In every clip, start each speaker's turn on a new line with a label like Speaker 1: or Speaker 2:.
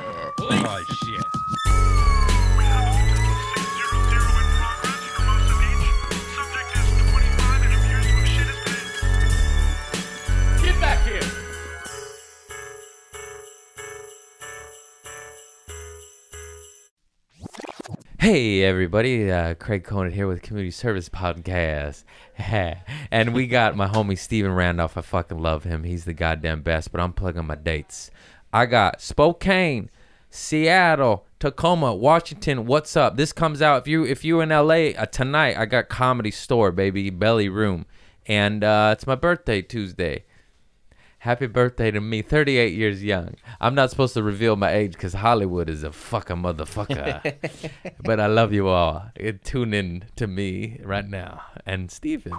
Speaker 1: Oh shit.
Speaker 2: We have a total 600 in progress for most of each. Subject is 25 and appears to have shit his pants.
Speaker 3: Get back here!
Speaker 4: Hey everybody, uh, Craig Conant here with Community Service Podcast, and we got my homie Steven Randolph. I fucking love him. He's the goddamn best. But I'm plugging my dates. I got Spokane, Seattle, Tacoma, Washington. What's up? This comes out if you if you in LA uh, tonight. I got Comedy Store, baby, Belly Room, and uh, it's my birthday Tuesday. Happy birthday to me, 38 years young. I'm not supposed to reveal my age because Hollywood is a fucking motherfucker. but I love you all. Eh, Tune in to me right now and Steven.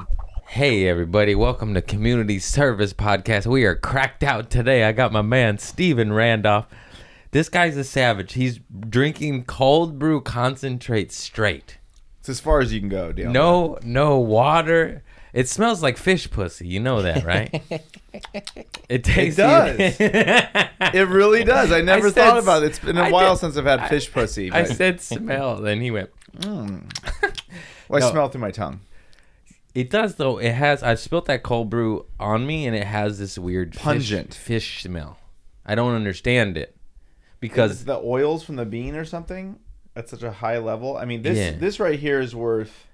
Speaker 4: Hey, everybody. Welcome to Community Service Podcast. We are cracked out today. I got my man, Steven Randolph. This guy's a savage. He's drinking cold brew concentrate straight.
Speaker 5: It's as far as you can go, Dale.
Speaker 4: No, no water. It smells like fish pussy. You know that, right? it tastes.
Speaker 5: does. it really does. I never
Speaker 4: I said
Speaker 5: thought about it. It's been a
Speaker 4: I
Speaker 5: while
Speaker 4: did-
Speaker 5: since I've had fish pussy.
Speaker 4: I
Speaker 5: but-
Speaker 4: said smell. Then he went.
Speaker 5: well, I
Speaker 4: no.
Speaker 5: smell it through my tongue.
Speaker 4: It does though. It has. I spilled that cold brew on me, and it has this weird fish-
Speaker 5: Pungent.
Speaker 4: fish, smell. I don't understand it
Speaker 5: Because
Speaker 4: because
Speaker 5: the oils from the bean or something at such a high level. I mean, this
Speaker 4: Yeah.
Speaker 5: this right here is worth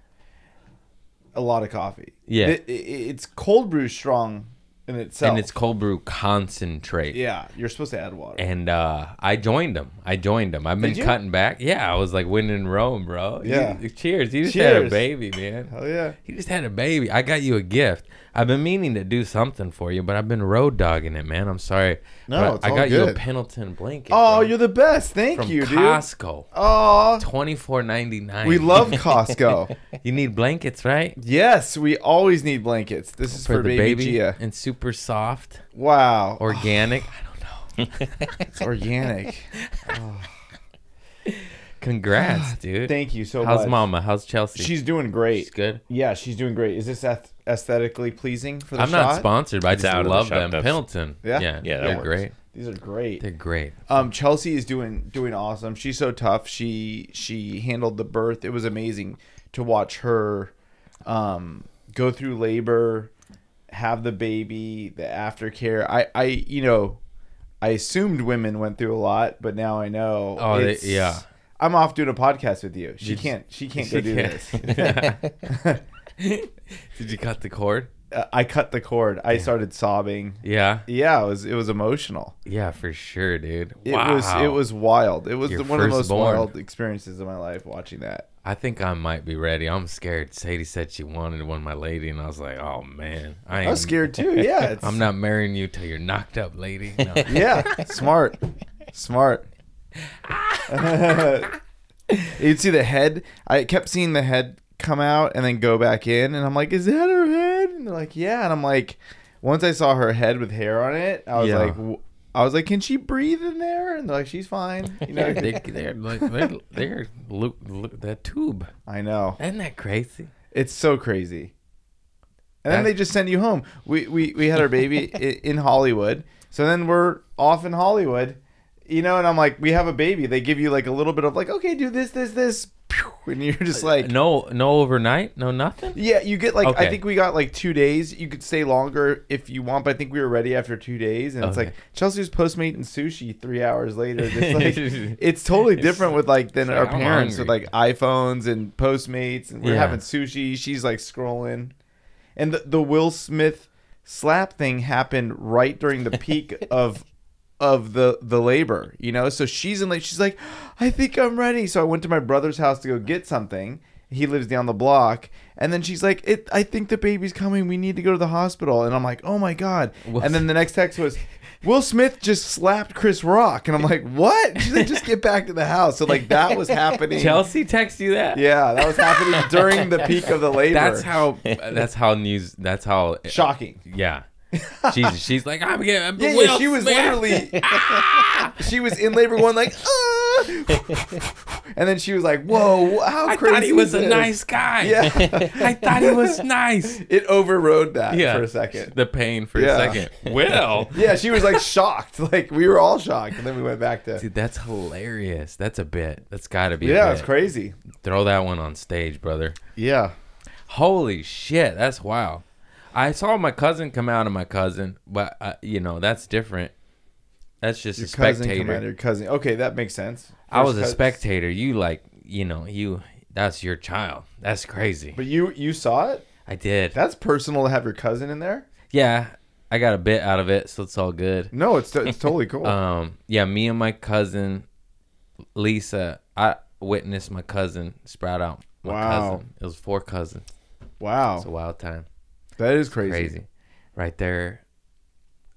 Speaker 5: a lot of coffee.
Speaker 4: Yeah.
Speaker 5: It- it- it's cold brew strong in itself.
Speaker 4: and it's cold brew concentrate.
Speaker 5: yeah, you're supposed to add water.
Speaker 4: And uh, I joined them. I joined them. I've been
Speaker 5: Did you?
Speaker 4: cutting back. Yeah, I was like winning Rome, bro. You-
Speaker 5: Yeah.
Speaker 4: cheers. You just had a
Speaker 5: Cheers.
Speaker 4: baby, man.
Speaker 5: Hell yeah.
Speaker 4: You just had a baby. I got you a gift. I've been meaning to do something for you, but I've been road dogging it, man. I'm sorry.
Speaker 5: No,
Speaker 4: But
Speaker 5: it's
Speaker 4: I
Speaker 5: all
Speaker 4: got you a
Speaker 5: good.
Speaker 4: Pendleton blanket.
Speaker 5: Oh,
Speaker 4: bro,
Speaker 5: you're the best. Thank
Speaker 4: from
Speaker 5: you, dude.
Speaker 4: Costco.
Speaker 5: Oh,
Speaker 4: Twenty four ninety nine.
Speaker 5: we love Costco.
Speaker 4: You need blankets, right?
Speaker 5: yes, we always need blankets. This is for, baby, Gia. Oh,
Speaker 4: and super soft,
Speaker 5: Wow.
Speaker 4: organic. I don't know.
Speaker 5: It's organic.
Speaker 4: Congrats, dude.
Speaker 5: Thank you so much.
Speaker 4: How's mama? How's Chelsea?
Speaker 5: She's doing great.
Speaker 4: She's good.
Speaker 5: Yeah, she's doing great. Is this ath- aesthetically pleasing for the
Speaker 4: I'm
Speaker 5: shot?
Speaker 4: not sponsored, but I just
Speaker 1: out of the
Speaker 4: love
Speaker 1: shop,
Speaker 4: them.
Speaker 1: that's-
Speaker 4: Pendleton.
Speaker 5: Yeah?
Speaker 4: yeah,
Speaker 1: Yeah, that
Speaker 4: they're
Speaker 1: works.
Speaker 4: great.
Speaker 5: These are great.
Speaker 4: They're great.
Speaker 5: Um, Chelsea is doing doing awesome. She's so tough. She she handled the birth. It was amazing to watch her um, go through labor, have the baby, the aftercare. I I you know, I assumed women went through a lot, but now I know.
Speaker 4: Oh, they-
Speaker 5: it's-
Speaker 4: yeah.
Speaker 5: I'm off doing a podcast with you.
Speaker 4: You
Speaker 5: She
Speaker 4: just-
Speaker 5: can't. She can't go do this.
Speaker 4: Did you cut the cord?
Speaker 5: Uh, I cut the cord. I started sobbing.
Speaker 4: Yeah,
Speaker 5: Yeah, it was it was emotional.
Speaker 4: yeah, for sure, dude.
Speaker 5: It
Speaker 4: wow.
Speaker 5: was it was wild. It was
Speaker 4: Your
Speaker 5: the, one of the most
Speaker 4: firstborn.
Speaker 5: wild experiences of my life watching that.
Speaker 4: I think I might be ready. I'm scared. Sadie said she wanted one, my lady, and I was like, oh man, I am.
Speaker 5: I was scared too. Yeah, it's,
Speaker 4: I'm not marrying you till you're knocked up, lady. No.
Speaker 5: Yeah, smart, smart. You'd see the head. I kept seeing the head come out and then go back in, and I'm like, "Is that her head?" And they're like, "Yeah." And I'm like, once I saw her head with hair on it, I was
Speaker 4: Yeah.
Speaker 5: like, w- I was like, "Can she breathe in there?" And they're like, "She's fine." You know,
Speaker 4: they, they're like they're, they're loop, loop, that tube.
Speaker 5: I know.
Speaker 4: Isn't that crazy?
Speaker 5: It's so crazy. And then
Speaker 4: That-
Speaker 5: they just send you home. We we, we had our baby i- in Hollywood. So then we're off in Hollywood, you know, and I'm like, we have a baby. They give you like a little bit of like, okay, do this, this, this. pew, And you're just like,
Speaker 4: Uh, No, no overnight, no nothing.
Speaker 5: yeah, you get like,
Speaker 4: Okay.
Speaker 5: I think we got like two days. You could stay longer if you want, but I think we were ready after two days. And it's
Speaker 4: Okay.
Speaker 5: like, Chelsea's Postmate and sushi three hours later. Just like, it's totally different with like than
Speaker 4: like,
Speaker 5: our
Speaker 4: I'm
Speaker 5: parents with
Speaker 4: hungry.
Speaker 5: like iPhones and Postmates, and we're
Speaker 4: Yeah.
Speaker 5: having sushi. She's like scrolling, and the, the Will Smith slap thing happened right during the peak of of the the labor. You know, so she's in like she's like, I think I'm ready. So I went to my brother's house to go get something. He lives down the block, and then she's like, "It, I think the baby's coming. We need to go to the hospital." And I'm like, "Oh my god!"
Speaker 4: Will
Speaker 5: and then the next text was, "Will Smith just slapped Chris Rock," and I'm like, "What?" She's like, "Just get back to the house." So like that was happening.
Speaker 4: Chelsea texts you that.
Speaker 5: Yeah, that was happening during the peak of the labor.
Speaker 4: That's how. That's how news. That's how.
Speaker 5: shocking.
Speaker 4: Yeah. Jesus, she's like I'm getting.
Speaker 5: Yeah, yeah, she was literally. she was in labor, one like, "Ah!" and then she was like, "Whoa, wh- how
Speaker 4: I
Speaker 5: crazy!"
Speaker 4: thought he
Speaker 5: is
Speaker 4: was a
Speaker 5: this?"
Speaker 4: nice guy.
Speaker 5: Yeah,
Speaker 4: I thought he was nice.
Speaker 5: it overrode that
Speaker 4: Yeah.
Speaker 5: for a second.
Speaker 4: The pain for
Speaker 5: Yeah.
Speaker 4: a second. Well.
Speaker 5: Yeah, she was like shocked. Like we were all shocked, and then we went back to.
Speaker 4: Dude, that's hilarious. That's a bit. That's got to be. a
Speaker 5: Yeah,
Speaker 4: bit.
Speaker 5: it's crazy.
Speaker 4: Throw that one on stage, brother.
Speaker 5: Yeah,
Speaker 4: Holy shit, that's wow. I saw my cousin come out of my cousin, but uh, you know that's different. That's just
Speaker 5: your
Speaker 4: a
Speaker 5: cousin come out of
Speaker 4: spectator.
Speaker 5: your cousin. Okay, that makes sense.
Speaker 4: I
Speaker 5: First
Speaker 4: was a
Speaker 5: cous-
Speaker 4: spectator. You like, you know, you. That's your child. That's crazy.
Speaker 5: But you you saw it.
Speaker 4: I did.
Speaker 5: That's personal to have your cousin in there.
Speaker 4: yeah, I got a bit out of it, so it's all good.
Speaker 5: No, it's it's totally cool.
Speaker 4: Um, yeah, me and my cousin Lisa, I witnessed my cousin sprout out. My
Speaker 5: Wow. Oh.
Speaker 4: cousin. It was four cousins.
Speaker 5: wow,
Speaker 4: It's a wild time.
Speaker 5: that is crazy.
Speaker 4: Crazy. Right there.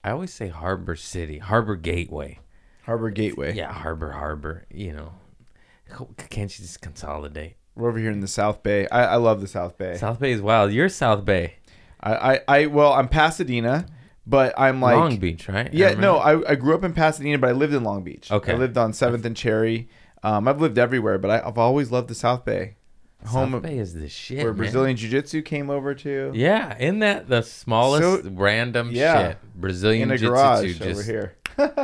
Speaker 4: I always say Harbor City, Harbor Gateway.
Speaker 5: Harbor Gateway.
Speaker 4: Yeah, Harbor Harbor, you know. Ho- Can't you just consolidate?
Speaker 5: We're over here in the South Bay. I, I love the South Bay.
Speaker 4: South Bay is wild. You're South Bay.
Speaker 5: I, I, I well, I'm Pasadena, but I'm like
Speaker 4: Long Beach, right? I
Speaker 5: Yeah, no,
Speaker 4: remember.
Speaker 5: I, I grew up in Pasadena, but I lived in Long Beach.
Speaker 4: Okay.
Speaker 5: I lived on Seventh and Cherry. Um, I've lived everywhere, but I, I've always loved the South Bay, home
Speaker 4: South
Speaker 5: of,
Speaker 4: Bay is the shit.
Speaker 5: where
Speaker 4: man.
Speaker 5: Brazilian Jiu Jitsu came over to.
Speaker 4: Yeah, in that the smallest
Speaker 5: So-
Speaker 4: random
Speaker 5: yeah.
Speaker 4: shit. Brazilian
Speaker 5: in a
Speaker 4: jiu-jitsu
Speaker 5: garage
Speaker 4: just
Speaker 5: over here.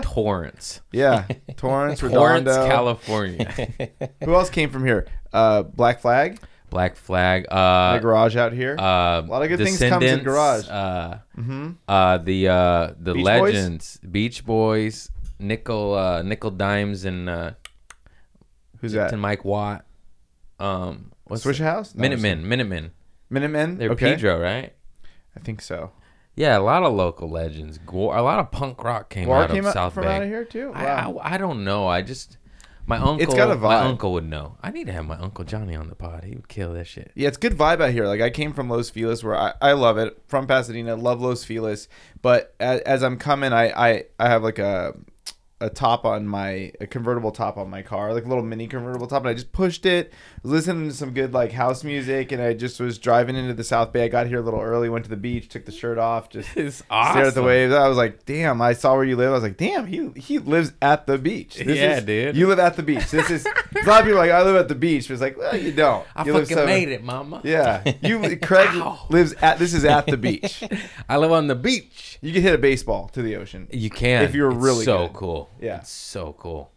Speaker 4: torrents.
Speaker 5: Yeah, Torrance,
Speaker 4: Torrance,
Speaker 5: Redondo.
Speaker 4: California.
Speaker 5: Who else came from here? Uh, Black Flag,
Speaker 4: Black Flag.
Speaker 5: the
Speaker 4: Uh,
Speaker 5: garage out here.
Speaker 4: uh,
Speaker 5: a lot of good things comes in
Speaker 4: Descendants,
Speaker 5: garage.
Speaker 4: Uh,
Speaker 5: mm-hmm.
Speaker 4: uh, the uh, the
Speaker 5: Beach Boys?
Speaker 4: legends, Beach Boys, Nickel uh, Nickel Dimes, and uh,
Speaker 5: Who's that?
Speaker 4: and Mike Watt. Um, what's
Speaker 5: Swisher House? No,
Speaker 4: Minutemen, Minutemen.
Speaker 5: Minutemen.
Speaker 4: They're
Speaker 5: okay.
Speaker 4: Pedro, right?
Speaker 5: I think so.
Speaker 4: Yeah, a lot of local legends. Gore, a lot of punk rock came
Speaker 5: Guar
Speaker 4: out
Speaker 5: came
Speaker 4: of
Speaker 5: out
Speaker 4: South
Speaker 5: from
Speaker 4: Bay.
Speaker 5: out of here too.
Speaker 4: I,
Speaker 5: Wow.
Speaker 4: I, I don't know. I just my uncle.
Speaker 5: got a
Speaker 4: My
Speaker 5: vibe.
Speaker 4: uncle would know. I need to have my uncle Johnny on the pod. He would kill this shit.
Speaker 5: Yeah, it's good vibe out here. Like I came from Los Feliz, where I, I love it. From Pasadena, love Los Feliz. But as, as I'm coming, I, I I have like a a top on my a convertible top on my car, like a little mini convertible top, and I just pushed it, was listening to some good like house music, and I just was driving into the South Bay. I got here a little early, went to the beach, took the shirt off, just
Speaker 4: It's
Speaker 5: stared at the
Speaker 4: awesome.
Speaker 5: waves. I was like, damn, I saw where you live. I was like, damn, he he lives at the beach.
Speaker 4: Yeah,
Speaker 5: is,
Speaker 4: dude.
Speaker 5: You live at the beach. This is a lot of people are like I live at the beach, but it's like, well, you don't.
Speaker 4: I
Speaker 5: you live
Speaker 4: fucking
Speaker 5: seven-
Speaker 4: made it, mama.
Speaker 5: yeah, you Craig
Speaker 4: Ow.
Speaker 5: lives at this is at the beach.
Speaker 4: I live on the beach.
Speaker 5: You can hit a baseball to the ocean.
Speaker 4: You can
Speaker 5: If you're
Speaker 4: It's
Speaker 5: really
Speaker 4: so
Speaker 5: good.
Speaker 4: cool.
Speaker 5: Yeah.
Speaker 4: it's so cool.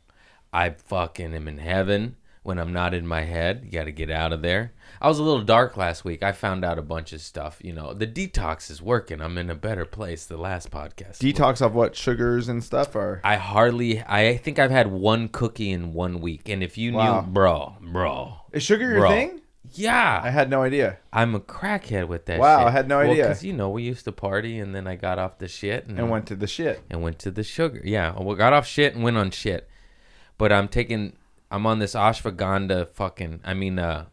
Speaker 4: I fucking am in heaven when I'm not in my head. You got to get out of there. I was a little dark last week. I found out a bunch of stuff. You know, the detox is working. I'm in a better place. The last podcast.
Speaker 5: Detox off what sugars and stuff are.
Speaker 4: I hardly. I think I've had one cookie in one week. And if you
Speaker 5: Wow.
Speaker 4: knew, bro, bro,
Speaker 5: Is sugar your
Speaker 4: Bro.
Speaker 5: thing? I
Speaker 4: yeah,
Speaker 5: had no idea.
Speaker 4: I'm a crackhead with that.
Speaker 5: Wow, I
Speaker 4: shit.
Speaker 5: had no idea.
Speaker 4: Because you know, we used to party, and then I got off the shit and,
Speaker 5: And went to the shit.
Speaker 4: and went to the sugar. Yeah, well, got off shit and went on shit. But I'm taking. I'm on this ashwagandha fucking. I mean, uh,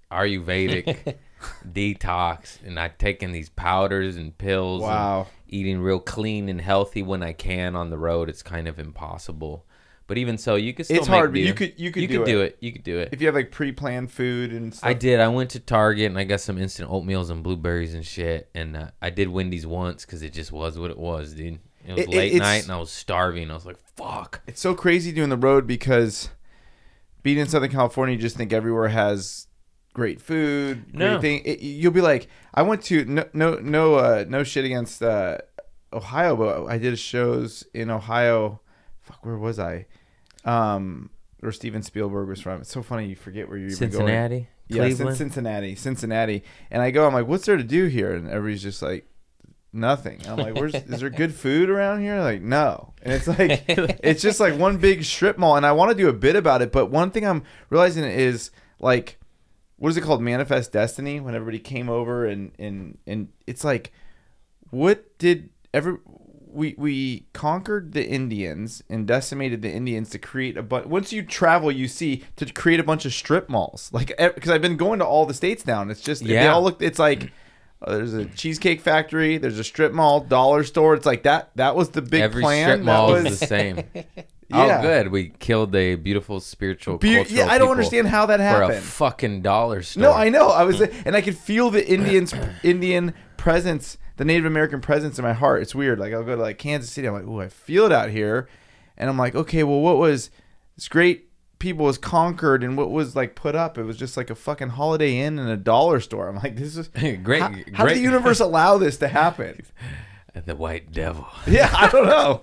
Speaker 4: Ayurvedic detox, and I'm taking these powders and pills. and
Speaker 5: Wow.
Speaker 4: eating real clean and healthy when I can on the road. It's kind of impossible. But even so, you could still
Speaker 5: It's
Speaker 4: make
Speaker 5: hard, but
Speaker 4: do.
Speaker 5: you could- you could
Speaker 4: you
Speaker 5: do
Speaker 4: could
Speaker 5: it.
Speaker 4: do it. You could do it.
Speaker 5: If you have like pre-planned food and stuff.
Speaker 4: I did. I went to Target and I got some instant oatmeals and blueberries and shit. And uh, I did Wendy's once because it just was what it was, dude. It was
Speaker 5: It- it-
Speaker 4: late
Speaker 5: it's-
Speaker 4: night and I was starving. I was like, "Fuck."
Speaker 5: it's so crazy doing the road because being in Southern California, you just think everywhere has great food.
Speaker 4: No.
Speaker 5: Great thing. It, you'll be like, I went to no no no uh, no shit against uh, Ohio, but I did shows in Ohio. Fuck, where was I? Um, where Steven Spielberg was from. It's so funny you forget where you're even going.
Speaker 4: Cincinnati,
Speaker 5: Yeah, Cin-
Speaker 4: Cleveland.
Speaker 5: Cincinnati, Cincinnati. And I go, I'm like, what's there to do here? And everybody's just like, nothing. And I'm like, where's is there good food around here? Like, no. And it's like, it's just like one big strip mall. And I want to do a bit about it, but one thing I'm realizing is like, what is it called? Manifest Destiny. When everybody came over and and and it's like, what did every we we conquered the Indians and decimated the Indians to create a bunch. Once you travel, you see to create a bunch of strip malls. Like because I've been going to all the states now, and it's just they
Speaker 4: Yeah.
Speaker 5: all look. It's like. uh, there's a cheesecake factory. There's a strip mall, dollar store. It's like that. That was the big
Speaker 4: Every
Speaker 5: plan.
Speaker 4: strip mall
Speaker 5: that
Speaker 4: is
Speaker 5: was
Speaker 4: the same.
Speaker 5: Yeah.
Speaker 4: Oh, good. We killed a beautiful spiritual.
Speaker 5: Be-
Speaker 4: cultural
Speaker 5: yeah, I don't
Speaker 4: people
Speaker 5: understand how that
Speaker 4: For a
Speaker 5: happened.
Speaker 4: fucking dollar store.
Speaker 5: No, I know. I
Speaker 4: Hmm.
Speaker 5: was, and I could feel the Indians, Indian presence, the Native American presence in my heart. It's weird. Like I'll go to like Kansas City, I'm like, oh, I feel it out here, and I'm like, okay, well, what was this great people was conquered and what was like put up. It was just like a fucking Holiday Inn and a dollar store. I'm like, this is
Speaker 4: Great-
Speaker 5: How, how did
Speaker 4: great-
Speaker 5: the universe allow this to happen?
Speaker 4: The white devil.
Speaker 5: Yeah, I don't know.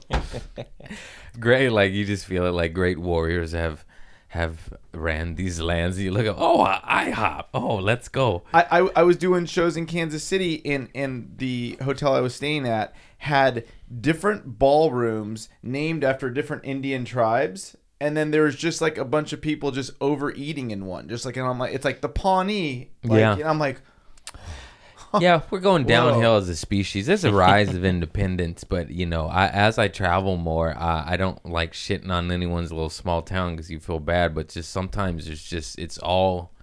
Speaker 4: great like you just feel it like great warriors have have ran these lands you look at oh i hop oh let's go
Speaker 5: I, I I was doing shows in Kansas City, and and the hotel I was staying at had different ballrooms named after different Indian tribes, and then there was just like a bunch of people just overeating in one, just like and I'm like it's like the Pawnee, like,
Speaker 4: Yeah.
Speaker 5: and I'm like
Speaker 4: yeah we're going downhill as a species there's a rise of independence but you know I, as i travel more I, I don't like shitting on anyone's little small town because you feel bad but just sometimes it's just it's all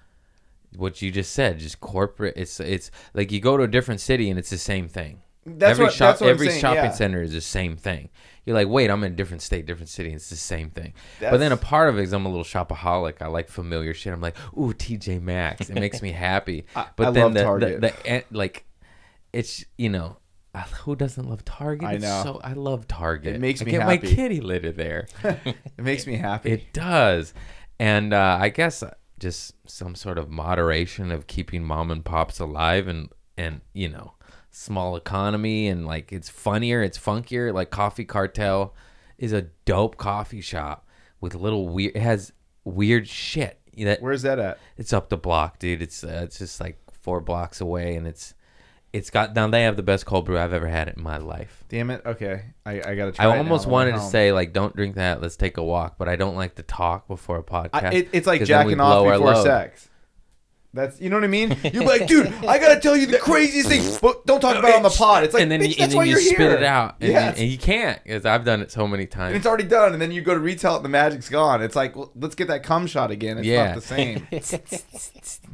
Speaker 4: what you just said just corporate it's it's like you go to a different city and it's the same thing
Speaker 5: That's
Speaker 4: every
Speaker 5: what-
Speaker 4: shop
Speaker 5: that's what I'm
Speaker 4: every
Speaker 5: saying,
Speaker 4: shopping
Speaker 5: yeah.
Speaker 4: center is the same thing you're like wait i'm in a different state different city it's the same thing but then a
Speaker 5: That's-
Speaker 4: part of it is i'm a little shopaholic i like familiar shit i'm like ooh tj maxx it makes me happy but
Speaker 5: I
Speaker 4: then
Speaker 5: love
Speaker 4: the,
Speaker 5: Target.
Speaker 4: the, the an- like it's you know I- who doesn't love Target?
Speaker 5: I
Speaker 4: It's
Speaker 5: know.
Speaker 4: so I love Target.
Speaker 5: It makes
Speaker 4: I
Speaker 5: me
Speaker 4: get my
Speaker 5: happy.
Speaker 4: kitty litter there.
Speaker 5: it makes me happy.
Speaker 4: it does, and uh, I guess just some sort of moderation of keeping mom and pops alive, and and you know, small economy, and like it's funnier, it's funkier. Like Coffee Cartel is a dope coffee shop with little weird. It has weird shit that
Speaker 5: Where's that at?
Speaker 4: it's up the block, dude. It's uh, it's just like four blocks away, and it's it's got now they have the best cold brew I've ever had in my life.
Speaker 5: Damn it. Okay, I, I gotta try.
Speaker 4: I
Speaker 5: it now
Speaker 4: almost
Speaker 5: on my
Speaker 4: wanted to
Speaker 5: home.
Speaker 4: say like, don't drink that. Let's take a walk, but I don't like to talk before a podcast.
Speaker 5: I, it, it's like
Speaker 4: 'cause then we
Speaker 5: jacking off
Speaker 4: blow our
Speaker 5: before
Speaker 4: load.
Speaker 5: sex. That's you know what I mean. You're like, dude, I gotta tell you the craziest thing, but don't talk about it on the pod. It's like,
Speaker 4: and then
Speaker 5: bitch,
Speaker 4: you,
Speaker 5: that's
Speaker 4: and
Speaker 5: why
Speaker 4: then you
Speaker 5: you're
Speaker 4: spit
Speaker 5: here.
Speaker 4: it out, and,
Speaker 5: Yes.
Speaker 4: you, and you can't because I've done it so many
Speaker 5: and
Speaker 4: times.
Speaker 5: it's already done. And then you go to retell it, the magic's gone. It's like, well, let's get that cum shot again. It's
Speaker 4: Yeah.
Speaker 5: not the same. that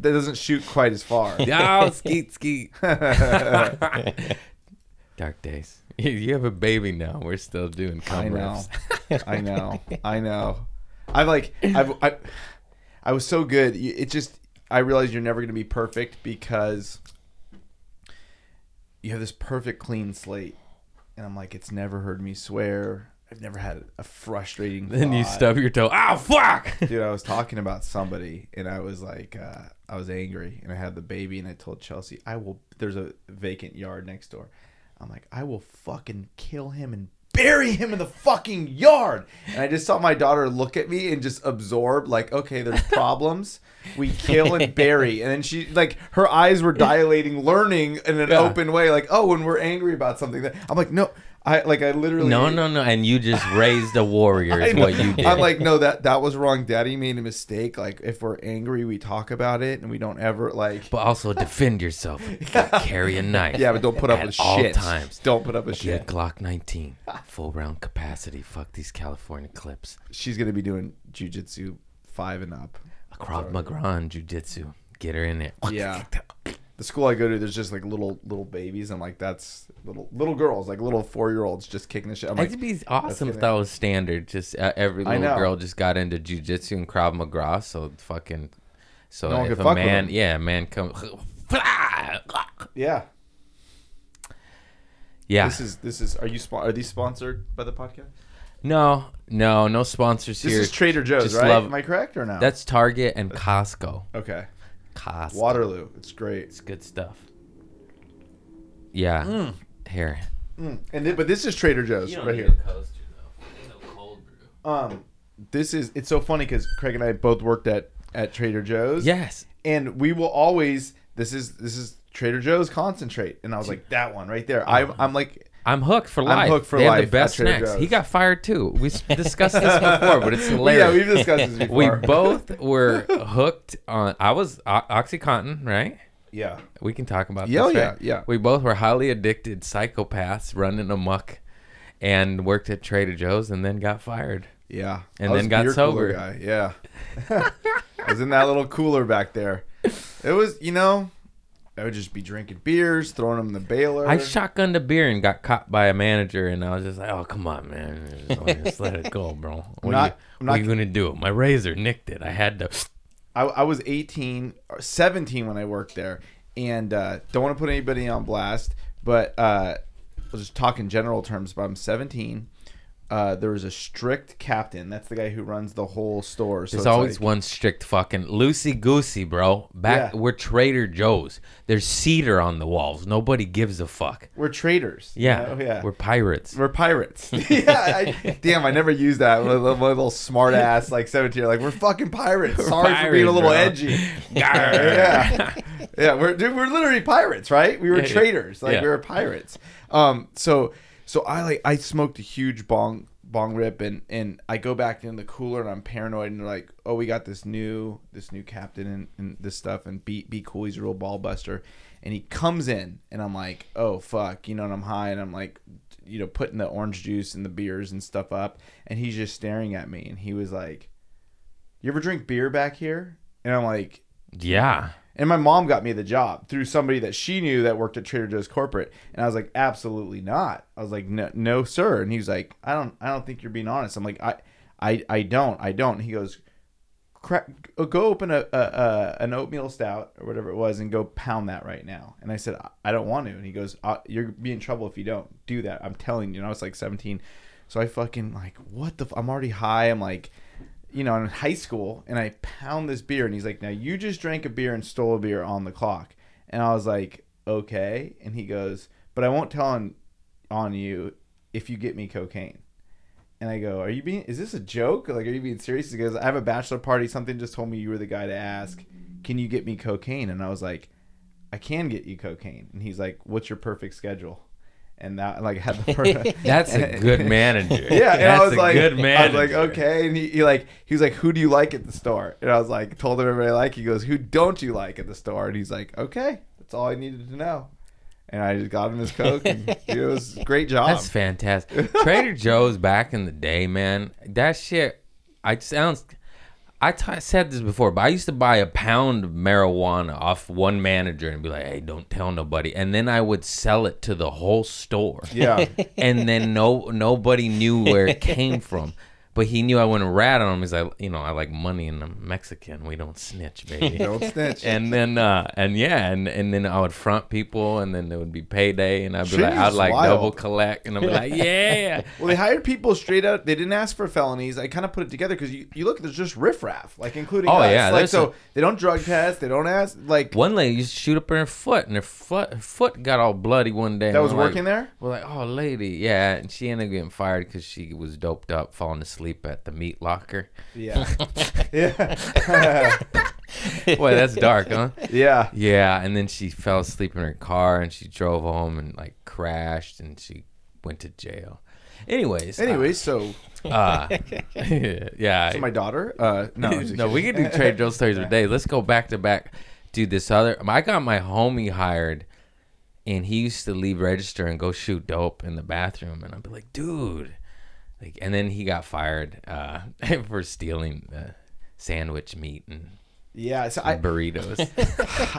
Speaker 5: doesn't shoot quite as far.
Speaker 4: Oh, skeet skeet. Dark days. You, you have a baby now. We're still doing cum
Speaker 5: I know.
Speaker 4: riffs.
Speaker 5: I know. I know. I like. I've, I. I was so good. You- It just. I realized you're never going to be perfect because you have this perfect clean slate, and I'm like, it's never heard me swear. I've never had a frustrating.
Speaker 4: Then you
Speaker 5: thought.
Speaker 4: stub your toe. Oh fuck!
Speaker 5: Dude, I was talking about somebody, and I was like, uh, I was angry, and I had the baby, and I told Chelsea, I will. There's a vacant yard next door. I'm like, I will fucking kill him and bury him in the fucking yard. And I just saw my daughter look at me and just absorb, like, okay, there's problems. we kill and bury, and then she like her eyes were dilating, learning in an
Speaker 4: Yeah.
Speaker 5: open way, like, oh, when we're angry about something, that I'm like, no, I like, I literally
Speaker 4: No, no, no. And you just raised a warrior is
Speaker 5: I
Speaker 4: what
Speaker 5: know.
Speaker 4: you did.
Speaker 5: I'm like, no, that that was wrong. Daddy made a mistake. Like, if we're angry, we talk about it, and we don't ever like.
Speaker 4: but also defend yourself. You gotta Carry a knife.
Speaker 5: Yeah, but don't put up
Speaker 4: At
Speaker 5: with
Speaker 4: all
Speaker 5: shit.
Speaker 4: times.
Speaker 5: Don't put up with
Speaker 4: Get
Speaker 5: shit.
Speaker 4: a Glock 19, full round capacity. Fuck these California clips.
Speaker 5: She's gonna be doing jujitsu five and up.
Speaker 4: A Krav Maga and jujitsu. Get her in it.
Speaker 5: Yeah. The school I go to, there's just like little little babies. I'm like, that's little little girls, like little four year olds, just kicking the shit. I'm like,
Speaker 4: It'd be awesome if that
Speaker 5: gonna-
Speaker 4: was standard. Just uh, every
Speaker 5: I
Speaker 4: little
Speaker 5: know.
Speaker 4: girl just got into jujitsu and Krav Maga. So fucking. So
Speaker 5: No one
Speaker 4: if
Speaker 5: could
Speaker 4: a
Speaker 5: fuck with
Speaker 4: man,
Speaker 5: them.
Speaker 4: yeah, a man comes.
Speaker 5: yeah.
Speaker 4: Yeah.
Speaker 5: This is this is. Are you spo- are these sponsored by the podcast?
Speaker 4: no, no, no sponsors
Speaker 5: This
Speaker 4: here.
Speaker 5: is Trader Joe's,
Speaker 4: just
Speaker 5: right?
Speaker 4: love-
Speaker 5: Am I correct or no?
Speaker 4: That's Target and Costco.
Speaker 5: okay.
Speaker 4: Costco.
Speaker 5: Waterloo, it's great.
Speaker 4: It's good stuff. Yeah. Here.
Speaker 5: And th- but this is Trader Joe's Mm. right here.
Speaker 4: coaster though. It's a cold brew.
Speaker 5: um this is it's so funny because craig and i both worked at at trader joe's
Speaker 4: Yes.
Speaker 5: and we will always this is this is trader joe's concentrate and i was like that one right there i'm, I'm like
Speaker 4: I'm hooked for life.
Speaker 5: I'm hooked for
Speaker 4: they have
Speaker 5: life
Speaker 4: the
Speaker 5: at
Speaker 4: best
Speaker 5: Trader
Speaker 4: snacks.
Speaker 5: Joe's.
Speaker 4: He got fired too. We s- discussed this before, but it's
Speaker 5: yeah
Speaker 4: hilarious.
Speaker 5: we've discussed this
Speaker 4: we
Speaker 5: before
Speaker 4: both were hooked on. I was o- OxyContin, right?
Speaker 5: yeah
Speaker 4: We can talk about
Speaker 5: Yeah,
Speaker 4: this.
Speaker 5: yeah,
Speaker 4: right?
Speaker 5: yeah.
Speaker 4: We both were highly addicted psychopaths running amok, and worked at Trader Joe's, and then got fired.
Speaker 5: yeah
Speaker 4: And
Speaker 5: I was
Speaker 4: then
Speaker 5: a
Speaker 4: got
Speaker 5: beer cooler
Speaker 4: sober.
Speaker 5: guy. yeah i was in that little cooler back there it was you know i would just be drinking beers throwing them in the baler
Speaker 4: I shotgunned a beer and got caught by a manager, and I was just like, "Oh, come on, man, just, just let it go, bro. What,
Speaker 5: not-
Speaker 4: are, you,
Speaker 5: I'm
Speaker 4: what are
Speaker 5: not-
Speaker 4: you gonna do? My razor nicked it. I had to."
Speaker 5: I, I was 18 or 17 when I worked there, and uh, don't want to put anybody on blast, but uh, I'll just talk in general terms. But I'm 17. Uh, uh, there was a strict captain. That's the guy who runs the whole store. So
Speaker 4: There's
Speaker 5: it's
Speaker 4: always
Speaker 5: like-
Speaker 4: one strict fucking loosey goosey, bro. Back
Speaker 5: Yeah.
Speaker 4: we're Trader Joe's. There's cedar on the walls. Nobody gives a fuck.
Speaker 5: We're traitors. you
Speaker 4: Yeah,
Speaker 5: know? Oh, yeah.
Speaker 4: we're pirates.
Speaker 5: We're pirates. yeah, I, damn, I never used that. My, little- my little smart ass, like 17 year, like, we're fucking pirates. Sorry for being a
Speaker 4: pirates,
Speaker 5: little
Speaker 4: bro."
Speaker 5: edgy. yeah. Yeah, we're, dude, we're literally pirates, right? We were
Speaker 4: yeah.
Speaker 5: traitors. Like,
Speaker 4: Yeah.
Speaker 5: we were pirates. Um, so, so I like, I smoked a huge bong, bong rip and, and I go back in the cooler and I'm paranoid and they're like, oh, we got this new, this new captain and, and this stuff and be, be cool. He's a real ball buster. And he comes in and I'm like, oh, fuck, you know, and I'm high and I'm like, you know, putting the orange juice and the beers and stuff up, and he's just staring at me, and he was like, "You ever drink beer back here?" And I'm like,
Speaker 4: yeah.
Speaker 5: and my mom got me the job through somebody that she knew that worked at Trader Joe's corporate, and I was like, "Absolutely not." I was like, "No, no, sir." And he was like, "I don't, I don't think you're being honest." I'm like, "I, I, I don't, I don't." And he goes, Crack, "Go open a, a, a an oatmeal stout or whatever it was, and go pound that right now." And I said, "I- "I don't want to." And he goes, I, "You're be in trouble if you don't do that." I'm telling you. And I was like 17, so I fucking like, what the? F-? I'm already high. I'm like you know, in high school, and I pound this beer, and he's like, "Now you just drank a beer and stole a beer on the clock," and I was like, "Okay," and he goes, "But I won't tell on on you if you get me cocaine." And I go, "Are you being? Is this a joke? Like, are you being serious?" He goes, "I have a bachelor party. Something just told me you were the guy to ask. Can you get me cocaine?" And I was like, "I can get you cocaine." And he's like, "What's your perfect schedule?" And that like had the perfect.
Speaker 4: That's a good manager.
Speaker 5: Yeah, and
Speaker 4: That's
Speaker 5: I was
Speaker 4: a
Speaker 5: like,
Speaker 4: good
Speaker 5: I was
Speaker 4: manager.
Speaker 5: like, okay. And he, he like, he was like, who do you like at the store? And I was like, told him everybody I like. He goes, who don't you like at the store? And he's like, okay, that's all I needed to know. And I just got him his coke. And it was a great job.
Speaker 4: That's fantastic. Trader Joe's back in the day, man. That shit. I sounds. I t- said this before, but I used to buy a pound of marijuana off one manager and be like, "Hey, don't tell nobody," and then I would sell it to the whole store.
Speaker 5: yeah,
Speaker 4: and then no nobody knew where it came from. But he knew I wouldn't rat on him. He's like, you know, I like money and I'm Mexican. We don't snitch, baby.
Speaker 5: don't snitch.
Speaker 4: and then uh and yeah and and then i would front people and then there would be payday and i'd be
Speaker 5: Shit
Speaker 4: like i'd
Speaker 5: is
Speaker 4: like
Speaker 5: wild.
Speaker 4: double collect and i'd be like yeah
Speaker 5: well, they hired people straight out. They didn't ask for felonies. I kind of put it together because you, you look, there's just riffraff, like including
Speaker 4: Oh,
Speaker 5: us.
Speaker 4: yeah,
Speaker 5: like
Speaker 4: there's
Speaker 5: so
Speaker 4: a-
Speaker 5: they don't drug test. They don't ask like
Speaker 4: one lady used to shoot up her foot and her foot her foot got all bloody one day
Speaker 5: that
Speaker 4: and
Speaker 5: was
Speaker 4: I'm like-
Speaker 5: working there.
Speaker 4: we're like oh lady yeah and she ended up getting fired because she was doped up falling asleep at the meat locker
Speaker 5: Yeah, yeah,
Speaker 4: boy that's dark huh
Speaker 5: yeah.
Speaker 4: yeah and then she fell asleep in her car and she drove home and like crashed and she went to jail anyways
Speaker 5: Anyway, so
Speaker 4: uh, yeah
Speaker 5: so my daughter. Uh, no, I'm just
Speaker 4: no, we can do trade drill stories for days. Let's go back to back. Dude, this other I got my homie hired, and he used to leave register and go shoot dope in the bathroom, and I'd be like, dude, like, and then he got fired uh, for stealing uh, sandwich meat and
Speaker 5: Yeah, so I,
Speaker 4: burritos.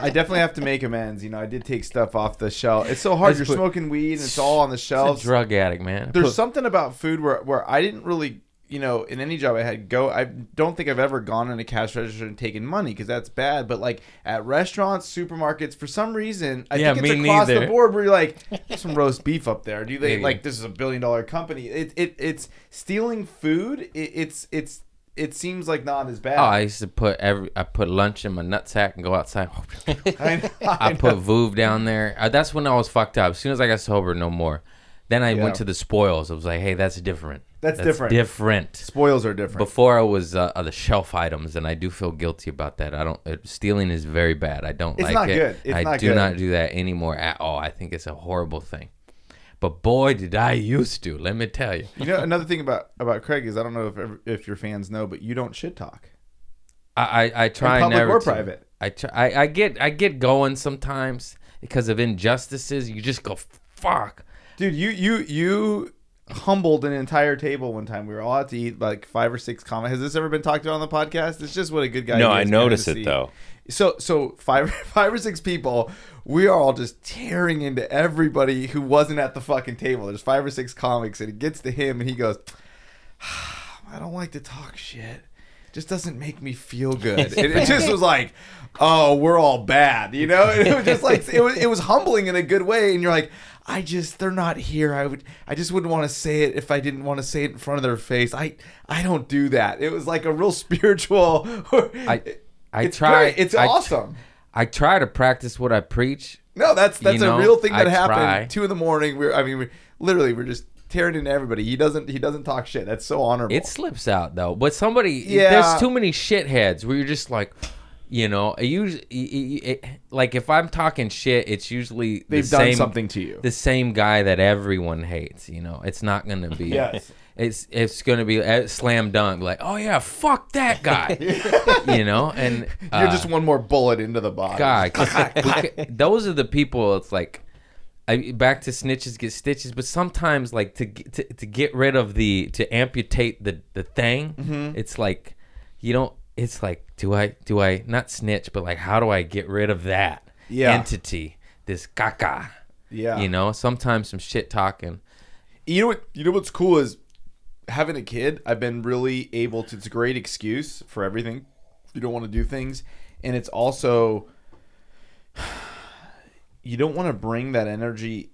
Speaker 5: I definitely have to make amends. You know, I did take stuff off the shelf. It's so hard.
Speaker 4: That's
Speaker 5: You're
Speaker 4: what-
Speaker 5: smoking weed and it's all on
Speaker 4: I'm
Speaker 5: the
Speaker 4: a
Speaker 5: shelves.
Speaker 4: drug addict, man.
Speaker 5: There's something about food where, where I didn't really, you know, in any job I had go. I don't think I've ever gone in a cash register and taken money because that's bad. But like at restaurants, supermarkets, for some reason, I
Speaker 4: Yeah,
Speaker 5: think it's
Speaker 4: me
Speaker 5: across the
Speaker 4: neither.
Speaker 5: board where you're like, "There's some roast beef up there. Do you think
Speaker 4: Yeah.
Speaker 5: like this is a billion dollar company? It, it it's stealing food. It, it's it's it seems like not as bad.
Speaker 4: Oh, I used to put every I put lunch in my nutsack and go outside.
Speaker 5: I,
Speaker 4: I put Vuv down there. Uh, that's when I was fucked up. As soon as I got sober, no more. Then I
Speaker 5: Yeah.
Speaker 4: went to the spoils. I was like, hey, that's different.
Speaker 5: That's different.
Speaker 4: Different.
Speaker 5: spoils are different.
Speaker 4: Before I was uh, uh, the shelf items, and I do feel guilty about that. I don't. Uh, stealing is very bad. I don't
Speaker 5: It's
Speaker 4: like
Speaker 5: not
Speaker 4: it.
Speaker 5: good. It's
Speaker 4: I
Speaker 5: not
Speaker 4: do
Speaker 5: good.
Speaker 4: not do that anymore at all. I think it's a horrible thing. But boy, did I used to. Let me tell you.
Speaker 5: You know, another thing about about Craig is I don't know if ever, if your fans know, but you don't shit talk.
Speaker 4: I I, I try
Speaker 5: public
Speaker 4: never
Speaker 5: or
Speaker 4: to.
Speaker 5: private?
Speaker 4: I, try, I I get I get going sometimes because of injustices. You just go fuck.
Speaker 5: Dude, you you you humbled an entire table one time. We were all out to eat like five or six comic. Has this ever been talked about on the podcast? It's just what a good guy.
Speaker 1: No,
Speaker 5: he
Speaker 1: I
Speaker 5: is, man, to
Speaker 1: noticed it,
Speaker 5: see.
Speaker 1: though.
Speaker 5: So so five five or six people, we are all just tearing into everybody who wasn't at the fucking table. There's five or six comics, and it gets to him, and he goes, "I don't like to talk shit." Just doesn't make me feel good. And it just was like, oh, we're all bad, you know. And it was just like it was, it was humbling in a good way. And you're like, I just they're not here. I would I just wouldn't want to say it if I didn't want to say it in front of their face. I I don't do that. It was like a real spiritual.
Speaker 4: I I
Speaker 5: it's
Speaker 4: try.
Speaker 5: great. It's
Speaker 4: I-
Speaker 5: awesome.
Speaker 4: I try to practice what I preach.
Speaker 5: No, that's that's
Speaker 4: You know,
Speaker 5: a real thing that
Speaker 4: I
Speaker 5: happened.
Speaker 4: try.
Speaker 5: Two in the morning. We're I mean we literally we're just tearing into everybody. He doesn't he doesn't talk shit. That's so honorable.
Speaker 4: It slips out though. But somebody,
Speaker 5: Yeah.
Speaker 4: there's too many shitheads where you're just like, you know, you, like if I'm talking shit, it's usually the
Speaker 5: they've done
Speaker 4: same-
Speaker 5: something to you.
Speaker 4: the same guy that everyone hates. You know, it's not gonna be.
Speaker 5: Yes.
Speaker 4: It's it's gonna be a slam dunk. Like, oh yeah, fuck that guy. you know, and
Speaker 5: You're
Speaker 4: uh,
Speaker 5: just one more bullet into the body.
Speaker 4: God, 'cause we ca- those are the people. It's like, I, back to snitches get stitches. But sometimes, like to g- to, to get rid of the to amputate the the thing,
Speaker 5: Mm-hmm.
Speaker 4: it's like you don't. It's like, do I do I not snitch, but like, how do I get rid of that
Speaker 5: Yeah.
Speaker 4: entity, this caca?
Speaker 5: Yeah.
Speaker 4: You know, sometimes some shit talking.
Speaker 5: you know what you know what's cool is having a kid i've been really able to it's a great excuse for everything you don't want to do things and it's also you don't want to bring that energy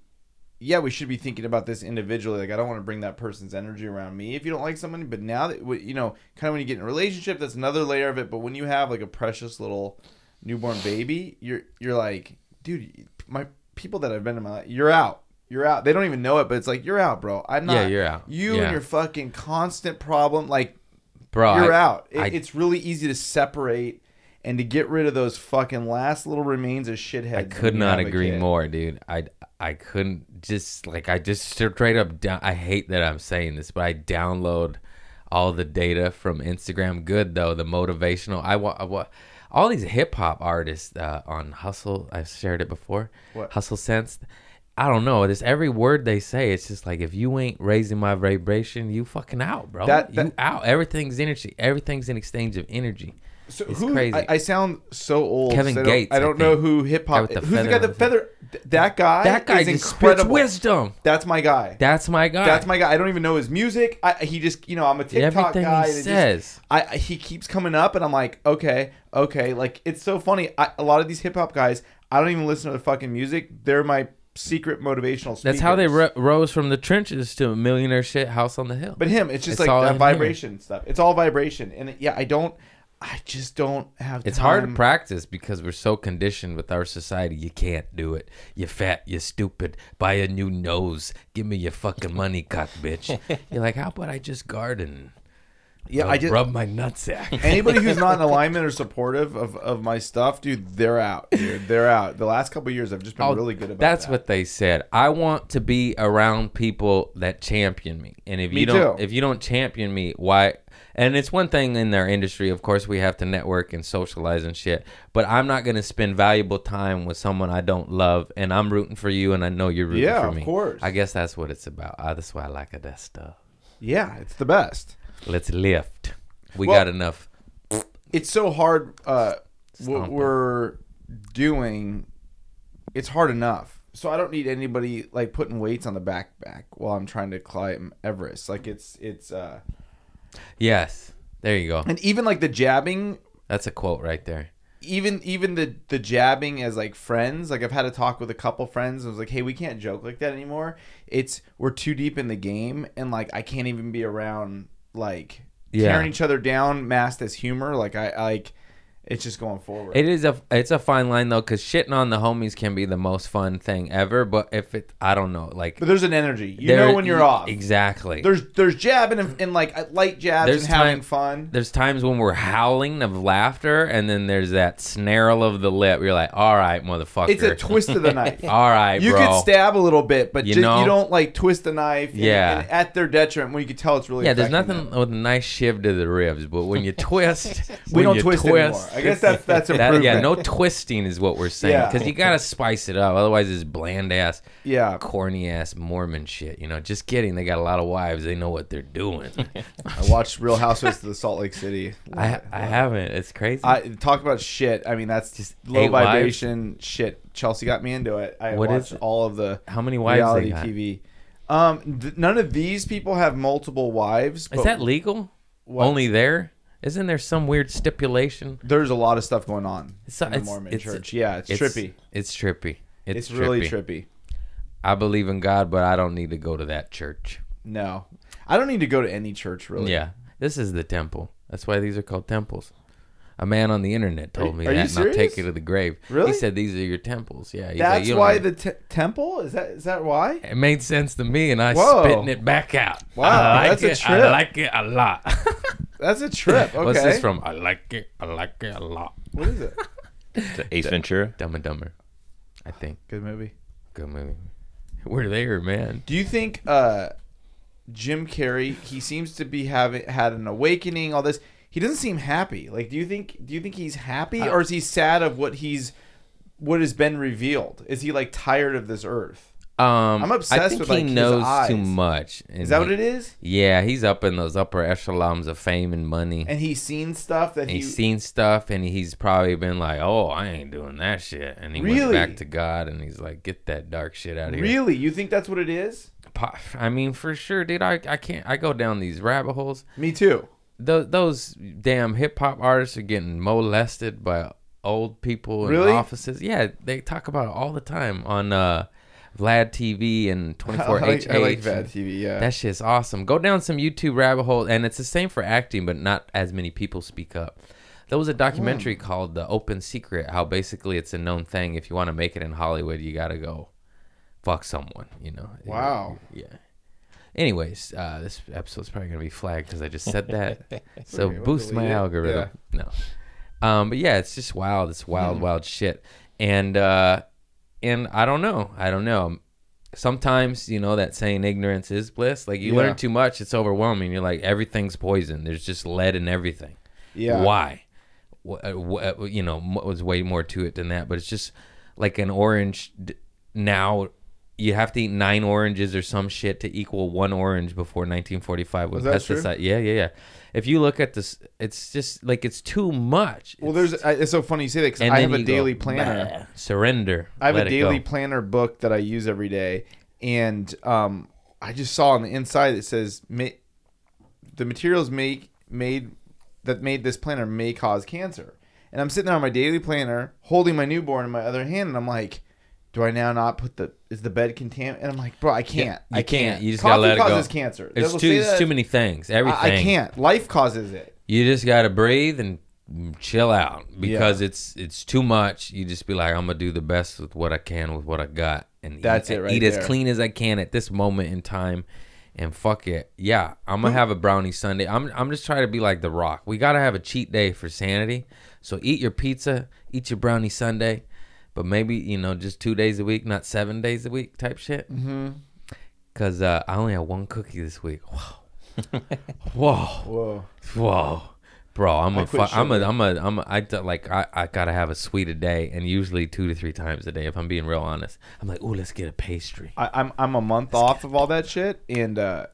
Speaker 5: yeah we should be thinking about this individually like i don't want to bring that person's energy around me if you don't like someone but now that w- you know kind of when you get in a relationship that's another layer of it but when you have like a precious little newborn baby you're you're like dude my people that i've been in my life you're out you're out they don't even know it but it's like you're out bro i'm not
Speaker 4: Yeah, you're out.
Speaker 5: you
Speaker 4: Yeah.
Speaker 5: and your fucking constant problem like
Speaker 4: Bro,
Speaker 5: you're
Speaker 4: I-
Speaker 5: out. It,
Speaker 4: I-
Speaker 5: it's really easy to separate and to get rid of those fucking last little remains of shithead.
Speaker 4: I could not agree more, dude. I I couldn't just like I just straight up down. I hate that I'm saying this, but I download all the data from Instagram. Good though, the motivational. I want. I wa- all these hip hop artists uh, on Hustle. I've shared it before.
Speaker 5: What?
Speaker 4: Hustle Sense. I don't know. This every word they say. It's just like if you ain't raising my vibration, you fucking out, bro.
Speaker 5: That- that-
Speaker 4: you out. Everything's energy. Everything's an exchange of energy.
Speaker 5: So
Speaker 4: It's
Speaker 5: who,
Speaker 4: crazy.
Speaker 5: I, I sound so old.
Speaker 4: Kevin
Speaker 5: so I don't-
Speaker 4: Gates,
Speaker 5: I
Speaker 4: I
Speaker 5: don't know
Speaker 4: think.
Speaker 5: who hip hop.
Speaker 4: Guy with the
Speaker 5: Who's the guy?
Speaker 4: feather.
Speaker 5: The feather. th- That guy.
Speaker 4: that guy
Speaker 5: is
Speaker 4: just spreads
Speaker 5: incredible.
Speaker 4: wisdom.
Speaker 5: That's my guy.
Speaker 4: That's my guy.
Speaker 5: That's my guy. I don't even know his music. I, he just, you know, I'm a TikTok
Speaker 4: Everything
Speaker 5: guy.
Speaker 4: he
Speaker 5: and it just-
Speaker 4: says.
Speaker 5: I I- he keeps coming up, and I'm like, okay, okay. Like it's so funny. I, a lot of these hip hop guys, I don't even listen to the fucking music. They're my secret motivational. Speakers.
Speaker 4: That's how they ro- rose from the trenches to a millionaire shit house on the hill.
Speaker 5: But him, it's just
Speaker 4: It's
Speaker 5: like
Speaker 4: all in
Speaker 5: that
Speaker 4: him.
Speaker 5: vibration stuff. It's all vibration, and yeah, I don't, I just don't have.
Speaker 4: it's hard to
Speaker 5: time.
Speaker 4: practice because we're so conditioned with our society. You can't do it. You're fat. You're stupid. Buy a new nose. Give me your fucking money, cock bitch. You're like, how about I just garden?
Speaker 5: Yeah, I just
Speaker 4: rub my nutsack.
Speaker 5: anybody who's not in alignment or supportive of, of my stuff, dude, they're out. Dude, they're out. The last couple of years, I've just been
Speaker 4: Oh,
Speaker 5: really good about.
Speaker 4: That's
Speaker 5: that.
Speaker 4: what they said. I want to be around people that champion me. And if
Speaker 5: Me
Speaker 4: you don't
Speaker 5: too.
Speaker 4: if you don't champion me, why and it's one thing in their industry, of course we have to network and socialize and shit, but I'm not gonna spend valuable time with someone I don't love and I'm rooting for you and I know you're rooting
Speaker 5: Yeah,
Speaker 4: for
Speaker 5: of
Speaker 4: me.
Speaker 5: course.
Speaker 4: I guess that's what it's about. Uh, that's why I like that stuff.
Speaker 5: Yeah, it's the best.
Speaker 4: Let's lift. We
Speaker 5: Well-
Speaker 4: got enough
Speaker 5: it's so hard uh what
Speaker 4: Stomp it.
Speaker 5: we're doing it's hard enough so i don't need anybody like putting weights on the backpack while i'm trying to climb everest like it's it's uh
Speaker 4: Yes. There you go.
Speaker 5: and even like the jabbing
Speaker 4: That's a quote right there.
Speaker 5: even even the the jabbing as like friends like i've had a talk with a couple friends and was like hey we can't joke like that anymore it's we're too deep in the game and like i can't even be around like
Speaker 4: Yeah.
Speaker 5: tearing each other down masked as humor like i like it's just going forward
Speaker 4: It is a it's a fine line though, because shitting on the homies can be the most fun thing ever. But if it, I don't know, like
Speaker 5: But there's an energy. You
Speaker 4: there-
Speaker 5: know when you're off.
Speaker 4: Exactly.
Speaker 5: There's there's jabbing and, and like light jabs
Speaker 4: There's
Speaker 5: and having
Speaker 4: time-
Speaker 5: fun.
Speaker 4: There's times when we're howling of laughter, and then there's that snarl of the lip. You're like, all right, motherfucker.
Speaker 5: It's a twist of the knife.
Speaker 4: All right,
Speaker 5: you
Speaker 4: bro.
Speaker 5: could stab a little bit, but
Speaker 4: You
Speaker 5: ju-
Speaker 4: know?
Speaker 5: you don't like twist the knife. and-
Speaker 4: Yeah.
Speaker 5: and at their detriment, when you can tell it's really
Speaker 4: yeah, there's
Speaker 5: affecting
Speaker 4: nothing
Speaker 5: them.
Speaker 4: with a nice shiv to the ribs, but when you twist,
Speaker 5: We
Speaker 4: when
Speaker 5: don't
Speaker 4: you
Speaker 5: twist, anymore. I guess that's that's improvement.
Speaker 4: that, yeah, no twisting is what we're saying
Speaker 5: Yeah.
Speaker 4: because you gotta spice it up. Otherwise, it's bland ass,
Speaker 5: Yeah.
Speaker 4: corny ass Mormon shit. You know, just kidding. They got a lot of wives. They know what they're doing.
Speaker 5: I watched Real Housewives of the Salt Lake City.
Speaker 4: I, I haven't. It's crazy.
Speaker 5: I talk about shit. I mean, that's just
Speaker 4: Just
Speaker 5: low
Speaker 4: eight wives?
Speaker 5: vibration shit. Chelsea got me into it. I
Speaker 4: What is
Speaker 5: watched
Speaker 4: it?
Speaker 5: all of the
Speaker 4: How many wives they
Speaker 5: reality
Speaker 4: got?
Speaker 5: TV. Um, th- none of these people have multiple wives.
Speaker 4: Is that legal?
Speaker 5: What?
Speaker 4: Only there? Isn't there some weird stipulation?
Speaker 5: there's a lot of stuff going on
Speaker 4: It's-
Speaker 5: in the
Speaker 4: it's-
Speaker 5: Mormon
Speaker 4: it's-
Speaker 5: church. Yeah, it's, trippy.
Speaker 4: It's trippy. It's,
Speaker 5: It's, really trippy.
Speaker 4: I believe in God, but I don't need to go to that church.
Speaker 5: No, I don't need to go to any church really.
Speaker 4: Yeah, this is the temple. That's why these are called temples. A man on the internet told
Speaker 5: you-
Speaker 4: me
Speaker 5: are you
Speaker 4: that, and I'll take
Speaker 5: serious?
Speaker 4: you to the grave.
Speaker 5: Really?
Speaker 4: He said these are your temples. Yeah, he's like,
Speaker 5: That's
Speaker 4: "You don't
Speaker 5: why
Speaker 4: have-"
Speaker 5: the te- temple is that is that why?
Speaker 4: it made sense to me, and I
Speaker 5: Whoa.
Speaker 4: spitting it back out.
Speaker 5: Wow,
Speaker 4: I like
Speaker 5: that's a
Speaker 4: it,
Speaker 5: trip.
Speaker 4: I like it a lot.
Speaker 5: That's a trip. Okay.
Speaker 4: What's this from? I like it. I like it a lot.
Speaker 5: What is it?
Speaker 1: Ace Ventura.
Speaker 4: Dumb and Dumber, I think.
Speaker 5: Good movie.
Speaker 4: Good movie. We're there, man.
Speaker 5: Do you think uh, Jim Carrey? He seems to be having had an awakening. All this. He doesn't seem happy. Like, do you think? Do you think he's happy, or is he sad of what he's, what has been revealed? Is he like tired of this earth?
Speaker 4: Um,
Speaker 5: I'm
Speaker 4: I
Speaker 5: obsessed
Speaker 4: think
Speaker 5: with,
Speaker 4: he
Speaker 5: like, his
Speaker 4: knows too
Speaker 5: eyes.
Speaker 4: much. and
Speaker 5: Is that
Speaker 4: he-
Speaker 5: what it is?
Speaker 4: Yeah, he's up in those upper echelons of fame and money.
Speaker 5: And he's seen stuff that
Speaker 4: And
Speaker 5: he.
Speaker 4: he's seen stuff and he's probably been like, "Oh, I ain't doing that shit." And he went
Speaker 5: Really?
Speaker 4: back to God and he's like, "Get that dark shit out of here."
Speaker 5: really, you think that's what it is?
Speaker 4: Po- I mean, for sure, dude. I I can't. I go down these rabbit holes.
Speaker 5: Me too.
Speaker 4: Those those damn hip hop artists are getting molested by old people in
Speaker 5: Really?
Speaker 4: offices. Yeah, they talk about it all the time on uh, Vlad TV and twenty four
Speaker 5: I like,
Speaker 4: HH.
Speaker 5: I like bad TV. Yeah.
Speaker 4: That shit's awesome. Go down some YouTube rabbit hole, and it's the same for acting, but not as many people speak up. There was a documentary
Speaker 5: Hmm.
Speaker 4: called "The Open Secret," how basically it's a known thing. If you want to make it in Hollywood, you gotta go fuck someone. You know?
Speaker 5: Wow.
Speaker 4: Yeah. Anyways, uh, this episode's probably gonna be flagged because I just said that. so
Speaker 5: we'll
Speaker 4: boost my
Speaker 5: delete it.
Speaker 4: algorithm. No. Um, but yeah, it's just wild. It's wild, wild shit. And uh, and I don't know. I don't know. Sometimes you know that saying, "Ignorance is bliss." Like you
Speaker 5: Yeah.
Speaker 4: learn too much, it's overwhelming. You're like, everything's poison. There's just lead in everything.
Speaker 5: yeah.
Speaker 4: Why? Wh- uh, wh- uh, you know, m- was way more to it than that. But it's just like an orange. D- now you have to eat nine oranges or some shit to equal one orange before 1945 with
Speaker 5: that true?
Speaker 4: pesticide. Yeah, yeah, yeah. If you look at this, it's just like it's too much.
Speaker 5: Well,
Speaker 4: It's-
Speaker 5: there's. I, it's so funny you say that because
Speaker 4: and
Speaker 5: I
Speaker 4: then
Speaker 5: have a
Speaker 4: you go,
Speaker 5: daily planner.
Speaker 4: "Bah, Surrender.
Speaker 5: I have
Speaker 4: Let
Speaker 5: a
Speaker 4: it
Speaker 5: daily
Speaker 4: go."
Speaker 5: planner book that I use every day, and um, I just saw on the inside it says ma- the materials make made that made this planner may cause cancer. And I'm sitting there on my daily planner, holding my newborn in my other hand, and I'm like, "Do I now not put the is the bed contaminated?" And I'm like, "Bro, I can't.
Speaker 4: you
Speaker 5: I
Speaker 4: can't.
Speaker 5: can't.
Speaker 4: You just
Speaker 5: Coffee
Speaker 4: gotta let it go.
Speaker 5: causes cancer. They
Speaker 4: It's
Speaker 5: will
Speaker 4: too,
Speaker 5: say
Speaker 4: it's
Speaker 5: that.
Speaker 4: too many things. Everything.
Speaker 5: I, I can't. Life causes it.
Speaker 4: you just gotta breathe and chill out because it's it's too much you just be like i'm gonna do the best with what i can with what i got and eat-
Speaker 5: That's it
Speaker 4: and
Speaker 5: right
Speaker 4: eat as
Speaker 5: there.
Speaker 4: clean as i can at this moment in time and fuck it yeah i'm gonna have a brownie sunday i'm, I'm just trying to be like the rock we gotta have a cheat day for sanity so eat your pizza eat your brownie sunday but maybe you know just two days a week not seven days a week type shit
Speaker 5: Mm-hmm.
Speaker 4: because uh, i only had one cookie this week Whoa. whoa
Speaker 5: Whoa.
Speaker 4: Whoa, bro! I'm a,
Speaker 5: I quit
Speaker 4: fu- I'm a,
Speaker 5: sugar.
Speaker 4: I'm a, I'm a, I d- like I, I gotta have a sweet a day, and usually two to three times a day. If I'm being real honest, I'm like, oh, let's get a pastry.
Speaker 5: I, I'm I'm a month off of all that shit and uh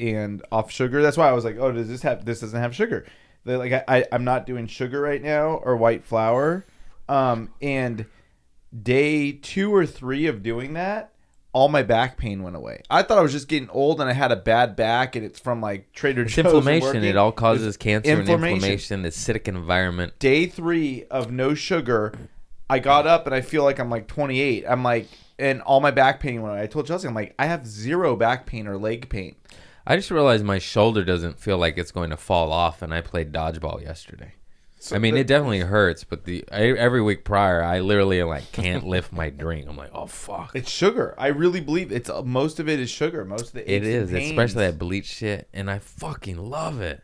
Speaker 5: and off sugar. That's why I was like, oh, does this have this doesn't have sugar? They're like I, I I'm not doing sugar right now or white flour. Um and day two or three of doing that, all my back pain went away. I thought I was just getting old and I had a bad back and it's from like Trader
Speaker 4: It's
Speaker 5: Joe's. and
Speaker 4: inflammation.
Speaker 5: working.
Speaker 4: It all causes cancer
Speaker 5: inflammation.
Speaker 4: and inflammation. Acidic environment.
Speaker 5: Day three of no sugar, I got up and I feel like I'm like 28. I'm like, and all my back pain went away. I told Chelsea, I'm like, I have zero back pain or leg pain.
Speaker 4: I just realized my shoulder doesn't feel like it's going to fall off, and I played dodgeball yesterday. I mean,
Speaker 5: the-
Speaker 4: it definitely hurts, but the I, every week prior, I literally like can't lift my drink. I'm like, oh fuck.
Speaker 5: It's sugar. I really believe it's uh, most of it is sugar. Most of the
Speaker 4: It
Speaker 5: aches and
Speaker 4: is, especially
Speaker 5: pains.
Speaker 4: that bleach shit, and I fucking love it.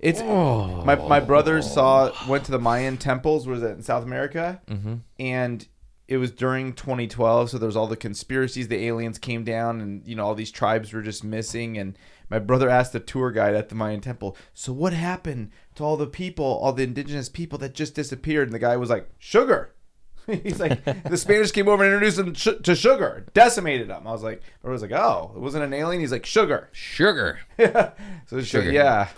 Speaker 5: It's
Speaker 4: Oh.
Speaker 5: my my brother saw went to the Mayan temples. Was it in South America? Mm-hmm. And it was during 2012, so there was all the conspiracies. The aliens came down, and you know all these tribes were just missing. And my brother asked the tour guide at the Mayan temple, "So what happened to all the people, all the indigenous people that just disappeared?" And the guy was like, "Sugar." He's like, the Spanish came over and introduced them sh- to sugar, decimated them. I was like, I was like, oh, it wasn't an alien. He's like, sugar.
Speaker 4: Sugar.
Speaker 5: so it's sugar.
Speaker 4: Sugar.
Speaker 5: yeah.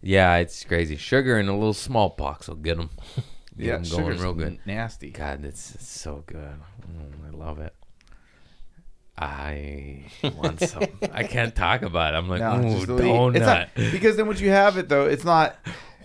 Speaker 4: Yeah, it's crazy. Sugar and a little smallpox will get them. Get
Speaker 5: Yeah,
Speaker 4: 'em going
Speaker 5: sugar's
Speaker 4: real good.
Speaker 5: Nasty.
Speaker 4: God, it's, it's so good. Mm, I love it. I want some. I can't talk about it. I'm like,
Speaker 5: No, it's
Speaker 4: ooh,
Speaker 5: just delete. It's
Speaker 4: donut.
Speaker 5: not, because then what you have it though, it's not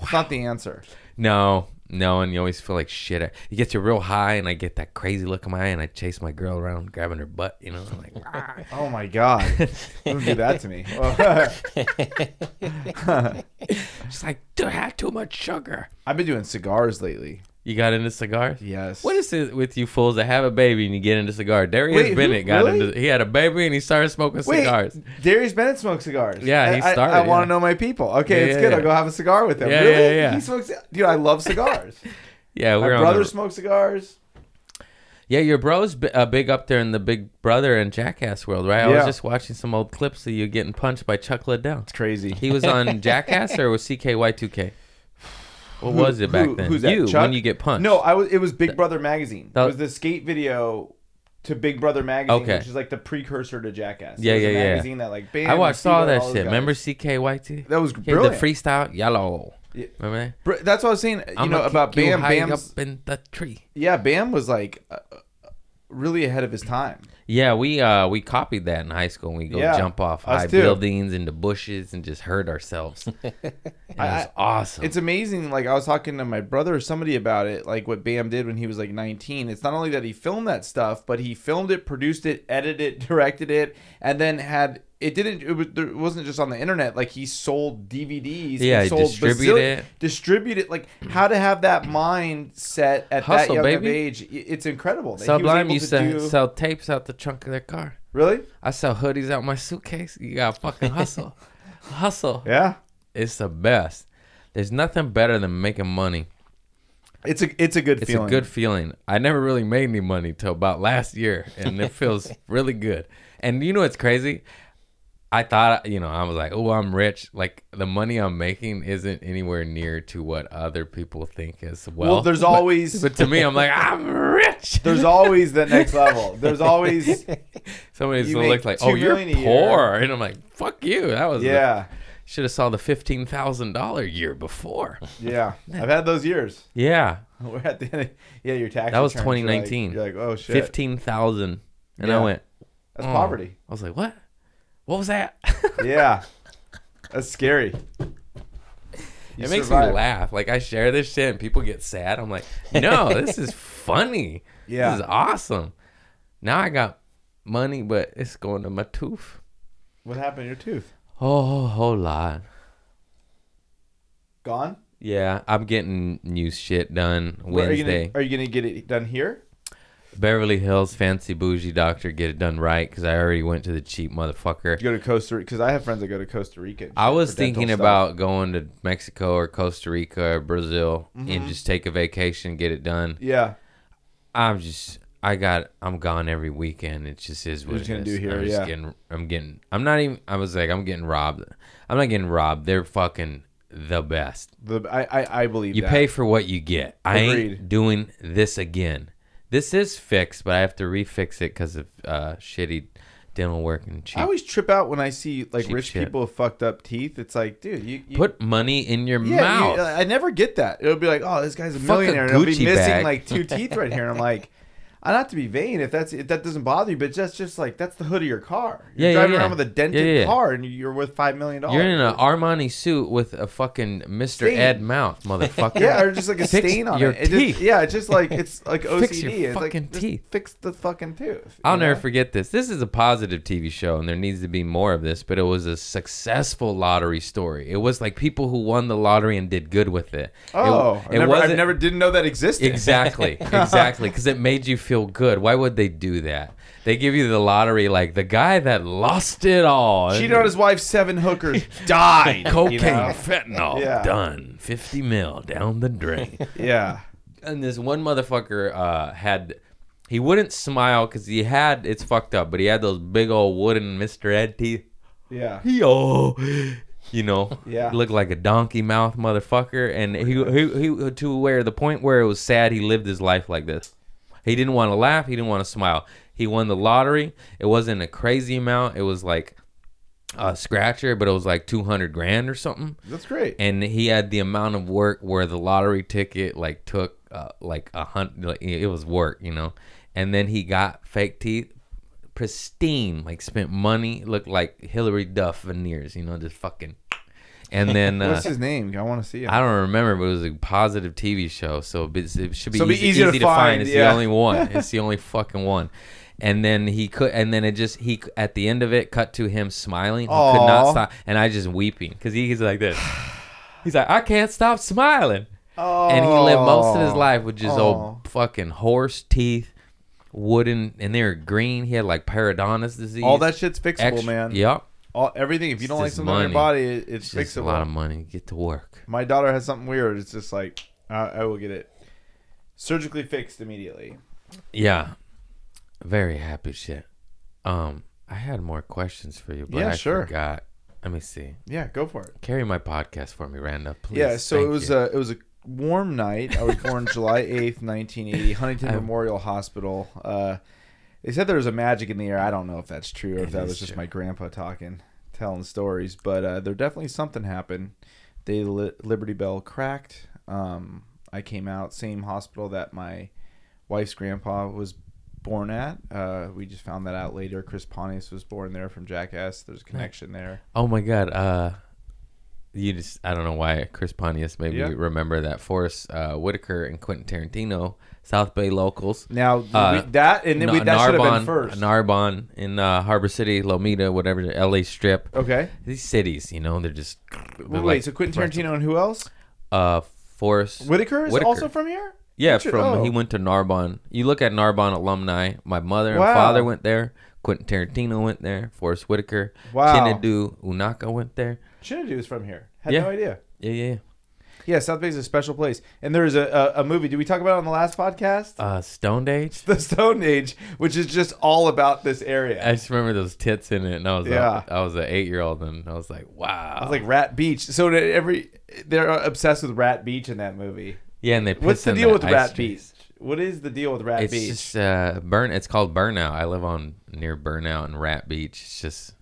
Speaker 5: it's not the answer.
Speaker 4: no, No, and you always feel like shit. It gets you real high, and I get that crazy look in my eye, and I chase my girl around, grabbing her butt. You know, I'm like, "Ah."
Speaker 5: Oh my god! Don't do that to me.
Speaker 4: she's like, "Dude, I had too much sugar."
Speaker 5: I've been doing cigars lately.
Speaker 4: You got into cigars?
Speaker 5: Yes.
Speaker 4: What is it with you fools that have a baby and you get into cigar? Darius
Speaker 5: Wait, who-
Speaker 4: Bennett got
Speaker 5: really?
Speaker 4: into. He had a baby and he started smoking
Speaker 5: Wait,
Speaker 4: cigars.
Speaker 5: Darius Bennett smokes cigars.
Speaker 4: Yeah, he
Speaker 5: I- I-
Speaker 4: started,
Speaker 5: I,
Speaker 4: yeah.
Speaker 5: want to know my people. Okay,
Speaker 4: Yeah,
Speaker 5: it's
Speaker 4: yeah,
Speaker 5: good.
Speaker 4: yeah.
Speaker 5: I'll go have a cigar with him.
Speaker 4: Yeah,
Speaker 5: really?
Speaker 4: yeah, yeah.
Speaker 5: He smokes. Dude, I love cigars.
Speaker 4: Yeah, we're
Speaker 5: my
Speaker 4: on
Speaker 5: brother
Speaker 4: the-
Speaker 5: smokes cigars.
Speaker 4: Yeah, your bro's b- uh, big up there in the Big Brother and Jackass world, right? I was
Speaker 5: Yeah.
Speaker 4: just watching some old clips of you getting punched by Chuck Liddell.
Speaker 5: It's crazy.
Speaker 4: He was on Jackass or was CKY2K? What
Speaker 5: Who-
Speaker 4: was it back
Speaker 5: who-
Speaker 4: then?
Speaker 5: Who's that?
Speaker 4: you
Speaker 5: Chuck?
Speaker 4: when you get punched?
Speaker 5: No, I was. It was Big Brother magazine.
Speaker 4: that-
Speaker 5: it was the skate video to Big Brother magazine,
Speaker 4: Okay.
Speaker 5: which is like the precursor to Jackass.
Speaker 4: Yeah,
Speaker 5: it was a
Speaker 4: yeah, yeah.
Speaker 5: Magazine that like. Bam,
Speaker 4: I watched all
Speaker 5: Steve-O,
Speaker 4: that
Speaker 5: those
Speaker 4: shit.
Speaker 5: guys.
Speaker 4: Remember CKY2?
Speaker 5: That was
Speaker 4: He had the
Speaker 5: brilliant.
Speaker 4: freestyle yellow.
Speaker 5: Yeah.
Speaker 4: Remember that?
Speaker 5: Br- That's what I was saying. You
Speaker 4: I'ma
Speaker 5: know
Speaker 4: kick
Speaker 5: about
Speaker 4: you
Speaker 5: Bam.
Speaker 4: high
Speaker 5: Bam.
Speaker 4: up in the tree.
Speaker 5: Yeah, Bam was like uh, uh, really ahead of his time.
Speaker 4: Yeah, we uh we copied that in high school. and We go
Speaker 5: Yeah,
Speaker 4: jump off
Speaker 5: us
Speaker 4: high
Speaker 5: too.
Speaker 4: buildings into bushes and just hurt ourselves. it was
Speaker 5: I-
Speaker 4: awesome.
Speaker 5: It's amazing. Like I was talking to my brother or somebody about it, like what Bam did when he was like 19. It's not only that he filmed that stuff, but he filmed it, produced it, edited it, directed it, and then had it didn't. It, was, it wasn't just on the internet. Like he sold DVDs.
Speaker 4: Yeah, he
Speaker 5: he sold
Speaker 4: distributed
Speaker 5: bazillion-
Speaker 4: it.
Speaker 5: Distribute it. Like how to have that mindset at
Speaker 4: Hustle,
Speaker 5: that young of
Speaker 4: baby.
Speaker 5: age. i- It's incredible. That he was
Speaker 4: Sublime
Speaker 5: able
Speaker 4: used
Speaker 5: to
Speaker 4: to
Speaker 5: do-
Speaker 4: sell tapes out the trunk of their car.
Speaker 5: really.
Speaker 4: I sell hoodies out my suitcase. You got to fucking hustle, hustle.
Speaker 5: Yeah.
Speaker 4: It's the best. There's nothing better than making money.
Speaker 5: It's a it's a good
Speaker 4: It's
Speaker 5: feeling.
Speaker 4: a good feeling. I never really made any money till about last year, and it feels really good. And you know what's crazy? I thought, you know, I was like, oh, I'm rich. Like the money I'm making isn't anywhere near to what other people think is well.
Speaker 5: Well, there's
Speaker 4: but,
Speaker 5: always
Speaker 4: but to me, I'm like, I'm rich.
Speaker 5: there's always the next level. There's always
Speaker 4: Somebody's
Speaker 5: you
Speaker 4: gonna
Speaker 5: make
Speaker 4: look like,
Speaker 5: two
Speaker 4: oh, you're
Speaker 5: million a year."
Speaker 4: poor, and I'm like, fuck you. That was
Speaker 5: yeah
Speaker 4: Should have saw the fifteen thousand dollar year before.
Speaker 5: yeah. I've had those years.
Speaker 4: Yeah,
Speaker 5: We're at the end. Of, yeah, your tax.
Speaker 4: That was
Speaker 5: returns, you're like-
Speaker 4: 2019.
Speaker 5: You're like, oh shit,
Speaker 4: fifteen thousand, and I
Speaker 5: Yeah.
Speaker 4: went.
Speaker 5: that's
Speaker 4: "Oh."
Speaker 5: poverty.
Speaker 4: I was like, what? What was that?
Speaker 5: Yeah, that's scary.
Speaker 4: it makes me
Speaker 5: survived.
Speaker 4: laugh. Like I share this shit and people get sad. I'm like, no, this is funny.
Speaker 5: Yeah.
Speaker 4: This is awesome. Now I got money, but it's going to my tooth.
Speaker 5: What happened to your tooth?
Speaker 4: Oh, a whole lot.
Speaker 5: Gone.
Speaker 4: Yeah, I'm getting new shit done
Speaker 5: Where Are
Speaker 4: Wednesday.
Speaker 5: you, gonna, are you gonna get it done here?
Speaker 4: Beverly Hills fancy bougie doctor get it done right because I already went to the cheap motherfucker.
Speaker 5: You go to Costa Rica because I have friends that go to Costa Rica. and
Speaker 4: I
Speaker 5: shit
Speaker 4: was
Speaker 5: for dental
Speaker 4: thinking
Speaker 5: stuff.
Speaker 4: about going to Mexico or Costa Rica or Brazil
Speaker 5: Mm-hmm.
Speaker 4: and just take a vacation, get it done.
Speaker 5: Yeah,
Speaker 4: I'm just I got I'm gone every weekend. It just is what
Speaker 5: just
Speaker 4: it
Speaker 5: gonna
Speaker 4: is.
Speaker 5: do here,
Speaker 4: I'm just
Speaker 5: yeah.
Speaker 4: getting I'm getting I'm not even I was like I'm getting robbed. I'm not getting robbed. They're fucking the best.
Speaker 5: the I I, I believe
Speaker 4: You
Speaker 5: that.
Speaker 4: pay for what you get. I ain't
Speaker 5: Agreed.
Speaker 4: doing this again. This is fixed, but I have to refix it because of uh, shitty dental work and cheap.
Speaker 5: I always trip out when I see like
Speaker 4: Cheap
Speaker 5: rich
Speaker 4: shit.
Speaker 5: people with fucked up teeth. It's like, dude, you, you
Speaker 4: Put money in your
Speaker 5: yeah,
Speaker 4: mouth.
Speaker 5: You, uh, I never get that. It'll be like, oh, this guy's a
Speaker 4: Fuck a
Speaker 5: millionaire. and He'll be
Speaker 4: Gucci
Speaker 5: missing
Speaker 4: bag.
Speaker 5: like two teeth right here. And I'm like, I not to be vain if that's if that doesn't bother you, but that's just like that's the hood of your car. You're
Speaker 4: Yeah, yeah,
Speaker 5: driving
Speaker 4: yeah.
Speaker 5: around with a dented
Speaker 4: Yeah, yeah, yeah.
Speaker 5: car and you're worth five million dollars.
Speaker 4: You're in an Armani suit with a fucking Mr.
Speaker 5: Stain.
Speaker 4: Ed mouth, motherfucker.
Speaker 5: yeah, or just like a
Speaker 4: Fix
Speaker 5: stain on
Speaker 4: your
Speaker 5: it. It just-
Speaker 4: teeth.
Speaker 5: yeah, it's just like it's like OCD.
Speaker 4: Fix your
Speaker 5: it's like,
Speaker 4: fucking
Speaker 5: just
Speaker 4: teeth.
Speaker 5: Fix the fucking tooth.
Speaker 4: I'll
Speaker 5: you know?
Speaker 4: never forget this. This is a positive TV show, and there needs to be more of this, but it was a successful lottery story. It was like people who won the lottery and did good with it. It-
Speaker 5: Oh, I
Speaker 4: it
Speaker 5: never, I
Speaker 4: wasn't-
Speaker 5: never didn't know that existed.
Speaker 4: Exactly, exactly, because it made you feel good. Why would they do that? They give you the lottery, like the guy that lost it all.
Speaker 5: Cheated on his wife, seven hookers died. you
Speaker 4: cocaine,
Speaker 5: know?
Speaker 4: fentanyl,
Speaker 5: Yeah.
Speaker 4: done, fifty mil down the drain.
Speaker 5: Yeah.
Speaker 4: and this one motherfucker uh, had he wouldn't smile because he had it's fucked up, but he had those big old wooden Mr. Ed teeth.
Speaker 5: Yeah.
Speaker 4: Yo, you know,
Speaker 5: Yeah.
Speaker 4: looked like a donkey mouth motherfucker, and he he, he to where the point where it was sad he lived his life like this. He didn't want to laugh. He didn't want to smile. He won the lottery. It wasn't a crazy amount. It was like a scratcher, but it was like two hundred grand or something
Speaker 5: That's great.
Speaker 4: and he had the amount of work where the lottery ticket like took uh, like a hundred like, it was work you know and then he got fake teeth pristine like spent money looked like hillary duff veneers you know just fucking And then uh,
Speaker 5: What's his name? I want to see it.
Speaker 4: I don't remember, but it was a positive TV show, so it be- it should be,
Speaker 5: So it'd be
Speaker 4: easy, easy to, find. It's
Speaker 5: yeah.
Speaker 4: the only one. It's the only fucking one. And then he could, and then it just he c- at the end of it cut to him smiling, he could
Speaker 5: Aw.
Speaker 4: not stop, and I just weeping because he, he's like this. He's like, I can't stop smiling,
Speaker 5: Oh.
Speaker 4: and he lived most of his life with just
Speaker 5: Aw.
Speaker 4: old fucking horse teeth, wooden, and they were green. He had like periodontitis disease.
Speaker 5: All that shit's fixable,
Speaker 4: extra-
Speaker 5: man.
Speaker 4: Yep,
Speaker 5: All, everything. If you
Speaker 4: It's
Speaker 5: don't like
Speaker 4: just
Speaker 5: something on your
Speaker 4: money.
Speaker 5: body, it, it's
Speaker 4: it's just
Speaker 5: fixable.
Speaker 4: a lot of money. Get to work.
Speaker 5: My daughter has something weird. It's just like I, I will get it surgically fixed immediately.
Speaker 4: Yeah. Very happy shit. Um, I had more questions for you, but
Speaker 5: Yeah,
Speaker 4: I
Speaker 5: sure.
Speaker 4: forgot. Let me see.
Speaker 5: Yeah, go for it.
Speaker 4: Carry my podcast for me, Randa, please.
Speaker 5: yeah, so
Speaker 4: Thank
Speaker 5: it was uh,
Speaker 4: you.
Speaker 5: a it was a warm night. I was born July eighth, nineteen eighty, Huntington Memorial Hospital. Uh, they said there was a magic in the air. I don't know if that's true or if
Speaker 4: It
Speaker 5: that
Speaker 4: is
Speaker 5: was just
Speaker 4: true.
Speaker 5: my grandpa talking, telling stories. But uh, there definitely something happened. The li- Liberty Bell cracked. Um, I came out same hospital that my wife's grandpa was born at. Uh, we just found that out later. Chris Pontius was born there from Jackass. There's a connection there.
Speaker 4: Oh my god, uh you just I don't know why Chris Pontius made
Speaker 5: Yeah.
Speaker 4: me remember that Forrest uh, Whitaker and Quentin Tarantino, South Bay locals.
Speaker 5: Now
Speaker 4: Uh,
Speaker 5: we, that and then we,
Speaker 4: Na-
Speaker 5: that should have
Speaker 4: Narbonne-
Speaker 5: been first.
Speaker 4: Narbonne in uh, Harbor City, Lomita, whatever, the LA Strip.
Speaker 5: okay.
Speaker 4: These cities, you know, they're just. they're
Speaker 5: Oh. Wait,
Speaker 4: like-
Speaker 5: so Quentin Tarantino and who else?
Speaker 4: Uh, Forrest.
Speaker 5: Whitaker is also from here.
Speaker 4: Yeah,
Speaker 5: Richard-
Speaker 4: from
Speaker 5: oh.
Speaker 4: he went to Narbonne. You look at Narbonne alumni. My mother and
Speaker 5: Wow.
Speaker 4: father went there. Quentin Tarantino went there. Forrest Whitaker.
Speaker 5: Wow.
Speaker 4: Chinadu Unaka went there.
Speaker 5: Chinadu is from here. Had
Speaker 4: Yeah.
Speaker 5: no idea.
Speaker 4: Yeah, yeah. yeah.
Speaker 5: Yeah, South Bay is a special place, and there is a, a, a movie. Did we talk about it on the last podcast?
Speaker 4: Uh, Stone Age.
Speaker 5: the Stone Age, which is just all about this area.
Speaker 4: I just remember those tits in it, and I was
Speaker 5: Yeah.
Speaker 4: yeah. I was an eight year old, and I was like, wow.
Speaker 5: I was like Rat Beach. So that every they're obsessed with Rat Beach in that movie.
Speaker 4: yeah, and they.
Speaker 5: What's
Speaker 4: pissed
Speaker 5: the
Speaker 4: in
Speaker 5: deal with
Speaker 4: ice
Speaker 5: Rat
Speaker 4: cream.
Speaker 5: Beach? What is the deal with Rat
Speaker 4: It's
Speaker 5: Beach?
Speaker 4: just uh, burn. It's called Burnout. I live on near Burnout and Rat Beach. It's just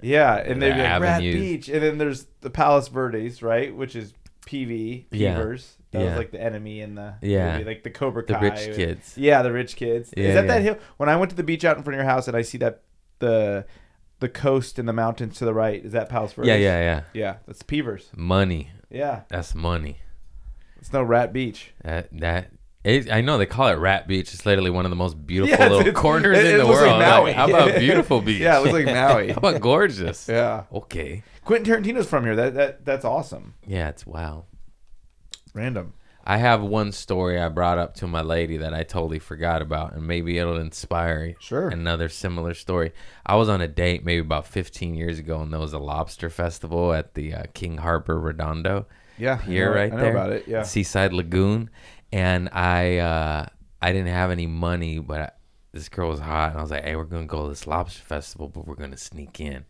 Speaker 5: yeah, and they'd be
Speaker 4: the
Speaker 5: like Rat
Speaker 4: avenues.
Speaker 5: Beach, and then there's the Palos Verdes, right? Which is PV
Speaker 4: Yeah.
Speaker 5: Peavers. That was
Speaker 4: Yeah.
Speaker 5: like the enemy in the
Speaker 4: Yeah.
Speaker 5: movie, like the Cobra
Speaker 4: the
Speaker 5: Kai.
Speaker 4: rich kids.
Speaker 5: Yeah, the rich kids.
Speaker 4: Yeah,
Speaker 5: is that
Speaker 4: yeah.
Speaker 5: that hill? When I went to the beach out in front of your house and I see that the the coast and the mountains to the right, is that Palos Verdes?
Speaker 4: Yeah, yeah, yeah.
Speaker 5: Yeah, that's Peavers.
Speaker 4: Money.
Speaker 5: Yeah,
Speaker 4: That's money.
Speaker 5: it's no Rat Beach.
Speaker 4: That that it, I know they call it Rat Beach. It's literally one of the most beautiful
Speaker 5: Yeah,
Speaker 4: little
Speaker 5: it's-
Speaker 4: corners
Speaker 5: it-
Speaker 4: in
Speaker 5: it
Speaker 4: the
Speaker 5: looks
Speaker 4: world.
Speaker 5: like
Speaker 4: Like,
Speaker 5: Maui.
Speaker 4: how about beautiful beach?
Speaker 5: Yeah, it looks like Maui.
Speaker 4: how about gorgeous?
Speaker 5: Yeah,
Speaker 4: Okay.
Speaker 5: Quentin Tarantino's from here. That that that's awesome.
Speaker 4: Yeah, it's wow.
Speaker 5: Random.
Speaker 4: I have one story I brought up to my lady that I totally forgot about, and maybe it'll inspire
Speaker 5: Sure.
Speaker 4: another similar story. I was on a date maybe about 15 years ago, and there was a lobster festival at the uh, King Harbor Redondo.
Speaker 5: Yeah, I
Speaker 4: pier
Speaker 5: know-
Speaker 4: right
Speaker 5: I know
Speaker 4: there.
Speaker 5: about it, yeah.
Speaker 4: Seaside Lagoon, and I uh, I didn't have any money, but I, this girl was hot, and I was like, "Hey, we're gonna go to this lobster festival, but we're gonna sneak in."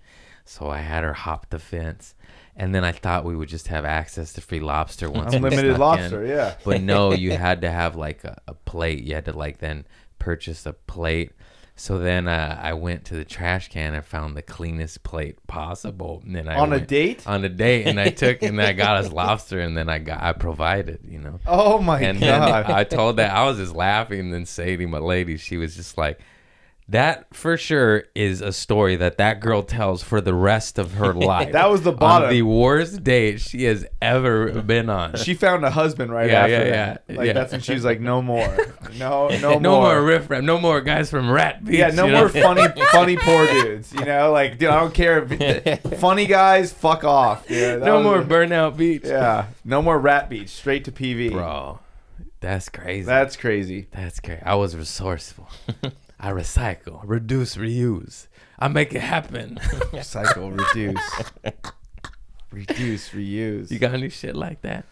Speaker 4: So I had her hop the fence, and then I thought we would just have access to free lobster once we
Speaker 5: Unlimited
Speaker 4: snuck
Speaker 5: lobster.
Speaker 4: in.
Speaker 5: Yeah.
Speaker 4: But no, you had to have like a, a plate. You had to like then purchase a plate. So then uh, I went to the trash can. I found the cleanest plate possible. And then I
Speaker 5: On a
Speaker 4: went-
Speaker 5: date?
Speaker 4: On a date, and I took and I got us lobster, and then I got I provided, you know.
Speaker 5: Oh my
Speaker 4: and then
Speaker 5: god.
Speaker 4: I told that I was just laughing. And then Sadie, my lady, she was just like, "That for sure is a story that that girl tells for the rest of her life."
Speaker 5: That was the
Speaker 4: On
Speaker 5: bottom.
Speaker 4: the worst date she has ever been on.
Speaker 5: she found a husband right
Speaker 4: Yeah,
Speaker 5: after
Speaker 4: yeah,
Speaker 5: that.
Speaker 4: yeah,
Speaker 5: Like
Speaker 4: yeah.
Speaker 5: that's when she was like, no more, no, no,
Speaker 4: no, more, riffraff. No more guys from Rat Beach.
Speaker 5: Yeah, no
Speaker 4: you know?
Speaker 5: more funny, funny poor dudes. You know, like, dude, I don't care. If, funny guys, fuck off. Dude. That
Speaker 4: no
Speaker 5: was-
Speaker 4: more burnout beach.
Speaker 5: Yeah, no more Rat Beach. Straight to PV.
Speaker 4: bro, that's crazy.
Speaker 5: That's crazy.
Speaker 4: that's crazy. I was resourceful. I recycle, reduce, reuse. I make it happen.
Speaker 5: Cycle, reduce, reduce, reuse.
Speaker 4: you got any shit like that?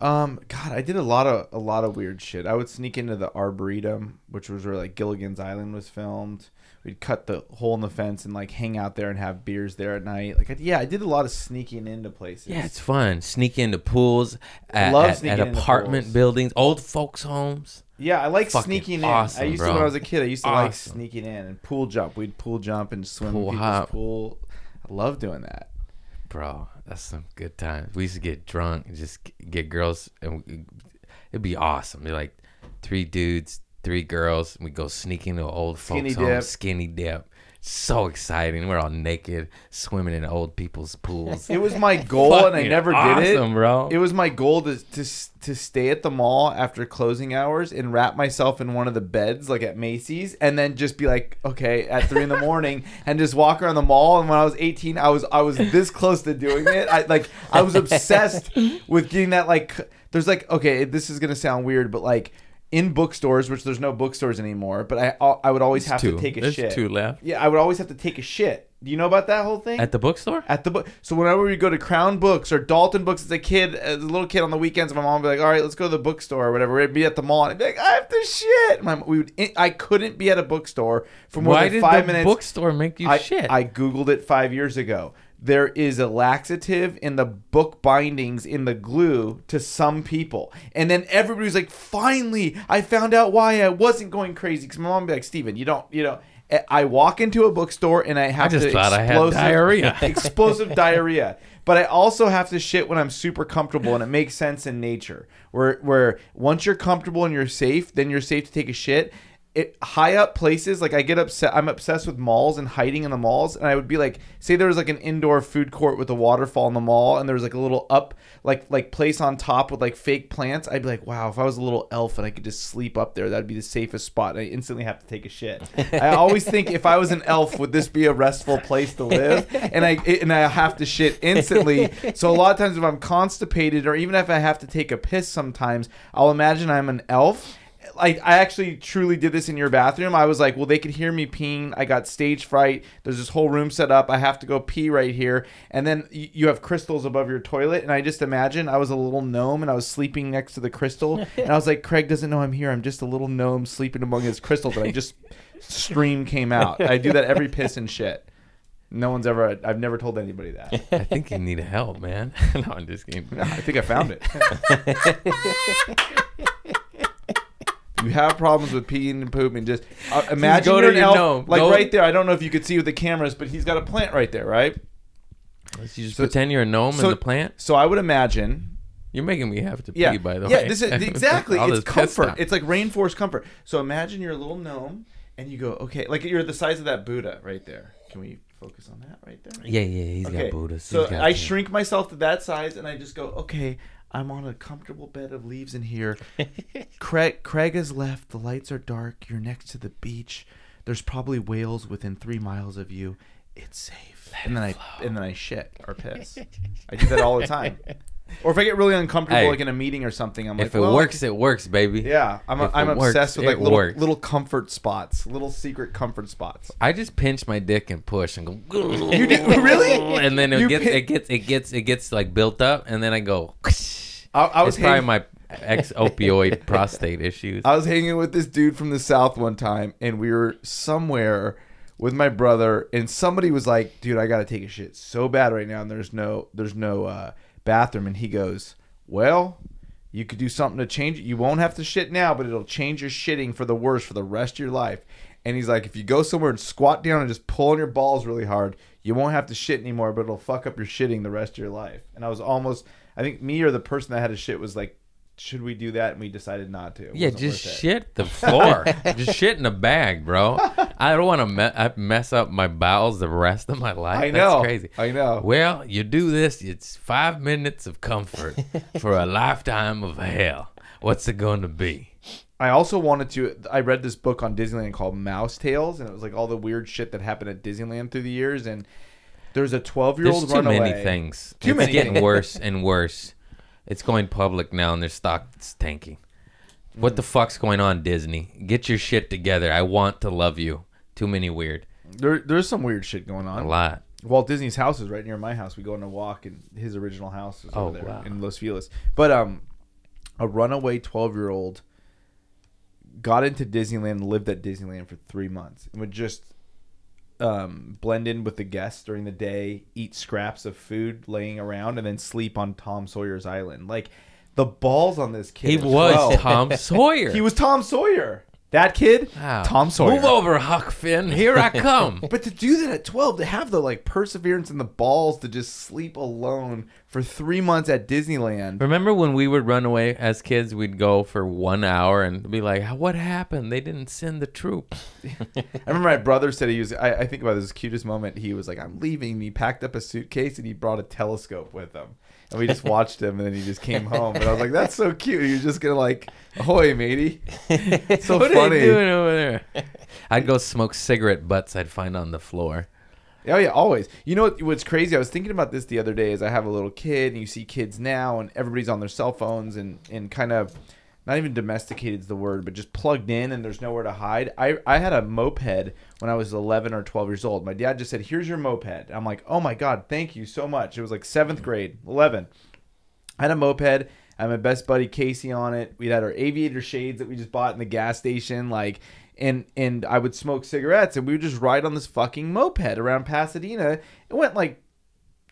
Speaker 5: Um, God, I did a lot of a lot of weird shit. I would sneak into the arboretum, which was where like Gilligan's Island was filmed. We'd cut the hole in the fence and like hang out there and have beers there at night. Like, I, yeah, I did a lot of sneaking into places.
Speaker 4: Yeah, it's fun. Sneak into pools, at,
Speaker 5: Love
Speaker 4: at,
Speaker 5: sneaking
Speaker 4: at
Speaker 5: into
Speaker 4: apartment
Speaker 5: pools.
Speaker 4: buildings, old folks' homes.
Speaker 5: yeah, I like
Speaker 4: Fucking
Speaker 5: sneaking in. I
Speaker 4: awesome,
Speaker 5: used to
Speaker 4: bro.
Speaker 5: when I was a kid. I used to like
Speaker 4: Awesome.
Speaker 5: sneaking in and pool jump. We'd pool jump and swim in
Speaker 4: Pool
Speaker 5: people's
Speaker 4: hop.
Speaker 5: pool. I love doing that.
Speaker 4: Bro, that's some good times. We used to get drunk and just g- get girls, and we, it'd be awesome. Be like three dudes, three girls, and we go sneaking to old
Speaker 5: Skinny
Speaker 4: folks' home,
Speaker 5: dip.
Speaker 4: skinny dip, So exciting. We're all naked, swimming in old people's pools.
Speaker 5: It was my goal, and I
Speaker 4: Fucking
Speaker 5: never did it.
Speaker 4: awesome, bro.
Speaker 5: It was my goal to, to s- to stay at the mall after closing hours and wrap myself in one of the beds, like at Macy's, and then just be like, okay, at three in the morning, and just walk around the mall. And when I was eighteen, I was I was this close to doing it. I like I was obsessed with getting that. Like, c- there's like, okay, this is gonna sound weird, but like in bookstores, which there's no bookstores anymore, but I I would always have
Speaker 4: two.
Speaker 5: to take a
Speaker 4: There's
Speaker 5: shit.
Speaker 4: two left.
Speaker 5: Yeah, I would always have to take a shit. Do you know about that whole thing?
Speaker 4: At the bookstore?
Speaker 5: at the book. So whenever we go to Crown Books or Dalton Books as a kid, as a little kid on the weekends, my mom would be like, "All right, let's go to the bookstore or whatever." It'd be at the mall, and I'd be like, "I have to shit." My mom- we would. eh, I couldn't be at a bookstore for more
Speaker 4: Why
Speaker 5: than
Speaker 4: did
Speaker 5: five
Speaker 4: the
Speaker 5: minutes.
Speaker 4: bookstore make you
Speaker 5: I,
Speaker 4: shit?
Speaker 5: I googled it five years ago. There is a laxative in the book bindings in the glue to some people, and then everybody was like, "Finally, I found out why I wasn't going crazy." Because my mom would be like, "Steven, you don't, you know." eh, I walk into a bookstore and I have
Speaker 4: just
Speaker 5: to
Speaker 4: thought I had
Speaker 5: explosive-
Speaker 4: diarrhea.
Speaker 5: explosive diarrhea. But I also have to shit when I'm super comfortable, and it makes sense in nature. Where where once you're comfortable and you're safe, then you're safe to take a shit. It high up places like I get upset. I'm obsessed with malls and hiding in the malls. And I would be like, say there was like an indoor food court with a waterfall in the mall, and there was like a little up like like place on top with like fake plants. I'd be like, wow, if I was a little elf and I could just sleep up there, that'd be the safest spot. And I instantly have to take a shit. I always think if I was an elf, would this be a restful place to live? And I and I have to shit instantly. So a lot of times if I'm constipated or even if I have to take a piss sometimes, I'll imagine I'm an elf. Like I actually truly did this in your bathroom. I was like, well, they could hear me peeing. I got stage fright. There's this whole room set up. I have to go pee right here. And then y- you have crystals above your toilet. And I just imagine I was a little gnome and I was sleeping next to the crystal. And I was like, Craig doesn't know I'm here. I'm just a little gnome sleeping among his crystals. And I just stream came out. I do that every piss and shit. No one's ever. I've never told anybody that.
Speaker 4: I think you need help, man. no, I'm just kidding.
Speaker 5: I think I found it. you have problems with peeing and pooping. Just uh, imagine
Speaker 4: go
Speaker 5: you're
Speaker 4: to
Speaker 5: an
Speaker 4: your
Speaker 5: elf,
Speaker 4: gnome.
Speaker 5: like
Speaker 4: Go-
Speaker 5: right there. I don't know if you could see with the cameras, but he's got a plant right there, right?
Speaker 4: Let's just pretend you're a gnome in the plant.
Speaker 5: So I would imagine.
Speaker 4: You're making me have to pee,
Speaker 5: Yeah,
Speaker 4: by the
Speaker 5: yeah.
Speaker 4: way.
Speaker 5: This is exactly.
Speaker 4: All this
Speaker 5: it's
Speaker 4: piss
Speaker 5: comfort.
Speaker 4: stuff.
Speaker 5: It's like rainforest comfort. So imagine you're a little gnome, and you go, okay, like you're the size of that Buddha right there. Can we focus on that right there?
Speaker 4: yeah, yeah. He's got
Speaker 5: Okay.
Speaker 4: Buddhas.
Speaker 5: So
Speaker 4: he's got
Speaker 5: I
Speaker 4: things.
Speaker 5: shrink myself to that size, and I just go, okay, I'm on a comfortable bed of leaves in here. Craig, Craig has left. The lights are dark. You're next to the beach. There's probably whales within three miles of you. It's safe. and then I and then I shit or piss. I do that all the time. Or if I get really uncomfortable,
Speaker 4: Hey,
Speaker 5: like in a meeting or something, I'm like,
Speaker 4: If it
Speaker 5: well, I
Speaker 4: works, it works, baby.
Speaker 5: yeah, I'm,
Speaker 4: If
Speaker 5: I'm
Speaker 4: it works,
Speaker 5: obsessed with
Speaker 4: it
Speaker 5: like little
Speaker 4: works.
Speaker 5: little comfort spots, little secret comfort spots.
Speaker 4: I just pinch my dick and push and go.
Speaker 5: You do really?
Speaker 4: And then it
Speaker 5: You
Speaker 4: gets
Speaker 5: pin-
Speaker 4: it gets it gets it gets like built up, and then I go.
Speaker 5: I, I was
Speaker 4: it's probably
Speaker 5: hanging-
Speaker 4: my ex opioid prostate issues.
Speaker 5: I was hanging with this dude from the south one time, and we were somewhere with my brother, and somebody was like, "Dude, I gotta take a shit so bad right now, and there's no there's no uh, bathroom." And he goes, "Well, you could do something to change it. You won't have to shit now, but it'll change your shitting for the worse for the rest of your life." And he's like, "If you go somewhere and squat down and just pull on your balls really hard, you won't have to shit anymore, but it'll fuck up your shitting the rest of your life." And I was almost, I think me or the person that had a shit was like. Should we do that? And we decided not to. It
Speaker 4: Yeah,
Speaker 5: wasn't
Speaker 4: just
Speaker 5: worth it.
Speaker 4: shit the floor. just shit in a bag, bro. I don't want to me- I mess up my bowels the rest of my life.
Speaker 5: I
Speaker 4: That's
Speaker 5: know.
Speaker 4: crazy.
Speaker 5: I know.
Speaker 4: Well, you do this, it's five minutes of comfort for a lifetime of hell. What's it going to be?
Speaker 5: I also wanted to. I read this book on Disneyland called Mouse Tales, and it was like all the weird shit that happened at Disneyland through the years. And there's a 12 year
Speaker 4: There's
Speaker 5: old
Speaker 4: too
Speaker 5: runaway.
Speaker 4: many things.
Speaker 5: Too
Speaker 4: it's
Speaker 5: many
Speaker 4: getting
Speaker 5: things.
Speaker 4: worse and worse. It's going public now, and their stock's tanking. What the fuck's going on, Disney? Get your shit together. I want to love you. Too many weird.
Speaker 5: There, there's some weird shit going
Speaker 4: A
Speaker 5: on.
Speaker 4: lot.
Speaker 5: Walt Disney's house is right near my house. We go on a walk, and his original house is
Speaker 4: Oh,
Speaker 5: over there
Speaker 4: wow.
Speaker 5: in Los Feliz. But um, a runaway 12 year old got into Disneyland, lived at Disneyland for three months, and would just um, blend in with the guests during the day, eat scraps of food laying around, and then sleep on Tom Sawyer's island. Like the balls on this kid.
Speaker 4: He
Speaker 5: at
Speaker 4: was
Speaker 5: 12.
Speaker 4: Tom Sawyer.
Speaker 5: He was Tom Sawyer. That kid,
Speaker 4: Wow.
Speaker 5: Tom Sawyer.
Speaker 4: Move over, Huck Finn. Here I come.
Speaker 5: But to do that at 12, to have the like perseverance and the balls to just sleep alone for three months at Disneyland.
Speaker 4: Remember when we would run away as kids? We'd go for one hour and be like, "What happened? They didn't send the troops."
Speaker 5: I remember my brother said he was, I, I think about this cutest moment. He was like, I'm leaving. And he packed up a suitcase and he brought a telescope with him. And we just watched him and then he just came home. And I was like, that's so cute. He was just going to like, ahoy, matey. It's so
Speaker 4: what are
Speaker 5: funny.
Speaker 4: they doing over there? I'd go smoke cigarette butts I'd find on the floor.
Speaker 5: Oh yeah, always. You know what, what's crazy? I was thinking about this the other day. Is I have a little kid, and you see kids now, and everybody's on their cell phones, and and kind of not even domesticated is the word, but just plugged in, and there's nowhere to hide. I I had a moped when I was 11 or 12 years old. My dad just said, "Here's your moped." I'm like, "Oh my god, thank you so much." It was like seventh grade, 11. I had a moped. I had my best buddy Casey on it. We had our aviator shades that we just bought in the gas station, like, and and I would smoke cigarettes, and we would just ride on this fucking moped around Pasadena. It went like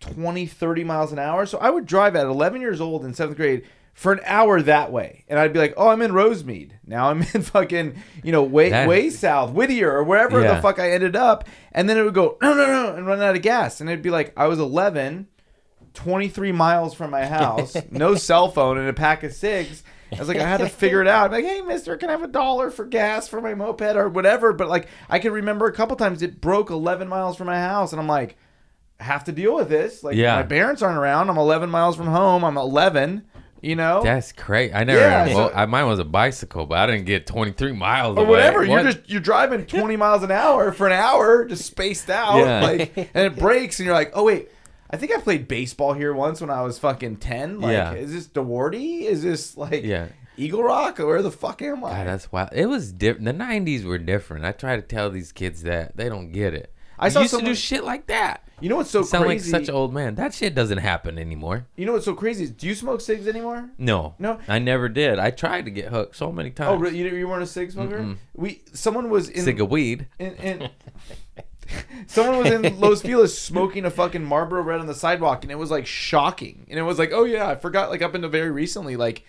Speaker 5: 20, 30 miles an hour. So I would drive at 11 years old in seventh grade for an hour that way, and I'd be like, "Oh, I'm in Rosemead now. I'm in fucking you know way
Speaker 4: That-
Speaker 5: way south, Whittier or wherever
Speaker 4: Yeah.
Speaker 5: the fuck I ended up." And then it would go no no no and run out of gas, and it'd be like I was 11. 23 miles from my house, no cell phone, and a pack of cigs. I was like, I had to figure it out. I'm like, hey, mister, can I have a dollar for gas for my moped or whatever? But like, I can remember a couple times it broke 11 miles from my house, and I'm like, I have to deal with this. Like,
Speaker 4: Yeah.
Speaker 5: my parents aren't around. I'm 11 miles from home. I'm 11, you know?
Speaker 4: That's great. I never.
Speaker 5: Oh. Yeah,
Speaker 4: well,
Speaker 5: so-
Speaker 4: I, mine was a bicycle, but I didn't get 23 miles
Speaker 5: or
Speaker 4: away.
Speaker 5: whatever. You're
Speaker 4: What?
Speaker 5: just you're driving 20 miles an hour for an hour, just spaced out,
Speaker 4: Yeah.
Speaker 5: like, and it breaks, and you're like, oh wait, I think I played baseball here once when I was fucking 10. Like,
Speaker 4: Yeah.
Speaker 5: is this Dewardy? Is this like
Speaker 4: Yeah.
Speaker 5: Eagle Rock? Or where the fuck am I?
Speaker 4: God, that's wild. It was different. The 90s were different. I try to tell these kids that they don't get it.
Speaker 5: I
Speaker 4: I
Speaker 5: saw
Speaker 4: used to
Speaker 5: someone-
Speaker 4: do shit like that.
Speaker 5: you know what's so
Speaker 4: Sound
Speaker 5: crazy?
Speaker 4: like such an old man. That shit doesn't happen anymore.
Speaker 5: you know what's so crazy? is Do you smoke cigs anymore?
Speaker 4: No,
Speaker 5: No.
Speaker 4: I never did. I tried to get hooked so many times.
Speaker 5: Oh, really? you, you weren't a cig smoker? We someone was in
Speaker 4: Cig of weed.
Speaker 5: and, and someone was in Los Feliz smoking a fucking Marlboro Red on the sidewalk, and it was like shocking. And it was like, oh yeah, I forgot. Like up until very recently, like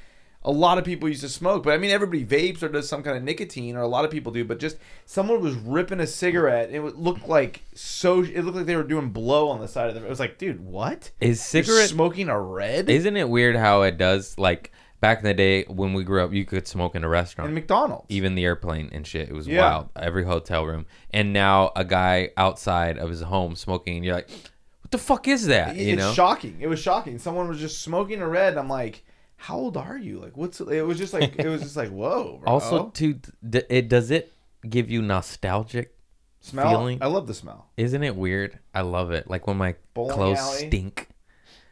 Speaker 5: a lot of people used to smoke, but I mean everybody vapes or does some kind of nicotine, or a lot of people do. But just someone was ripping a cigarette, and it would- looked like so. It looked like they were doing blow on the side of the. It was like, dude, what?
Speaker 4: Is
Speaker 5: You're
Speaker 4: cigarette
Speaker 5: smoking a red
Speaker 4: Isn't it weird how it does? Like back in the day when we grew up, you could smoke in a restaurant,
Speaker 5: in McDonald's?
Speaker 4: even the airplane and shit. It was
Speaker 5: Yeah.
Speaker 4: wild. Every hotel room, and now a guy outside of his home smoking, and you're like, "What the fuck is that?" You
Speaker 5: it's
Speaker 4: know?
Speaker 5: shocking. It was shocking. Someone was just smoking a red. and I'm like, how old are you? Like, what's? It was just like it was just like whoa. Bro.
Speaker 4: also, too, d- it does it give you nostalgic?
Speaker 5: smell.
Speaker 4: feeling-
Speaker 5: I love the smell.
Speaker 4: Isn't it weird? I love it. Like when my
Speaker 5: Bowling
Speaker 4: clothes
Speaker 5: alley.
Speaker 4: stink.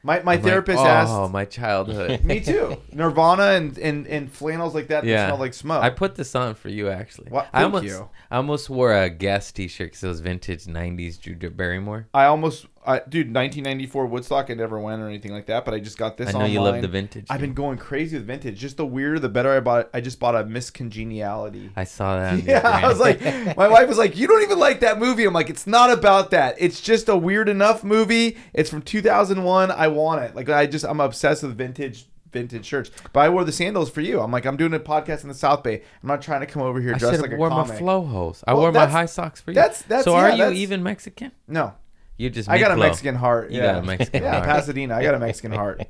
Speaker 5: My my
Speaker 4: I'm like,
Speaker 5: therapist
Speaker 4: "Oh,
Speaker 5: asked.
Speaker 4: my childhood."
Speaker 5: Me too. Nirvana and and and flannels like that. Yeah.
Speaker 4: Yeah.
Speaker 5: smell like smoke.
Speaker 4: I put this on for you actually.
Speaker 5: Oh. What-
Speaker 4: I
Speaker 5: thank
Speaker 4: almost,
Speaker 5: you.
Speaker 4: I almost wore a guest T-shirt because it was vintage '90s Drew Barrymore.
Speaker 5: I almost, I, dude, 1994 Woodstock. I never went or anything like that, but I just got this.
Speaker 4: I know you love
Speaker 5: online.
Speaker 4: the vintage.
Speaker 5: I've been going crazy with vintage. Just the weirder, the better. I bought. I just bought a Miss Congeniality.
Speaker 4: I saw that. on your
Speaker 5: Yeah, I
Speaker 4: gram.
Speaker 5: was like, my wife was like, you don't even like that movie. I'm like, it's not about that. It's just a weird enough movie. It's from 2001. I want it. Like, I just, I'm obsessed with vintage. Vintage shirts, but I wore the sandals for you. I'm like, I'm doing a podcast in the South Bay. I'm not trying to come over here
Speaker 4: I
Speaker 5: dressed
Speaker 4: should
Speaker 5: like
Speaker 4: have
Speaker 5: a
Speaker 4: wore
Speaker 5: comic.
Speaker 4: my flow hose. I
Speaker 5: Well,
Speaker 4: wore my
Speaker 5: that's-
Speaker 4: high socks for you.
Speaker 5: that's- that's-
Speaker 4: so
Speaker 5: yeah,
Speaker 4: are you
Speaker 5: that's-
Speaker 4: even Mexican?
Speaker 5: No,
Speaker 4: You just
Speaker 5: I got a
Speaker 4: Miklo.
Speaker 5: Mexican heart.
Speaker 4: You
Speaker 5: yeah.
Speaker 4: got a Mexican
Speaker 5: yeah,
Speaker 4: heart.
Speaker 5: Pasadena. I got a Mexican heart.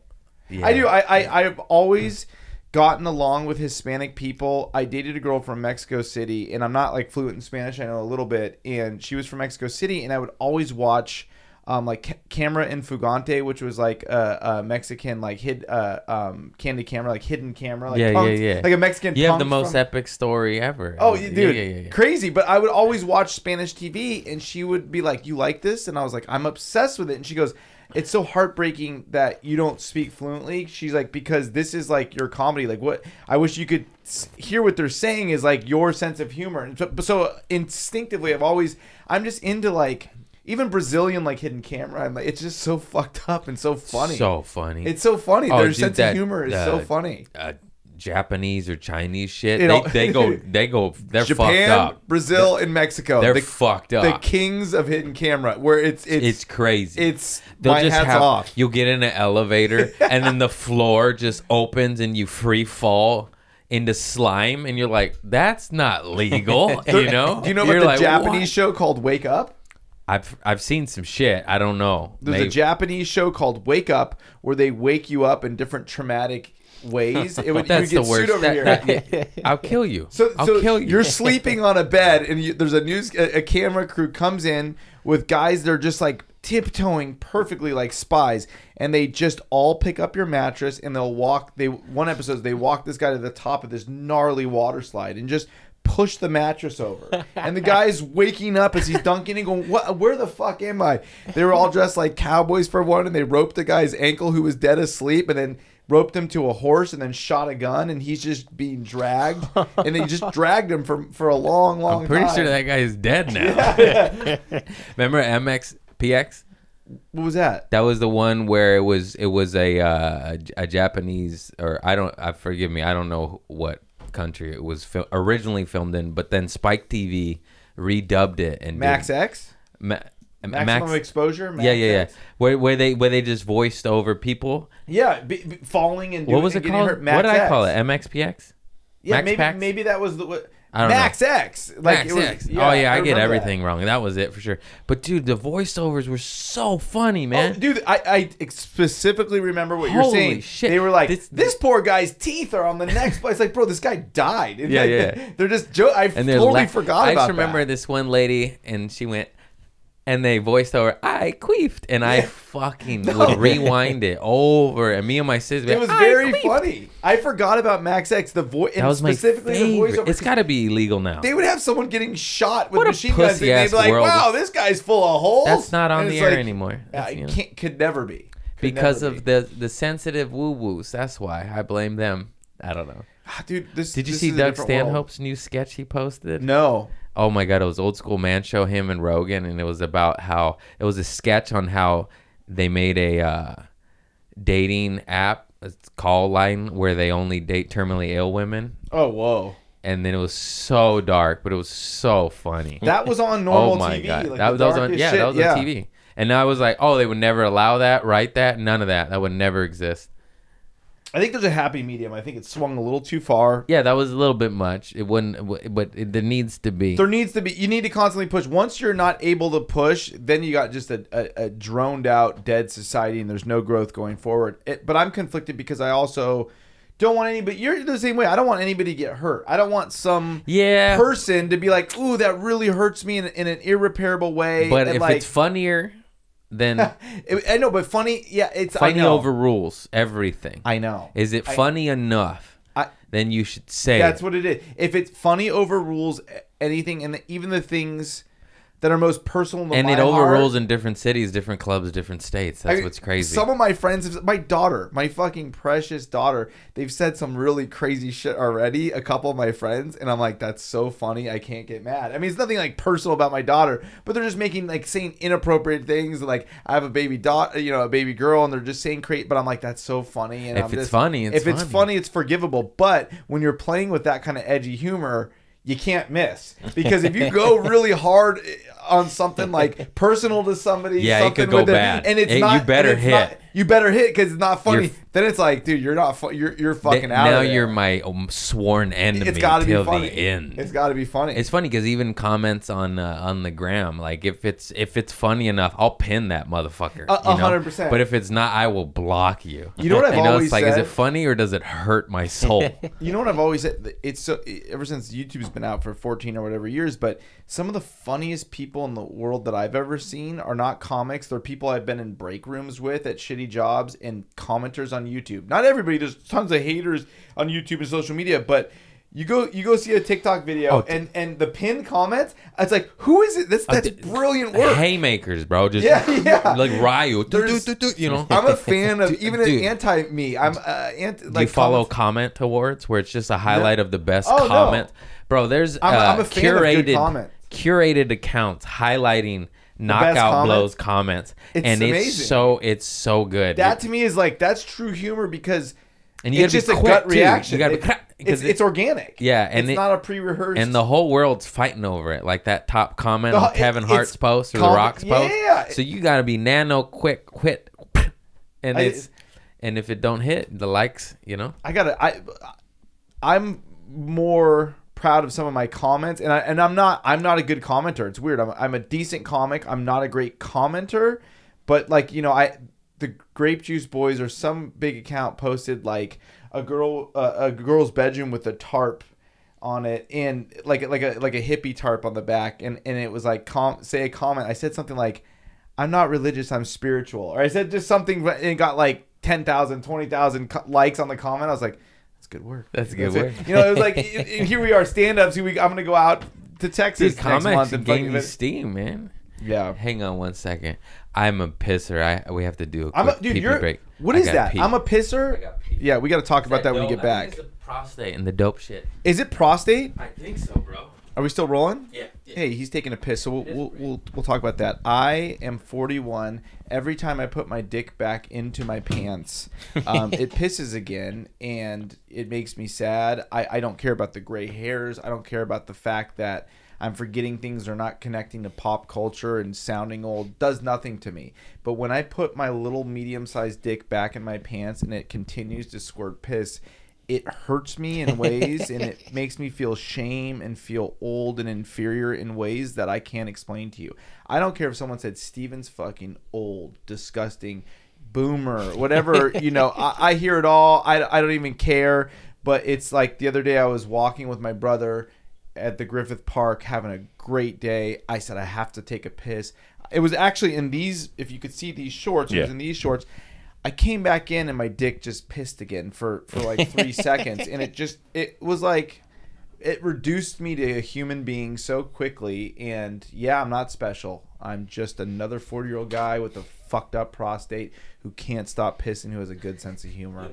Speaker 4: Yeah.
Speaker 5: I do. I, I I've always gotten along with Hispanic people. I dated a girl from Mexico City, and I'm not like fluent in Spanish. I know a little bit, and she was from Mexico City, and I would always watch. Um, like ca- camera infugante, which was like a, a Mexican like hid uh, um, candy camera, like hidden camera, like
Speaker 4: yeah,
Speaker 5: punked-
Speaker 4: yeah, yeah.
Speaker 5: like a Mexican.
Speaker 4: You have the
Speaker 5: punked
Speaker 4: most
Speaker 5: from-
Speaker 4: epic story ever.
Speaker 5: Oh,
Speaker 4: yeah,
Speaker 5: you- dude,
Speaker 4: Yeah, yeah, yeah.
Speaker 5: crazy! But I would always watch Spanish TV, and she would be like, "You like this?" And I was like, "I'm obsessed with it." And she goes, "It's so heartbreaking that you don't speak fluently." She's like, "Because this is like your comedy. Like, what? I wish you could s- hear what they're saying is like your sense of humor." And so, but so instinctively, I've always, I'm just into like even Brazilian like hidden camera. I'm like, it's just so fucked up and so funny.
Speaker 4: So funny.
Speaker 5: it's so funny.
Speaker 4: Oh,
Speaker 5: Their
Speaker 4: dude,
Speaker 5: sense
Speaker 4: that,
Speaker 5: of humor is
Speaker 4: uh,
Speaker 5: so funny.
Speaker 4: uh, Japanese or Chinese shit.
Speaker 5: It
Speaker 4: They,
Speaker 5: all-
Speaker 4: they go. They go. They're fucked
Speaker 5: Japan,
Speaker 4: up.
Speaker 5: Brazil, and Mexico.
Speaker 4: They're
Speaker 5: The-
Speaker 4: fucked up.
Speaker 5: the kings of hidden camera where it's it's
Speaker 4: Ah. it's
Speaker 5: it's,
Speaker 4: crazy.
Speaker 5: my hats off
Speaker 4: You'll get in an elevator and then the floor just opens and you free fall into slime, and you're like, that's not legal, you know?
Speaker 5: Do you know
Speaker 4: You're
Speaker 5: about the
Speaker 4: like,
Speaker 5: Japanese
Speaker 4: "What?"
Speaker 5: show called Wake Up?
Speaker 4: I've I've seen some shit. I don't know.
Speaker 5: There's a
Speaker 4: Maybe-
Speaker 5: Japanese show called Wake Up where they wake you up in different traumatic ways. It would,
Speaker 4: that's
Speaker 5: you
Speaker 4: the
Speaker 5: would get sued
Speaker 4: worst.
Speaker 5: over here.
Speaker 4: That- that- I'll kill you.
Speaker 5: So,
Speaker 4: I'll
Speaker 5: so
Speaker 4: kill you.
Speaker 5: you're sleeping on a bed, and you, there's a news a, a camera crew comes in with guys that are just like tiptoeing perfectly like spies, and they just all pick up your mattress and they'll walk. They one episode they walk this guy to the top of this gnarly water slide and just push the mattress over, and the guy's waking up as he's dunking and going, "What? Where the fuck am I?" They were all dressed like cowboys for one, and they roped the guy's ankle who was dead asleep, and then roped him to a horse and then shot a gun and he's just being dragged and they just dragged him for for a long long
Speaker 4: I'm pretty
Speaker 5: time.
Speaker 4: sure that guy is dead now. Remember MX PX?
Speaker 5: what was that
Speaker 4: That was the one where it was it was a uh, a Japanese or I don't I forgive me I don't know what country it was fil- originally filmed in, but then Spike TV redubbed it and
Speaker 5: max
Speaker 4: did,
Speaker 5: x
Speaker 4: Ma-
Speaker 5: maximum
Speaker 4: Max-
Speaker 5: exposure max
Speaker 4: yeah yeah yeah
Speaker 5: X?
Speaker 4: where where they where they just voiced over people.
Speaker 5: yeah be, be- falling and
Speaker 4: what
Speaker 5: doing-
Speaker 4: was
Speaker 5: and
Speaker 4: it
Speaker 5: getting
Speaker 4: called?
Speaker 5: hurt, max
Speaker 4: What did I
Speaker 5: X.
Speaker 4: call it? MXPX.
Speaker 5: yeah
Speaker 4: Max
Speaker 5: maybe
Speaker 4: Pax?
Speaker 5: maybe that was the what,
Speaker 4: I don't know.
Speaker 5: max x like
Speaker 4: Max
Speaker 5: it was,
Speaker 4: X. oh yeah, I, get
Speaker 5: remember that.
Speaker 4: everything wrong. That was it for sure. But dude, the voiceovers were so funny, man.
Speaker 5: Oh, dude, I, I specifically remember what you're
Speaker 4: Holy
Speaker 5: saying.
Speaker 4: shit.
Speaker 5: They were like, this,
Speaker 4: This-
Speaker 5: poor guy's teeth are on the next place. Like, bro, this guy died. And
Speaker 4: Yeah,
Speaker 5: like,
Speaker 4: yeah.
Speaker 5: They're just jo- I
Speaker 4: and they're
Speaker 5: totally
Speaker 4: la-
Speaker 5: forgot
Speaker 4: I
Speaker 5: about
Speaker 4: just remember
Speaker 5: that.
Speaker 4: this one lady, and she went, and they voiced over, "I queefed," and I fucking would rewind it over, and me and my sister,
Speaker 5: It was very funny. I forgot about Max X. The voice,
Speaker 4: That was my
Speaker 5: specifically
Speaker 4: favorite.
Speaker 5: the voiceover.
Speaker 4: it's got to be illegal now.
Speaker 5: They would have someone getting shot with
Speaker 4: What a
Speaker 5: machine guns, and they'd
Speaker 4: pussy-ass
Speaker 5: be like,
Speaker 4: world.
Speaker 5: "Wow, this guy's full of holes."
Speaker 4: That's not on
Speaker 5: And
Speaker 4: the
Speaker 5: it's
Speaker 4: air
Speaker 5: like,
Speaker 4: anymore.
Speaker 5: "Yeah,
Speaker 4: That's,
Speaker 5: It
Speaker 4: you know,
Speaker 5: can't, could never be Could
Speaker 4: because
Speaker 5: never
Speaker 4: of
Speaker 5: be."
Speaker 4: the the sensitive woo woos. That's why I blame them. I don't know.
Speaker 5: Ah, dude. This,
Speaker 4: Did you
Speaker 5: this
Speaker 4: see
Speaker 5: is a
Speaker 4: Doug
Speaker 5: different world.
Speaker 4: Stanhope's new sketch he posted?
Speaker 5: No,
Speaker 4: oh my god, it was old school man show him and Rogan, and it was about how it was a sketch on how they made a uh, dating app a call line where they only date terminally ill women,
Speaker 5: oh whoa,
Speaker 4: and then it was so dark, but it was so funny.
Speaker 5: that was on normal
Speaker 4: oh my
Speaker 5: TV.
Speaker 4: god,
Speaker 5: like
Speaker 4: that,
Speaker 5: the
Speaker 4: that was on
Speaker 5: darkest
Speaker 4: yeah,
Speaker 5: shit,
Speaker 4: that was
Speaker 5: yeah.
Speaker 4: on TV, and I was like, oh, they would never allow that, write that, none of that, that would never exist.
Speaker 5: I think there's a happy medium. I think it swung a little too far.
Speaker 4: Yeah, that was a little bit much. It wouldn't, but it, there needs to be.
Speaker 5: There needs to be. You need to constantly push. Once you're not able to push, then you got just a, a, a droned out, dead society, and there's no growth going forward. It, but I'm conflicted because I also don't want anybody. You're the same way. I don't want anybody to get hurt. I don't want some
Speaker 4: Yeah.
Speaker 5: person to be like, "Ooh, that really hurts me in, in an irreparable way."
Speaker 4: But
Speaker 5: and
Speaker 4: if
Speaker 5: like,
Speaker 4: it's funnier, then
Speaker 5: it- I know, but funny. Yeah, it's I
Speaker 4: funny
Speaker 5: know.
Speaker 4: overrules everything.
Speaker 5: I know.
Speaker 4: Is it
Speaker 5: I-
Speaker 4: funny enough?
Speaker 5: I-
Speaker 4: then you should say
Speaker 5: That's
Speaker 4: it.
Speaker 5: what it is. If it's funny, overrules anything, and even the things that are most personal. To
Speaker 4: and
Speaker 5: my
Speaker 4: it overrules
Speaker 5: heart,
Speaker 4: in different cities, different clubs, different states. That's
Speaker 5: I-
Speaker 4: what's crazy.
Speaker 5: Some of my friends, have- my daughter, my fucking precious daughter, they've said some really crazy shit already. A couple of my friends, and I'm like, that's so funny. I can't get mad. I mean, it's nothing like personal about my daughter, but they're just making like saying inappropriate things. and, Like I have a baby daughter, you know, a baby girl, and they're just saying crazy. But I'm like, that's so funny. And
Speaker 4: If
Speaker 5: I'm
Speaker 4: it's
Speaker 5: just-
Speaker 4: funny, it's
Speaker 5: if it's
Speaker 4: funny.
Speaker 5: funny, it's forgivable. But when you're playing with that kind of edgy humor. You can't miss because if you go really hard eh, on something like personal to somebody,
Speaker 4: Yeah, it
Speaker 5: something
Speaker 4: could go
Speaker 5: with
Speaker 4: bad.
Speaker 5: and it's
Speaker 4: It- you
Speaker 5: not. and
Speaker 4: better
Speaker 5: it's not-
Speaker 4: hit.
Speaker 5: you better hit because it's not funny.
Speaker 4: You're-
Speaker 5: then it's like, dude, you're not. Fu- you're you're
Speaker 4: Th-
Speaker 5: fucking out.
Speaker 4: now
Speaker 5: of there.
Speaker 4: you're my um, sworn enemy
Speaker 5: It's got to be
Speaker 4: till
Speaker 5: funny.
Speaker 4: the end.
Speaker 5: It's got to be funny.
Speaker 4: It's funny because even comments on uh, on the gram, like if it's if it's funny enough, I'll pin that motherfucker.
Speaker 5: A- a
Speaker 4: you know?
Speaker 5: hundred percent.
Speaker 4: But if it's not, I will block you.
Speaker 5: You know what I've always
Speaker 4: it's like, is
Speaker 5: said?
Speaker 4: it funny or does it hurt my soul?
Speaker 5: you know what I've always said. It's so ever since YouTube's been out for 14 or whatever years, but some of the funniest people in the world that I've ever seen are not comics. They're people I've been in break rooms with at shitty jobs and commenters on YouTube. Not everybody. There's tons of haters on YouTube and social media, but. You go, you go see a TikTok video,
Speaker 4: Oh, t-
Speaker 5: and and the pinned comments. It's like, who is it? That's that's
Speaker 4: d-
Speaker 5: brilliant work.
Speaker 4: Haymakers, bro. Just
Speaker 5: Yeah, yeah.
Speaker 4: like Ryu. Do, do,
Speaker 5: There's-
Speaker 4: do, do, you know.
Speaker 5: I'm a fan of even an
Speaker 4: dude.
Speaker 5: anti me. I'm uh, anti.
Speaker 4: Do
Speaker 5: Like
Speaker 4: you follow
Speaker 5: comments-
Speaker 4: comment awards where it's just a highlight of the best
Speaker 5: Oh, no.
Speaker 4: comment? Bro, there's
Speaker 5: I'm a-
Speaker 4: uh,
Speaker 5: I'm a fan of good
Speaker 4: curated
Speaker 5: comments.
Speaker 4: curated accounts highlighting knockout
Speaker 5: comment?
Speaker 4: blows comments,
Speaker 5: It's
Speaker 4: and
Speaker 5: amazing.
Speaker 4: it's so it's so good.
Speaker 5: that to me is like that's true humor because
Speaker 4: And you
Speaker 5: it's
Speaker 4: gotta
Speaker 5: just
Speaker 4: be
Speaker 5: a
Speaker 4: quick,
Speaker 5: gut
Speaker 4: too. You
Speaker 5: reaction.
Speaker 4: gotta be
Speaker 5: It-
Speaker 4: quick, 'cause
Speaker 5: it's,
Speaker 4: it-
Speaker 5: it's organic.
Speaker 4: Yeah, and
Speaker 5: it's
Speaker 4: it-
Speaker 5: not a pre rehearsed.
Speaker 4: and the whole world's fighting over it, like that top comment
Speaker 5: The
Speaker 4: on
Speaker 5: hu- it-
Speaker 4: Kevin
Speaker 5: it's
Speaker 4: Hart's post or
Speaker 5: com-
Speaker 4: The Rock's post.
Speaker 5: yeah.
Speaker 4: So you gotta be nano quick, quit, and
Speaker 5: I-
Speaker 4: it's and if it don't hit the likes, you know.
Speaker 5: I gotta I I'm more proud of some of my comments, and I and I'm not I'm not a good commenter. It's weird. I'm I'm a decent comic. I'm not a great commenter, but like you know, I the grape juice boys or some big account posted like a girl uh, a girl's bedroom with a tarp on it and like like a like a hippie tarp on the back and and it was like com- say a comment i said something like i'm not religious i'm spiritual or i said just something but it got like 10,000 20,000 co- likes on the comment i was like that's good work
Speaker 4: That's good
Speaker 5: it.
Speaker 4: work.
Speaker 5: you know it was like and- and here we are stand-ups we, i'm gonna go out to texas
Speaker 4: Dude,
Speaker 5: next month
Speaker 4: comics
Speaker 5: and
Speaker 4: gain
Speaker 5: fucking, Oh.
Speaker 4: me steam, man.
Speaker 5: yeah
Speaker 4: Hang on one second. I'm a pisser. I we have to do a quick
Speaker 5: i'm a, dude
Speaker 4: pee-pee
Speaker 5: you're
Speaker 4: break.
Speaker 5: what
Speaker 4: I
Speaker 5: is
Speaker 4: gotta
Speaker 5: that
Speaker 4: pee.
Speaker 5: i'm a
Speaker 4: I
Speaker 5: pisser
Speaker 4: gotta pee.
Speaker 5: yeah we gotta talk about that when we
Speaker 4: dope?
Speaker 5: get
Speaker 4: I think
Speaker 5: back
Speaker 4: it's the prostate and the dope shit.
Speaker 5: is it prostate
Speaker 4: I think so, bro.
Speaker 5: are we still rolling
Speaker 4: Yeah.
Speaker 5: Hey, he's taking a piss, so we'll,
Speaker 4: is
Speaker 5: we'll,
Speaker 4: great.
Speaker 5: we'll, we'll talk about that. I am 41. Every time I put my dick back into my pants, um, it pisses again, and it makes me sad. I, I don't care about the gray hairs. I don't care about the fact that I'm forgetting things or not connecting to pop culture and sounding old. Does nothing to me. But when I put my little medium sized dick back in my pants and it continues to squirt piss, it hurts me in ways and it makes me feel shame and feel old and inferior in ways that I can't explain to you. I don't care if someone said Steven's fucking old, disgusting, boomer, whatever, you know, I, I hear it all. I, I don't even care. But it's like the other day I was walking with my brother at the Griffith Park having a great day. I said, I have to take a piss. It was actually in these, if you could see these shorts, it was
Speaker 1: Yeah.
Speaker 5: in these shorts. I came back in and my dick just pissed again for, for like three seconds. And it just, it was like, it reduced me to a human being so quickly. And yeah, I'm not special. I'm just another 40 year old guy with a fucked up prostate who can't stop pissing, who has a good sense of humor.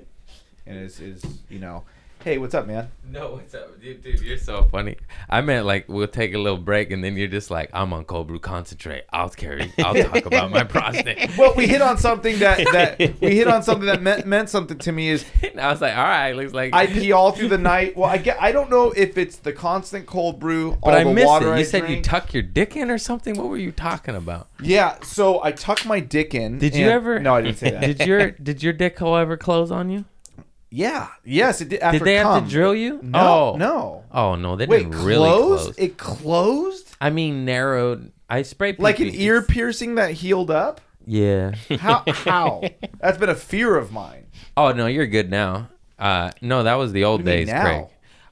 Speaker 5: And is, is you know, hey, what's up, man?
Speaker 4: No, what's up, dude, dude? You're so funny. I meant like we'll take a little break, and then you're just like, I'm on cold brew concentrate. I'll carry. I'll talk about my prostate.
Speaker 5: well, we hit on something that, that we hit on something that meant meant something to me is
Speaker 4: And I was like, all right, looks like
Speaker 5: I pee all through the night. Well, I get I don't know if it's the constant cold brew, all
Speaker 4: But I
Speaker 5: the
Speaker 4: missed
Speaker 5: water
Speaker 4: it. You
Speaker 5: I
Speaker 4: said you
Speaker 5: drink.
Speaker 4: tuck your dick in or something. What were you talking about?
Speaker 5: yeah. So I tuck my dick in.
Speaker 4: Did you
Speaker 5: and-
Speaker 4: ever-
Speaker 5: No, I didn't say that.
Speaker 4: Did your did your dick hole ever close on you?
Speaker 5: yeah. Yes. It did. After
Speaker 4: Did they have
Speaker 5: cum.
Speaker 4: to drill you?
Speaker 5: No.
Speaker 4: oh.
Speaker 5: No.
Speaker 4: Oh no, they
Speaker 5: Wait,
Speaker 4: didn't
Speaker 5: closed?
Speaker 4: really close.
Speaker 5: It closed
Speaker 4: I mean, narrowed. I spray
Speaker 5: like an
Speaker 4: pee-pee.
Speaker 5: ear piercing that healed up.
Speaker 4: Yeah.
Speaker 5: How? How? That's been a fear of mine.
Speaker 4: Oh no, you're good now. Uh, no, that was the old
Speaker 5: What do you mean
Speaker 4: days,
Speaker 5: now?
Speaker 4: Craig.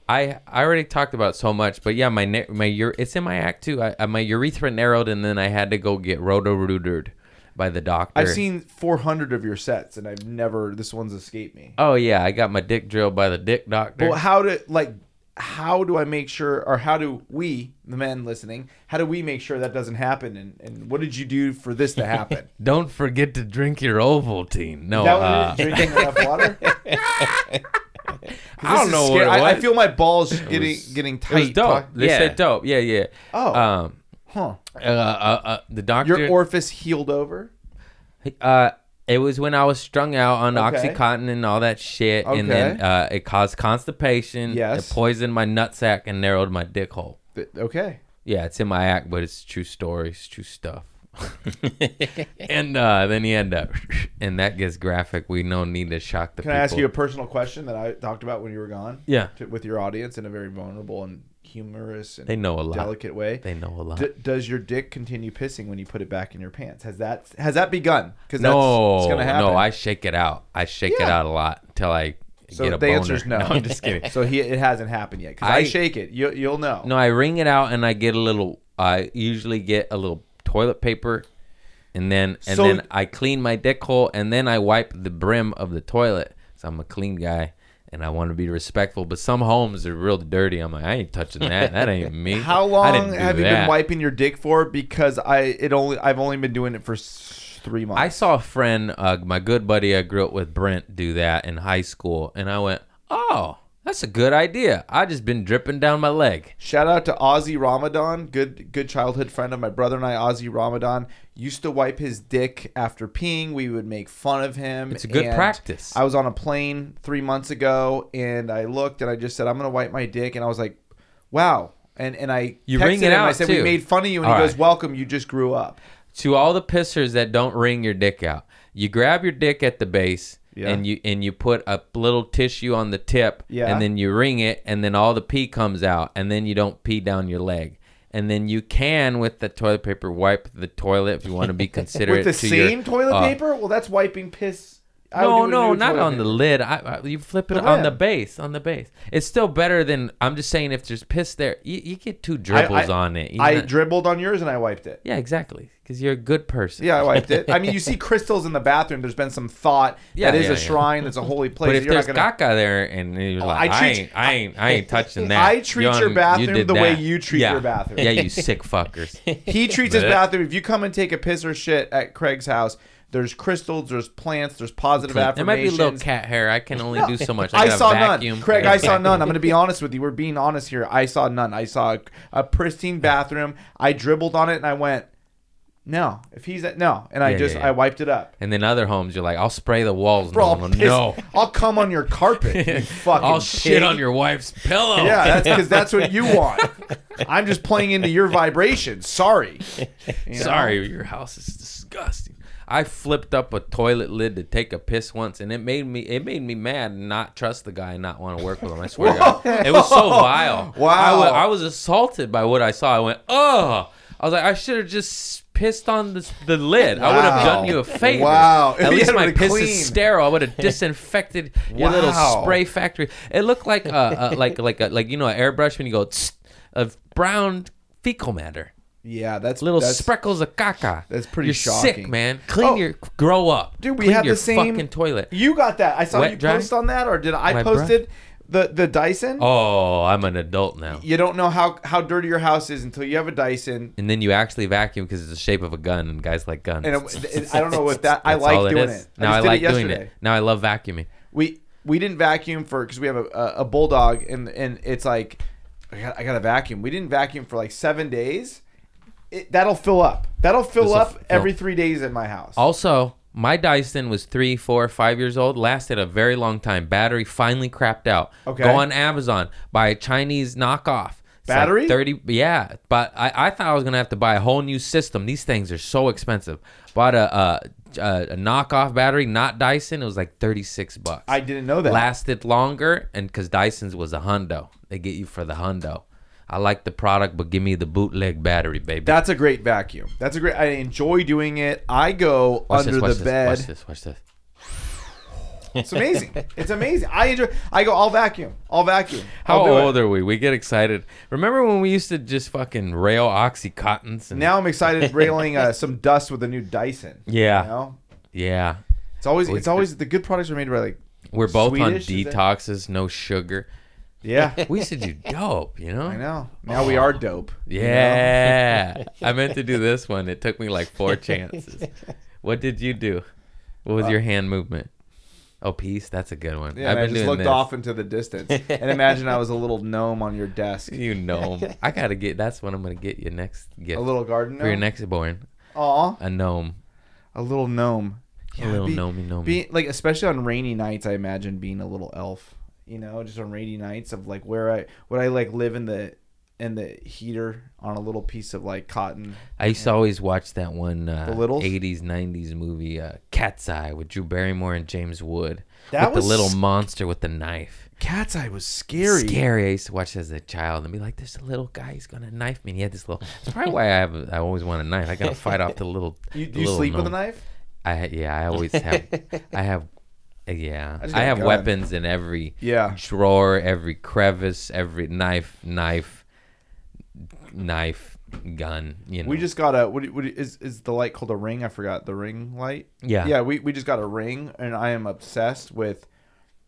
Speaker 4: I I already talked about so much, but yeah, my na- my ure- it's in my act too. I, I, my urethra narrowed, and then I had to go get roto-rooted by the doctor.
Speaker 5: I've seen 400 of your sets, and I've never. This one's escaped me.
Speaker 4: Oh yeah, I got my dick drilled by the dick doctor.
Speaker 5: Well, how do like how do I make sure, or how do we, the men listening, how do we make sure that doesn't happen? And, and what did you do for this to happen?
Speaker 4: Don't forget to drink your Ovaltine. No,
Speaker 5: that
Speaker 4: uh,
Speaker 5: was drinking enough water.
Speaker 4: I don't know what it
Speaker 5: I, I
Speaker 4: was.
Speaker 5: feel my balls getting
Speaker 4: was-
Speaker 5: getting
Speaker 4: it was
Speaker 5: tight.
Speaker 4: dope.
Speaker 5: talk-
Speaker 4: They
Speaker 1: Yeah.
Speaker 4: said dope. Yeah, yeah.
Speaker 5: Oh.
Speaker 4: Um,
Speaker 5: huh.
Speaker 4: uh, uh, uh, the doctor.
Speaker 5: Your orifice healed over.
Speaker 4: Uh, it was when I was strung out on
Speaker 5: Okay.
Speaker 4: OxyContin and all that shit, and then
Speaker 5: Okay.
Speaker 4: uh, it caused constipation.
Speaker 5: Yes.
Speaker 4: It poisoned my nutsack and narrowed my dick hole.
Speaker 5: Th- Okay.
Speaker 4: Yeah, it's in my act, but it's true story. It's true stuff. and uh, then he end up, and that gets graphic. We no need to shock the
Speaker 5: Can
Speaker 4: people.
Speaker 5: I ask you a personal question that I talked about when you were gone?
Speaker 4: Yeah.
Speaker 5: To, with your audience in a very vulnerable and humorous and
Speaker 4: They know a lot.
Speaker 5: delicate way.
Speaker 4: They know a lot.
Speaker 5: D- does your dick continue pissing when you put it back in your pants? Has that has that begun? Because
Speaker 4: no,
Speaker 5: that's, it's gonna happen.
Speaker 4: no, I shake it out. I shake it
Speaker 5: Yeah.
Speaker 4: out a lot until I
Speaker 5: So
Speaker 4: get a
Speaker 5: the
Speaker 4: boner.
Speaker 5: answer is no.
Speaker 4: I'm just kidding.
Speaker 5: So he it hasn't happened yet. Because I,
Speaker 4: I-
Speaker 5: shake it, you you'll know.
Speaker 4: No, I wring it out and I get a little. I usually get a little toilet paper, and then and
Speaker 5: So-
Speaker 4: then I clean my dick hole, and then I wipe the brim of the toilet. So I'm a clean guy, and I want to be respectful. But some homes are real dirty. I'm like, I ain't touching that. That ain't me.
Speaker 5: How
Speaker 4: I didn't
Speaker 5: long
Speaker 4: do
Speaker 5: have you been
Speaker 4: that.
Speaker 5: wiping your dick for? Because I it only I've only been doing it for s- three months.
Speaker 4: I saw a friend, uh, my good buddy I grew up with, Brent, do that in high school, and I went, "Oh, that's a good idea." I just been dripping down my leg.
Speaker 5: Shout out to Ozzy Ramadan, good good childhood friend of my brother and I. Ozzy Ramadan used to wipe his dick after peeing. We would make fun of him.
Speaker 4: It's a good
Speaker 5: and
Speaker 4: practice.
Speaker 5: I was on a plane three months ago, and I looked and I just said, "I'm gonna wipe my dick," and I was like, "Wow." And, and I
Speaker 4: You
Speaker 5: texted
Speaker 4: wring it
Speaker 5: him, I
Speaker 4: out,
Speaker 5: said we
Speaker 4: too.
Speaker 5: made fun of you, and
Speaker 4: All
Speaker 5: he
Speaker 4: right.
Speaker 5: goes, "Welcome, you just grew up."
Speaker 4: to all the pissers that don't wring your dick out, you grab your dick at the base,
Speaker 5: Yeah.
Speaker 4: and you and you put a little tissue on the tip
Speaker 5: Yeah.
Speaker 4: and then you wring it and then all the pee comes out and then you don't pee down your leg. And then you can with the toilet paper wipe the toilet if you want to be considerate
Speaker 5: With the
Speaker 4: to your-
Speaker 5: same toilet
Speaker 4: uh,
Speaker 5: paper? Well, that's wiping piss. I would
Speaker 4: no,
Speaker 5: do a
Speaker 4: no,
Speaker 5: new
Speaker 4: not
Speaker 5: toilet
Speaker 4: on the
Speaker 5: paper. Oh,
Speaker 4: lid. I, I, you flip it
Speaker 5: The
Speaker 4: on the
Speaker 5: lid.
Speaker 4: base, on the base. It's still better than. I'm just saying, if there's piss there, you, you get two dribbles on it. you
Speaker 5: I
Speaker 4: know?
Speaker 5: dribbled on yours and I wiped it.
Speaker 4: yeah, exactly. Because you're a good person.
Speaker 5: Yeah, I wiped it. I mean, you see crystals in the bathroom. There's been some thought
Speaker 4: Yeah,
Speaker 5: that is
Speaker 4: yeah,
Speaker 5: a
Speaker 4: yeah.
Speaker 5: shrine. That's a holy place.
Speaker 4: But if
Speaker 5: You're not
Speaker 4: there's
Speaker 5: gonna- Oh,
Speaker 4: caca there and you're like,
Speaker 5: I
Speaker 4: I,
Speaker 5: treat-
Speaker 4: ain't, I ain't, I ain't touching that.
Speaker 5: I treat your
Speaker 4: you
Speaker 5: bathroom
Speaker 4: did
Speaker 5: the way
Speaker 4: that.
Speaker 5: you treat
Speaker 4: Yeah.
Speaker 5: your bathroom.
Speaker 4: Yeah, you sick fuckers.
Speaker 5: he treats his
Speaker 4: Blech.
Speaker 5: bathroom. If you come and take a piss or shit at Craig's house, there's crystals, there's plants, there's positive
Speaker 4: there might be
Speaker 5: affirmations.
Speaker 4: little cat hair. I can only do so much. I,
Speaker 5: I
Speaker 4: gotta
Speaker 5: saw
Speaker 4: vacuum.
Speaker 5: none. Craig, I saw none. I'm going to be honest with you. We're being honest here. I saw none. I saw a, a pristine bathroom. I dribbled on it and I went, no. If he's at, no. And I
Speaker 4: Yeah,
Speaker 5: just,
Speaker 4: yeah, yeah.
Speaker 5: I wiped it up.
Speaker 4: And then other homes, you're like, I'll spray the walls.
Speaker 5: Bro, I'll,
Speaker 4: no,
Speaker 5: piss-
Speaker 4: no,
Speaker 5: I'll come on your carpet. You fucking
Speaker 4: I'll shit
Speaker 5: pig.
Speaker 4: on your wife's pillow.
Speaker 5: Yeah, that's because that's what you want. I'm just playing into your vibrations. Sorry. You know?
Speaker 4: Sorry, your house is disgusting. I flipped up a toilet lid to take a piss once, and it made me it made me mad and not trust the guy and not want to work with him. I swear, to God. it was so vile.
Speaker 5: Wow.
Speaker 4: I wa- I was assaulted by what I saw. I went, oh, I was like, I should have just pissed on this, the lid. I would have
Speaker 5: Wow.
Speaker 4: done you a favor.
Speaker 5: Wow.
Speaker 4: at
Speaker 5: Yeah,
Speaker 4: least
Speaker 5: it
Speaker 4: my
Speaker 5: would've
Speaker 4: piss
Speaker 5: cleaned.
Speaker 4: is sterile. I would have disinfected your little
Speaker 5: Wow.
Speaker 4: spray factory. It looked like uh, uh like like a, like you know an airbrush when you go tss, of brown fecal matter
Speaker 5: Yeah, that's
Speaker 4: little
Speaker 5: that's,
Speaker 4: speckles of caca.
Speaker 5: that's pretty
Speaker 4: You're sick,
Speaker 5: shocking.
Speaker 4: man. Clean
Speaker 5: Oh.
Speaker 4: your grow up,
Speaker 5: Dude, we
Speaker 4: Clean
Speaker 5: have
Speaker 4: your
Speaker 5: the same
Speaker 4: fucking toilet.
Speaker 5: You got that? I saw
Speaker 4: Wet
Speaker 5: you
Speaker 4: dry?
Speaker 5: post on that, or did I
Speaker 4: My bro-
Speaker 5: posted the the Dyson?
Speaker 4: Oh, I'm an adult now.
Speaker 5: You don't know how how dirty your house is until you have a Dyson.
Speaker 4: And then you actually vacuum because it's the shape of a gun, and guys like guns.
Speaker 5: And it, it- I don't know what that. I
Speaker 4: That's all
Speaker 5: like doing
Speaker 4: is.
Speaker 5: it.
Speaker 4: Now I,
Speaker 5: just did
Speaker 4: like doing
Speaker 5: yesterday.
Speaker 4: it. Now I love vacuuming.
Speaker 5: we we didn't vacuum for because we have a, a, a bulldog and and it's like I got, I got a vacuum. We didn't vacuum for like seven days. It, that'll fill up. That'll fill
Speaker 4: This'll
Speaker 5: up
Speaker 4: fill-
Speaker 5: every three days at my house.
Speaker 4: Also, my Dyson was three, four, five years old. Lasted a very long time. Battery finally crapped out.
Speaker 5: Okay.
Speaker 4: Go on Amazon, buy a Chinese knockoff. It's like
Speaker 5: Battery?
Speaker 4: thirty. Yeah, but I, I thought I was gonna have to buy a whole new system. These things are so expensive. Bought a a, a, a knockoff battery, not Dyson. It was like thirty six bucks.
Speaker 5: I didn't know that.
Speaker 4: Lasted longer, and because Dyson's was a hundo, they get you for the hundo. I like the product, but give me the bootleg battery, baby.
Speaker 5: That's a great vacuum. That's a great. I enjoy doing it. I go
Speaker 4: Watch
Speaker 5: under
Speaker 4: this, watch
Speaker 5: the
Speaker 4: this,
Speaker 5: bed.
Speaker 4: Watch this. Watch this.
Speaker 5: It's amazing. it's amazing. I enjoy. I go. I'll vacuum. I'll vacuum.
Speaker 4: How
Speaker 5: I'll do it.
Speaker 4: old are we? We get excited. Remember when we used to just fucking rail oxycontins? And,
Speaker 5: Now I'm excited railing uh, some dust with a new Dyson.
Speaker 4: Yeah.
Speaker 5: You know?
Speaker 4: yeah,
Speaker 5: It's always.
Speaker 4: We
Speaker 5: It's always the good products are made by like.
Speaker 4: we're both
Speaker 5: Swedish,
Speaker 4: on
Speaker 5: is that-
Speaker 4: detoxes, no sugar.
Speaker 5: Yeah.
Speaker 4: We used to do dope, you know.
Speaker 5: I know. Now we are dope. you know?
Speaker 4: Yeah, I meant to do this one. It took me like four chances. What did you do? What was your hand movement? Oh, peace. That's a good one.
Speaker 5: Uh, Yeah,
Speaker 4: I've been
Speaker 5: and I just
Speaker 4: doing
Speaker 5: looked
Speaker 4: this.
Speaker 5: off into the distance and imagine I was a little gnome on your desk,
Speaker 4: You know, I gotta get. That's what I'm gonna get you next gift
Speaker 5: a little garden
Speaker 4: for your
Speaker 5: gnome.
Speaker 4: next born.
Speaker 5: Aw,
Speaker 4: A gnome.
Speaker 5: a little gnome.
Speaker 4: a little
Speaker 5: be-
Speaker 4: gnomey gnomey.
Speaker 5: Being like, especially on rainy nights, I imagine being a little elf. You know, just on rainy nights of like where I would I like live in the in the heater on a little piece of like cotton.
Speaker 4: I used to always watch that one uh,
Speaker 5: The Littles?
Speaker 4: 80s, 90s movie, uh, Cat's Eye, with Drew Barrymore and James Wood.
Speaker 5: That
Speaker 4: with
Speaker 5: was
Speaker 4: the little
Speaker 5: sc-
Speaker 4: monster with the knife.
Speaker 5: Cat's eye was scary.
Speaker 4: Scary. I used to watch it as a child and be like, there's a little guy, he's going to knife me. And he had this little. That's probably why I have. I always want a knife. I got to fight off the little.
Speaker 5: You,
Speaker 4: the
Speaker 5: you
Speaker 4: little
Speaker 5: sleep with a
Speaker 4: gnome.
Speaker 5: knife?
Speaker 4: I, yeah, I always have. I have. Yeah.
Speaker 5: just got
Speaker 4: I
Speaker 5: a
Speaker 4: have
Speaker 5: gun.
Speaker 4: weapons in every
Speaker 5: Yeah.
Speaker 4: drawer, every crevice, every knife, knife, knife, gun. You know.
Speaker 5: We just got a what, do- what do- is is the light called a ring? I forgot the ring light.
Speaker 4: Yeah.
Speaker 5: yeah. We we just got a ring, and I am obsessed with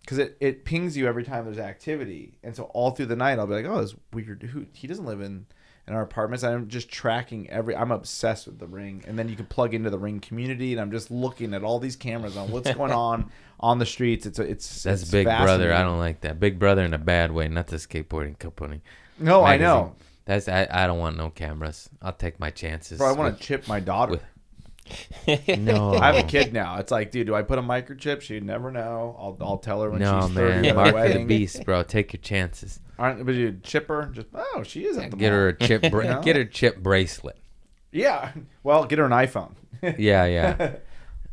Speaker 5: because it it pings you every time there's activity, and so all through the night I'll be like, oh, this weird. Who he doesn't live in in our apartments. I'm just tracking every. I'm obsessed with the ring, and then you can plug into the ring community, and I'm just looking at all these cameras on what's going on on the streets. It's it's
Speaker 4: That's
Speaker 5: it's
Speaker 4: Big Brother. I
Speaker 5: fascinating.
Speaker 4: don't like that. Big Brother in a bad way, not the skateboarding company. Magazine.
Speaker 5: No, Oh, I know.
Speaker 4: That's I, I. don't want no cameras. I'll take my chances.
Speaker 5: Bro, I want to chip my daughter.
Speaker 4: with- to. No,
Speaker 5: I have a kid now. It's like, dude, do I put a microchip? She'd never know. I'll, I'll tell her when
Speaker 4: no,
Speaker 5: she's 30
Speaker 4: man.
Speaker 5: at
Speaker 4: Mark
Speaker 5: our
Speaker 4: of the
Speaker 5: wedding.
Speaker 4: beast, bro. Take your chances.
Speaker 5: Aren't but you chip her? Just oh, she is at the
Speaker 4: Get
Speaker 5: mall.
Speaker 4: her a chip. Bra-
Speaker 5: No.
Speaker 4: Get her chip bracelet.
Speaker 5: Yeah. Well, get her an iPhone.
Speaker 4: Yeah, yeah.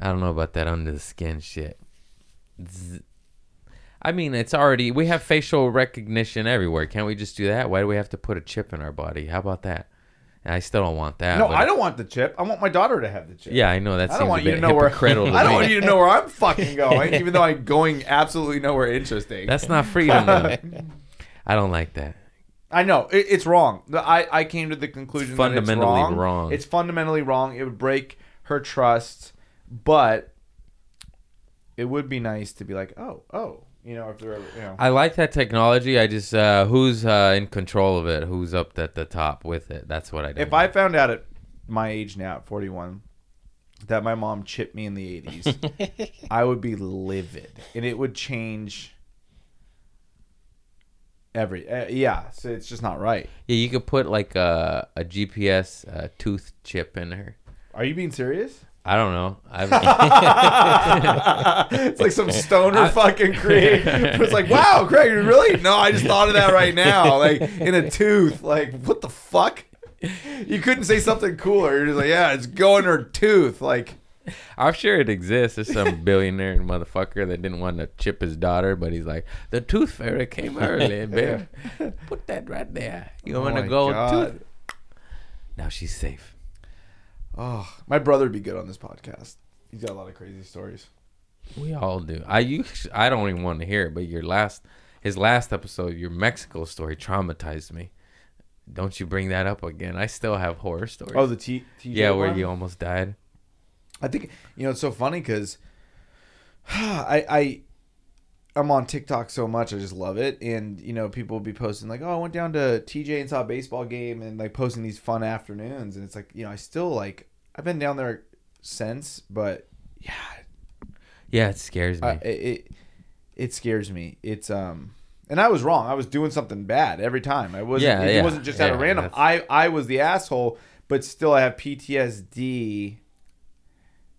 Speaker 4: I don't know about that under the skin shit. Z- I mean, it's already we have facial recognition everywhere. Can't we just do that? Why do we have to put a chip in our body? How about that? And I still don't want that.
Speaker 5: No,
Speaker 4: but-
Speaker 5: I don't want the chip. I want my daughter to have the chip.
Speaker 4: Yeah, I know that
Speaker 5: I
Speaker 4: seems
Speaker 5: don't
Speaker 4: a
Speaker 5: want you
Speaker 4: bit
Speaker 5: to know where. I
Speaker 4: hypocritical. to
Speaker 5: don't
Speaker 4: me.
Speaker 5: want you to know where I'm fucking going, even though I'm going absolutely nowhere interesting.
Speaker 4: That's not freedom. though. I don't like that.
Speaker 5: I know it, it's wrong. The- I I came to the conclusion
Speaker 4: It's
Speaker 5: that it's
Speaker 4: fundamentally
Speaker 5: wrong.
Speaker 4: wrong.
Speaker 5: It's fundamentally wrong. It would break her trust, but it would be nice to be like, oh, oh, you know, if they're ever, you know,
Speaker 4: I like that technology. I just uh, who's uh, in control of it? Who's up at the top with it? That's what I do.
Speaker 5: if I found out at my age now, at 41, that my mom chipped me in the 80s, I would be livid, and it would change. Every uh, yeah, so it's just not right.
Speaker 4: yeah, you could put like a a GPS uh, tooth chip in her.
Speaker 5: Are you being serious?
Speaker 4: I don't know. I've,
Speaker 5: it's like some stoner fucking create. It's like, wow, Craig, really? No, I just thought of that right now. Like in a tooth. Like, what the fuck? You couldn't say something cooler. You're just like, yeah, it's going her tooth. Like,
Speaker 4: I'm sure it exists. There's some billionaire motherfucker that didn't want to chip his daughter, but he's like, the tooth fairy came early, babe. Put that right there. You
Speaker 5: Oh
Speaker 4: want
Speaker 5: my
Speaker 4: to go
Speaker 5: God.
Speaker 4: tooth? Now she's safe.
Speaker 5: oh, my brother'd be good on this podcast. He's got a lot of crazy stories.
Speaker 4: We all do. I you sh- I don't even want to hear it, but your last his last episode, your Mexico story traumatized me. Don't you bring that up again. I still have horror stories.
Speaker 5: Oh, the T. TJ
Speaker 4: yeah, where
Speaker 5: one?
Speaker 4: you almost died.
Speaker 5: I think you know it's so funny because I I I'm on TikTok so much I just love it and you know people will be posting like oh I went down to TJ and saw a baseball game and like posting these fun afternoons and it's like you know I still like I've been down there since but yeah
Speaker 4: Yeah, it scares me.
Speaker 5: I, it it- it scares me it's um and I was wrong I was doing something bad every time I wasn't
Speaker 4: Yeah,
Speaker 5: it
Speaker 4: yeah,
Speaker 5: wasn't just out of
Speaker 4: yeah,
Speaker 5: random
Speaker 4: that's-
Speaker 5: I I was the asshole but still I have PTSD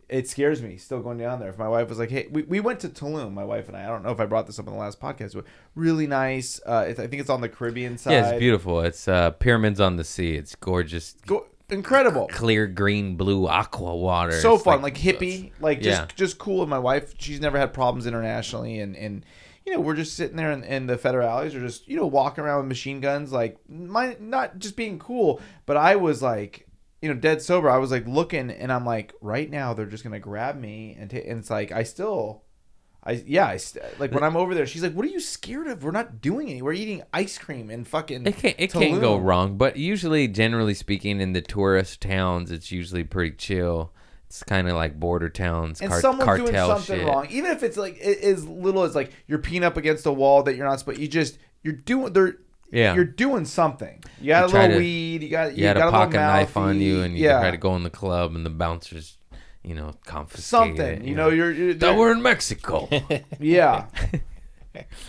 Speaker 5: it scares me still going down there. If my wife was like, "Hey, we, we went to Tulum, my wife and I. I don't know if I brought this up in the last podcast, but really nice. Uh, it, I think it's on the Caribbean side.
Speaker 4: yeah, it's beautiful. It's uh, pyramids on the sea. It's gorgeous,
Speaker 5: Go- incredible,
Speaker 4: clear green, blue aqua water.
Speaker 5: so
Speaker 4: It's
Speaker 5: fun, like, hippie, like just
Speaker 4: Yeah.
Speaker 5: just cool. And my wife, she's never had problems internationally, and and you know we're just sitting there, and, and the federales are just you know walking around with machine guns, like my not just being cool, but I was like. You know, dead sober. I was like looking, and I'm like, right now they're just gonna grab me, and, ta and it's like I still, I yeah, I st- like when I'm over there, she's like, "What are you scared of? We're not doing any. We're eating ice cream and fucking."
Speaker 4: It can't it can't go
Speaker 5: Tulum."
Speaker 4: wrong, but usually, generally speaking, in the tourist towns, it's usually pretty chill. It's kind of like border towns,
Speaker 5: And
Speaker 4: cart-
Speaker 5: someone's
Speaker 4: cartel
Speaker 5: doing something
Speaker 4: shit.
Speaker 5: wrong, even if it's like i- as little as like you're peeing up against a wall that you're not supposed. You just you're doing they're
Speaker 4: Yeah.
Speaker 5: you're doing something. You got
Speaker 4: You
Speaker 5: a
Speaker 4: try
Speaker 5: little
Speaker 4: to-
Speaker 5: weed. You got
Speaker 4: you had
Speaker 5: got
Speaker 4: a
Speaker 5: a little
Speaker 4: pocket knife on you
Speaker 5: mouthy,
Speaker 4: and you
Speaker 5: yeah
Speaker 4: tried to go in the club and the bouncers you know confiscate
Speaker 5: something. You know you're, you're
Speaker 4: that we're in mexico
Speaker 5: Yeah.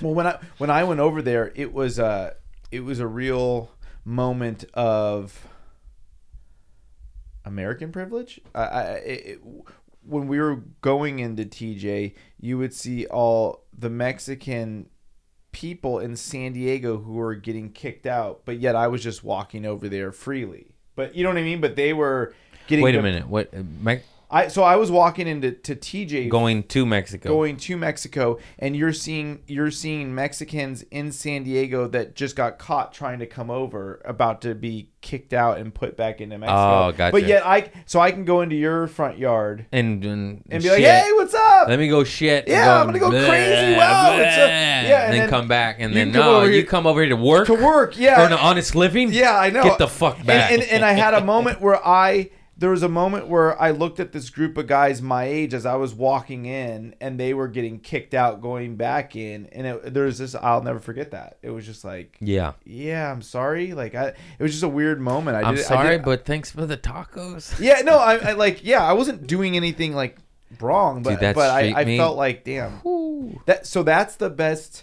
Speaker 5: well, when I when I went over there, it was a it was a real moment of American privilege. I, I it, it- when we were going into TJ, you would see all the Mexican people in San Diego who were getting kicked out, but yet I was just walking over there freely. But you know what I mean? But they were getting
Speaker 4: wait a
Speaker 5: the-
Speaker 4: minute what Me-
Speaker 5: I so I was walking into to TJ
Speaker 4: going to mexico
Speaker 5: going to Mexico and you're seeing you're seeing Mexicans in San Diego that just got caught trying to come over about to be kicked out and put back into Mexico.
Speaker 4: Oh, gotcha.
Speaker 5: But yet I so I can go into your front yard
Speaker 4: and, and,
Speaker 5: and be
Speaker 4: shit. Uh,
Speaker 5: like, "Hey, what's up?"
Speaker 4: let me go shit and
Speaker 5: Yeah, I'm gonna go crazy. Wow, it's a- yeah,
Speaker 4: and,
Speaker 5: and
Speaker 4: then,
Speaker 5: then
Speaker 4: come back and
Speaker 5: you
Speaker 4: then
Speaker 5: can come
Speaker 4: no
Speaker 5: over
Speaker 4: you
Speaker 5: here-
Speaker 4: come over here to work
Speaker 5: to work, yeah.
Speaker 4: earn an honest living
Speaker 5: Yeah, I know.
Speaker 4: get the fuck back
Speaker 5: And, and, and I had a moment where I there was a moment where I looked at this group of guys my age as I was walking in, and they were getting kicked out, going back in, and it, there was this. I'll never forget that. It was just like,
Speaker 4: yeah
Speaker 5: yeah, I'm sorry. Like I, it was just a weird moment. I
Speaker 4: i'm
Speaker 5: did,
Speaker 4: sorry
Speaker 5: I did, uh
Speaker 4: but thanks for the tacos
Speaker 5: yeah, no, I, I like yeah, I wasn't doing anything like wrong, but
Speaker 4: Dude, that
Speaker 5: but I,
Speaker 4: streaked
Speaker 5: I
Speaker 4: me.
Speaker 5: felt like damn. That so that's the best.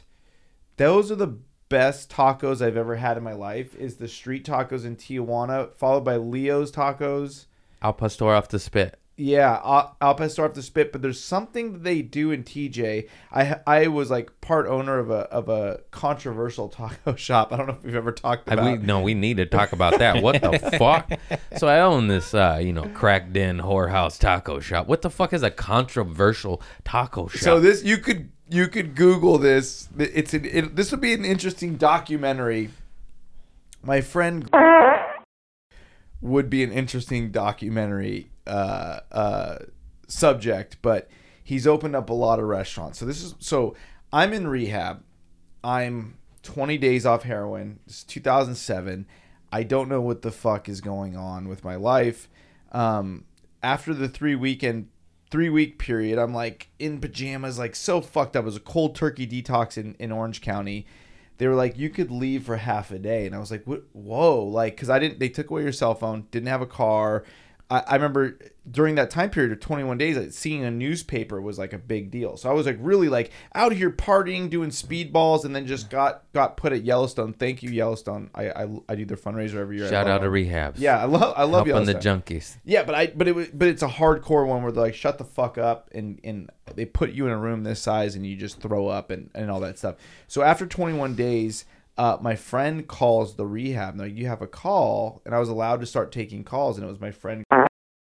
Speaker 5: Those are the best tacos I've ever had in my life. Is the street tacos in Tijuana, followed by Leo's tacos.
Speaker 4: al pastor off the spit
Speaker 5: Yeah, Al Al Pastor off the spit, but there's something that they do in TJ. I I was like part owner of a of a controversial taco shop. I don't know if we've ever talked
Speaker 4: Have
Speaker 5: about.
Speaker 4: we no, we need to talk about that. What the fuck? So I own this, uh, you know, cracked in whorehouse taco shop. What the fuck is a controversial taco shop?
Speaker 5: So this you could you could Google this. It's an, it, this would be an interesting documentary. My friend would be an interesting documentary uh, uh, subject, but he's opened up a lot of restaurants. So this is so I'm in rehab. I'm 20 days off heroin. It's 2007. I don't know what the fuck is going on with my life. Um, after the three weekend, three week period, I'm like in pajamas, like so fucked up. It was a cold turkey detox in, in Orange County. They were like, you could leave for half a day, and I was like, what? Whoa! Like, cause I didn't. They took away your cell phone. Didn't have a car. I, I remember during that time period of 21 days, like, seeing a newspaper was like a big deal. So I was like really like out here partying, doing speedballs, and then just got got put at Yellowstone. Thank you, Yellowstone. I I, I do their fundraiser every year. I
Speaker 4: Shout
Speaker 5: love
Speaker 4: out to
Speaker 5: them.
Speaker 4: rehabs.
Speaker 5: Yeah, I love I love
Speaker 4: helping the
Speaker 5: Yellowstone.
Speaker 4: junkies.
Speaker 5: Yeah, but I but it was but it's a hardcore one where they're like shut the fuck up and and they put you in a room this size and you just throw up and and all that stuff. So after 21 days, uh, my friend calls the rehab. Now you have a call, and I was allowed to start taking calls, and it was my friend.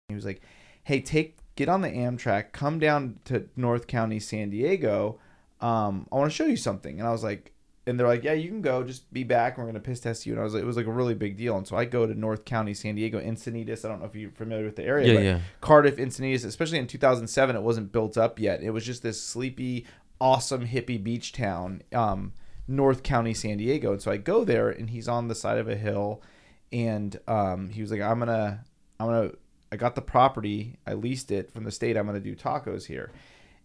Speaker 5: He was like, "Hey, take get on the Amtrak, come down to North County, San Diego. Um, I want to show you something." And I was like, and they're like, "Yeah, you can go. Just be back. and We're gonna piss test you." And I was like, it was like a really big deal. And so I go to North County, San Diego, Encinitas. I don't know if you're familiar with the area,
Speaker 4: Yeah,
Speaker 5: but
Speaker 4: yeah.
Speaker 5: Cardiff, Encinitas, especially in 2007, it wasn't built up yet. It was just this sleepy, awesome hippie beach town, um, North County, San Diego. And so I go there, and he's on the side of a hill, and um, he was like, "I'm gonna, I'm gonna, I got the property, I leased it from the state. I'm gonna do tacos here."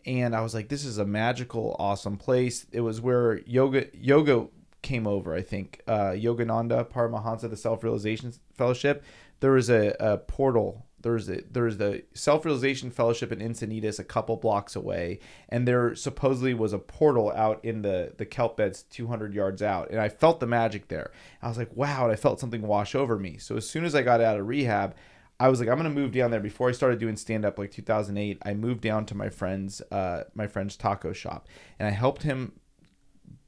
Speaker 5: And I was like, "This is a magical, awesome place." It was where yoga, yoga came over. I think uh, Yogananda Paramahansa, the Self Realization Fellowship. There was a, a portal. There's a there's the Self Realization Fellowship in Encinitas, a couple blocks away, and there supposedly was a portal out in the the kelp beds 200 yards out, and I felt the magic there. I was like, wow, and I felt something wash over me. So as soon as I got out of rehab. I was like, I'm gonna move down there. Before I started doing stand up, like 2008, I moved down to my friend's, uh, my friend's taco shop, and I helped him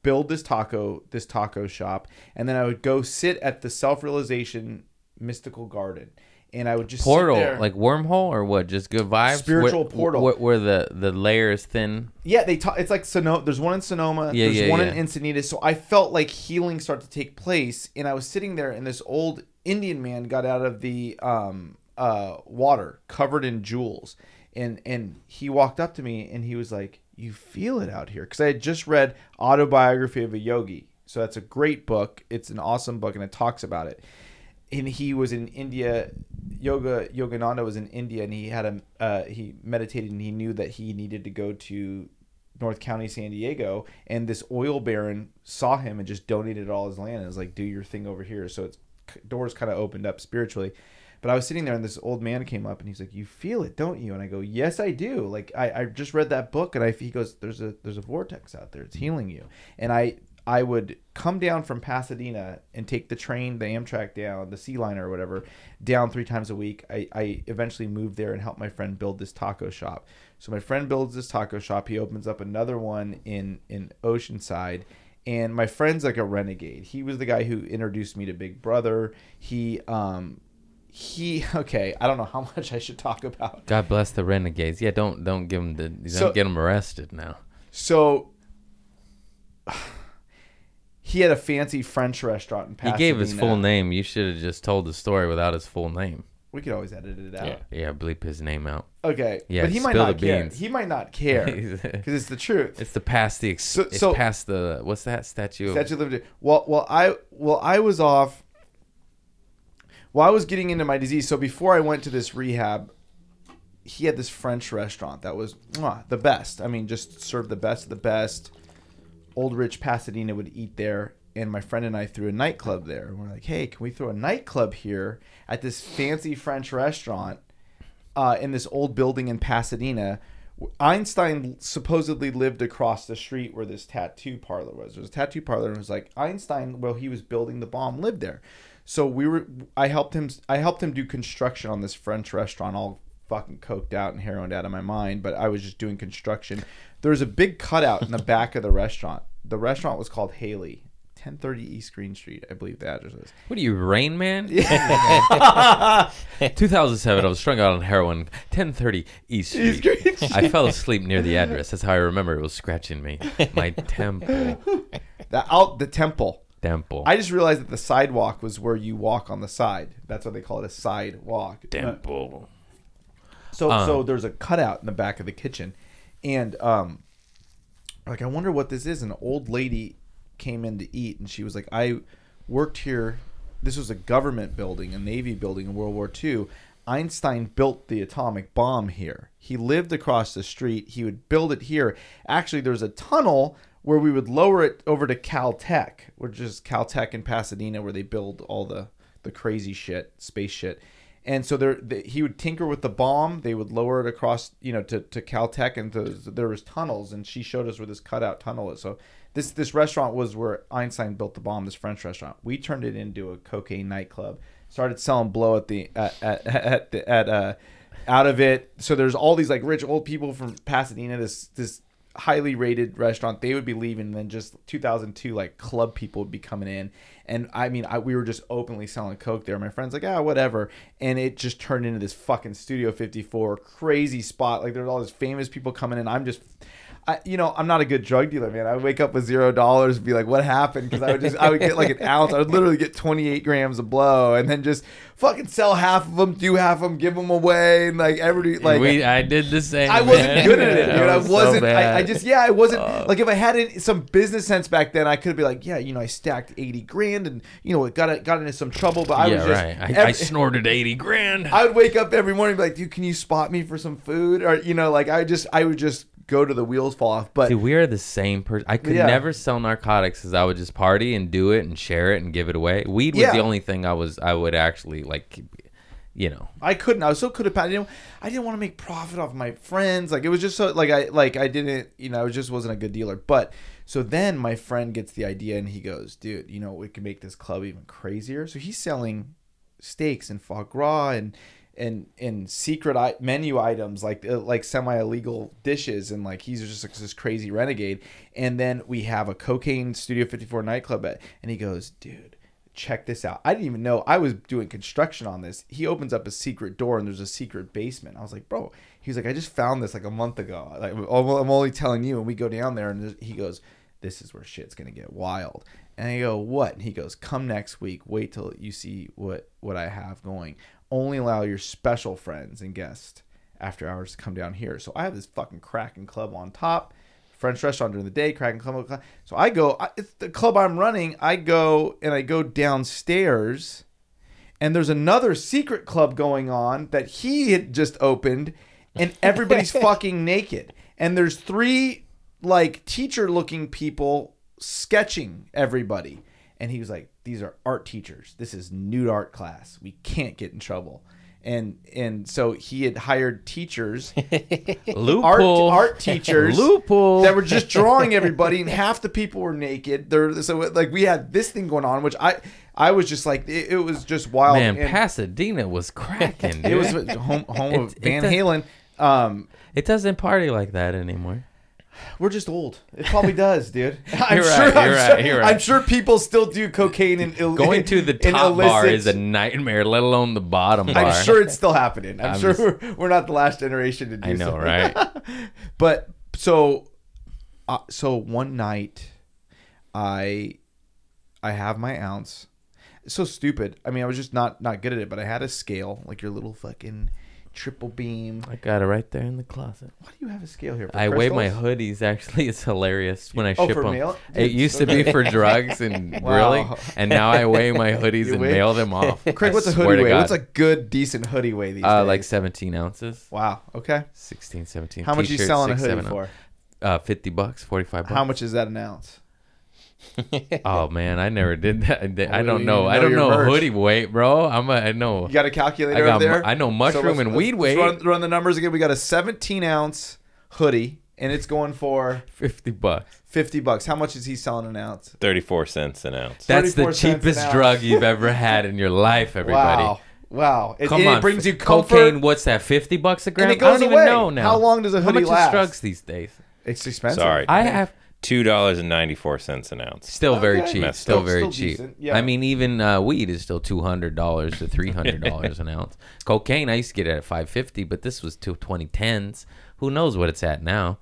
Speaker 5: build this taco this taco shop and then i would go sit at the self-realization mystical garden and i would just
Speaker 4: Portal,
Speaker 5: sit there.
Speaker 4: like wormhole or what? Just good vibes.
Speaker 5: Spiritual
Speaker 4: where,
Speaker 5: portal.
Speaker 4: Where, where the the layer is thin.
Speaker 5: yeah they talk it's like sonoma there's one in sonoma
Speaker 4: Yeah,
Speaker 5: there's
Speaker 4: yeah,
Speaker 5: one
Speaker 4: yeah.
Speaker 5: in encinitas so i felt like healing start to take place and i was sitting there and this old indian man got out of the um uh water covered in jewels and and he walked up to me and he was like you feel it out here because i had just read autobiography of a yogi so that's a great book it's an awesome book and it talks about it and he was in India. Yoga Yogananda was in India, and he had a uh, he meditated, and he knew that he needed to go to North County, San Diego, and this oil baron saw him and just donated all his land and was like, "Do your thing over here." So it's doors kind of opened up spiritually. But I was sitting there, and this old man came up, and he's like, "You feel it, don't you?" And I go, "Yes, I do." Like I, I just read that book, and I he goes, "There's a there's a vortex out there. It's healing you." And I I would come down from Pasadena and take the train, the Amtrak down, the Sea Liner or whatever, down three times a week. I, I eventually moved there and helped my friend build this taco shop. So my friend builds this taco shop. He opens up another one in in Oceanside, and my friend's like a renegade. He was the guy who introduced me to Big Brother. He um he okay. I don't know how much I should talk about.
Speaker 4: God bless the renegades. Yeah, don't don't give them the don't
Speaker 5: So-
Speaker 4: get them arrested now.
Speaker 5: So. He had a fancy French restaurant in
Speaker 4: He
Speaker 5: Pasadena.
Speaker 4: gave his full name. You should have just told the story without his full name.
Speaker 5: We could always edit it out.
Speaker 4: Yeah, bleep his name out.
Speaker 5: Okay.
Speaker 4: Yeah,
Speaker 5: but he might
Speaker 4: spill
Speaker 5: not
Speaker 4: the
Speaker 5: care.
Speaker 4: beans.
Speaker 5: He might not care because it's the truth.
Speaker 4: It's the past the ex-
Speaker 5: So-
Speaker 4: it's
Speaker 5: so-
Speaker 4: past the what's that statue? of-
Speaker 5: Statue of Liberty. Well, well, I well, I was off. Well, I was getting into my disease. So before I went to this rehab, he had this French restaurant that was mwah, the best. I mean, just served the best of the best. Old Rich Pasadena would eat there, and my friend and I threw a nightclub there. And we're like, hey, can we throw a nightclub here at this fancy French restaurant? uh, in this old building in Pasadena. Einstein supposedly lived across the street where this tattoo parlor was. There was a tattoo parlor, and it was like Einstein, while he was building the bomb, lived there. So we were. I helped him. I helped him do construction on this French restaurant, all fucking coked out and heroined out of my mind. But I was just doing construction. There was a big cutout in the back of the restaurant. The restaurant was called Haley. 1030 East Green Street, I believe the address is.
Speaker 4: What are you, Rain Man? 2007, I was strung out on heroin. 10:30 East Street.
Speaker 5: East Green
Speaker 4: I fell asleep near the address. That's how I remember it was scratching me. My temple,
Speaker 5: The out the temple.
Speaker 4: temple.
Speaker 5: I just realized that the sidewalk was where you walk on the side. That's why they call it a sidewalk.
Speaker 4: temple.
Speaker 5: So so there's a cutout in the back of the kitchen, and um, like I wonder what this is. An old lady came in to eat, and she was like, "I worked here. This was a government building, a navy building in World War II. Einstein built the atomic bomb here. He lived across the street. He would build it here. Actually, there's a tunnel." Where we would lower it over to Caltech, which is Caltech in Pasadena, where they build all the the crazy shit, space shit. And so there, the, he would tinker with the bomb. They would lower it across, you know, to, to Caltech, and those there was tunnels. And she showed us where this cutout tunnel is. So this this restaurant was where Einstein built the bomb. This French restaurant. We turned it into a cocaine nightclub. Started selling blow at the at at, at, the, at uh out of it. So there's all these like rich old people from Pasadena. This this highly rated restaurant they would be leaving and then just 2002 like club people would be coming in and i mean I, we were just openly selling coke there my friends like ah whatever and it just turned into this fucking studio 54 crazy spot like there's all these famous people coming in i'm just I, you know i'm not a good drug dealer man i would wake up with zero dollars and be like what happened because i would just i would get like an ounce i would literally get 28 grams of blow and then just fucking sell half of them do half of them give them away and like every like
Speaker 4: we, I did the same.
Speaker 5: I wasn't
Speaker 4: Oh, man.
Speaker 5: good at it, dude.
Speaker 4: That
Speaker 5: I
Speaker 4: was so
Speaker 5: wasn't. I, I
Speaker 4: bad.
Speaker 5: just, yeah, I wasn't. like, if I had it, some business sense back then, I could be like, yeah, you know, I stacked eighty grand, and you know, it got got into some trouble. But I
Speaker 4: yeah,
Speaker 5: was just,
Speaker 4: right. I,
Speaker 5: ev-
Speaker 4: I snorted 80 grand.
Speaker 5: I would wake up every morning, and be like, dude, can you spot me for some food? Or you know, like I just, I would just go to the wheels fall off. But
Speaker 4: Dude, we are the same person. I could
Speaker 5: Yeah.
Speaker 4: never sell narcotics because I would just party and do it and share it and give it away. Weed was
Speaker 5: Yeah.
Speaker 4: the only thing I was I would actually like, you know.
Speaker 5: I couldn't. I was so could have. I didn't. I didn't want to make profit off my friends. Like it was just so. Like I like I didn't. You know, I just wasn't a good dealer. But so then my friend gets the idea and he goes, "Dude, you know, we can make this club even crazier." So he's selling steaks and foie gras and and and secret I- menu items like uh, like semi illegal dishes and like he's just like this crazy renegade. And then we have a cocaine Studio Fifty Four nightclub at, and he goes, "Dude." check this out. I didn't even know I was doing construction on this. He opens up a secret door and there's a secret basement. I was like, bro. He was like, I just found this like a month ago. Like, I'm I'm only telling you. And we go down there and there's- he goes, this is where shit's gonna get wild. And I go, what? And he goes, come next week. Wait till you see what what I have going. Only allow your special friends and guests after hours to come down here. So I have this fucking Kraken club on top. French restaurant during the day, Kraken Club. So I go, I, it's the club I'm running. I go and I go downstairs, and there's another secret club going on that he had just opened, and everybody's fucking naked. And there's three like teacher looking people sketching everybody. And he was like, These are art teachers. This is nude art class. We can't get in trouble. And and so he had hired teachers art,
Speaker 4: Loophole.
Speaker 5: art teachers
Speaker 4: Loophole.
Speaker 5: that were just drawing everybody, and half the people were naked. There, so like we had this thing going on, which I I was just like it, it was just wild.
Speaker 4: Man,
Speaker 5: Oh, and
Speaker 4: Pasadena was cracking, dude.
Speaker 5: it was home, home of
Speaker 4: It- it
Speaker 5: Van
Speaker 4: does-
Speaker 5: Halen. Um,
Speaker 4: it doesn't party like that anymore.
Speaker 5: we're just old. It probably does, dude. I'm
Speaker 4: You're
Speaker 5: sure.
Speaker 4: right,
Speaker 5: I'm,
Speaker 4: you're
Speaker 5: sure
Speaker 4: right, you're
Speaker 5: I'm
Speaker 4: right.
Speaker 5: sure people still do cocaine and Ill-
Speaker 4: Going to the
Speaker 5: and
Speaker 4: top bar
Speaker 5: illicit-
Speaker 4: is a nightmare, let alone the bottom bar.
Speaker 5: I'm sure it's still happening. I'm,
Speaker 4: I'm
Speaker 5: sure
Speaker 4: just-
Speaker 5: we're, we're not the last generation to do.
Speaker 4: I know,
Speaker 5: something.
Speaker 4: right?
Speaker 5: But so, uh, so one night, I, I have my ounce. It's so stupid. I mean, I was just not not good at it. But I had a scale, like your little fucking triple beam.
Speaker 4: I got it right there in the closet.
Speaker 5: Why do you have a scale here? For
Speaker 4: I weigh my
Speaker 5: crystals?
Speaker 4: hoodies. Actually, it's hilarious when I
Speaker 5: Oh,
Speaker 4: ship
Speaker 5: for
Speaker 4: them.
Speaker 5: mail?
Speaker 4: It
Speaker 5: Dude,
Speaker 4: used
Speaker 5: so
Speaker 4: to be for drugs and really,
Speaker 5: Wow.
Speaker 4: and now I weigh my hoodies
Speaker 5: You
Speaker 4: and
Speaker 5: weigh-
Speaker 4: mail them off.
Speaker 5: Craig,
Speaker 4: I
Speaker 5: what's a
Speaker 4: swear
Speaker 5: hoodie
Speaker 4: to
Speaker 5: weigh?
Speaker 4: God.
Speaker 5: What's a good decent hoodie weigh these
Speaker 4: uh,
Speaker 5: days?
Speaker 4: like 17 ounces,
Speaker 5: wow. Okay.
Speaker 4: 16, 17.
Speaker 5: How much you
Speaker 4: T-shirts,
Speaker 5: selling a
Speaker 4: six, seven,
Speaker 5: hoodie for?
Speaker 4: Uh, 50 bucks, 45 bucks.
Speaker 5: How much is that an ounce?
Speaker 4: Oh man, I never did that. I, did- I
Speaker 5: Oh,
Speaker 4: don't
Speaker 5: you
Speaker 4: know.
Speaker 5: know
Speaker 4: I don't
Speaker 5: your
Speaker 4: know
Speaker 5: merch.
Speaker 4: hoodie weight, bro. I'm a, I know.
Speaker 5: You got a calculator
Speaker 4: I got
Speaker 5: over there?
Speaker 4: mu- I know mushroom
Speaker 5: let's-
Speaker 4: and
Speaker 5: let's-
Speaker 4: weed
Speaker 5: let's
Speaker 4: weight.
Speaker 5: Run, run the numbers again. We got a 17 ounce hoodie, and it's going for
Speaker 4: 50 bucks.
Speaker 5: 50 bucks. How much is he selling an ounce?
Speaker 1: 34 cents an ounce.
Speaker 4: That's the
Speaker 5: 34 cents an
Speaker 4: cheapest
Speaker 5: ounce.
Speaker 4: drug you've ever had in your life, everybody.
Speaker 5: Wow. Wow. It,
Speaker 4: Come
Speaker 5: and
Speaker 4: on,
Speaker 5: it brings you comfort.
Speaker 4: cocaine. What's that? Fifty bucks a gram?
Speaker 5: it goes
Speaker 4: I don't
Speaker 5: away.
Speaker 4: even know now.
Speaker 5: How long does a
Speaker 4: How
Speaker 5: hoodie
Speaker 4: much is
Speaker 5: last?
Speaker 4: drugs these days?
Speaker 5: It's expensive.
Speaker 1: Sorry.
Speaker 4: I have
Speaker 1: two dollars and ninety four cents an ounce.
Speaker 4: Still very
Speaker 5: Okay.
Speaker 4: cheap.
Speaker 1: Messed
Speaker 4: Still
Speaker 1: up.
Speaker 4: very
Speaker 5: Still
Speaker 4: cheap.
Speaker 5: decent, yeah.
Speaker 4: I mean, even uh, weed is still two hundred dollars to three hundred dollars an ounce. Cocaine, I used to get it at five fifty, but this was two twenty tens. Who knows what it's at now?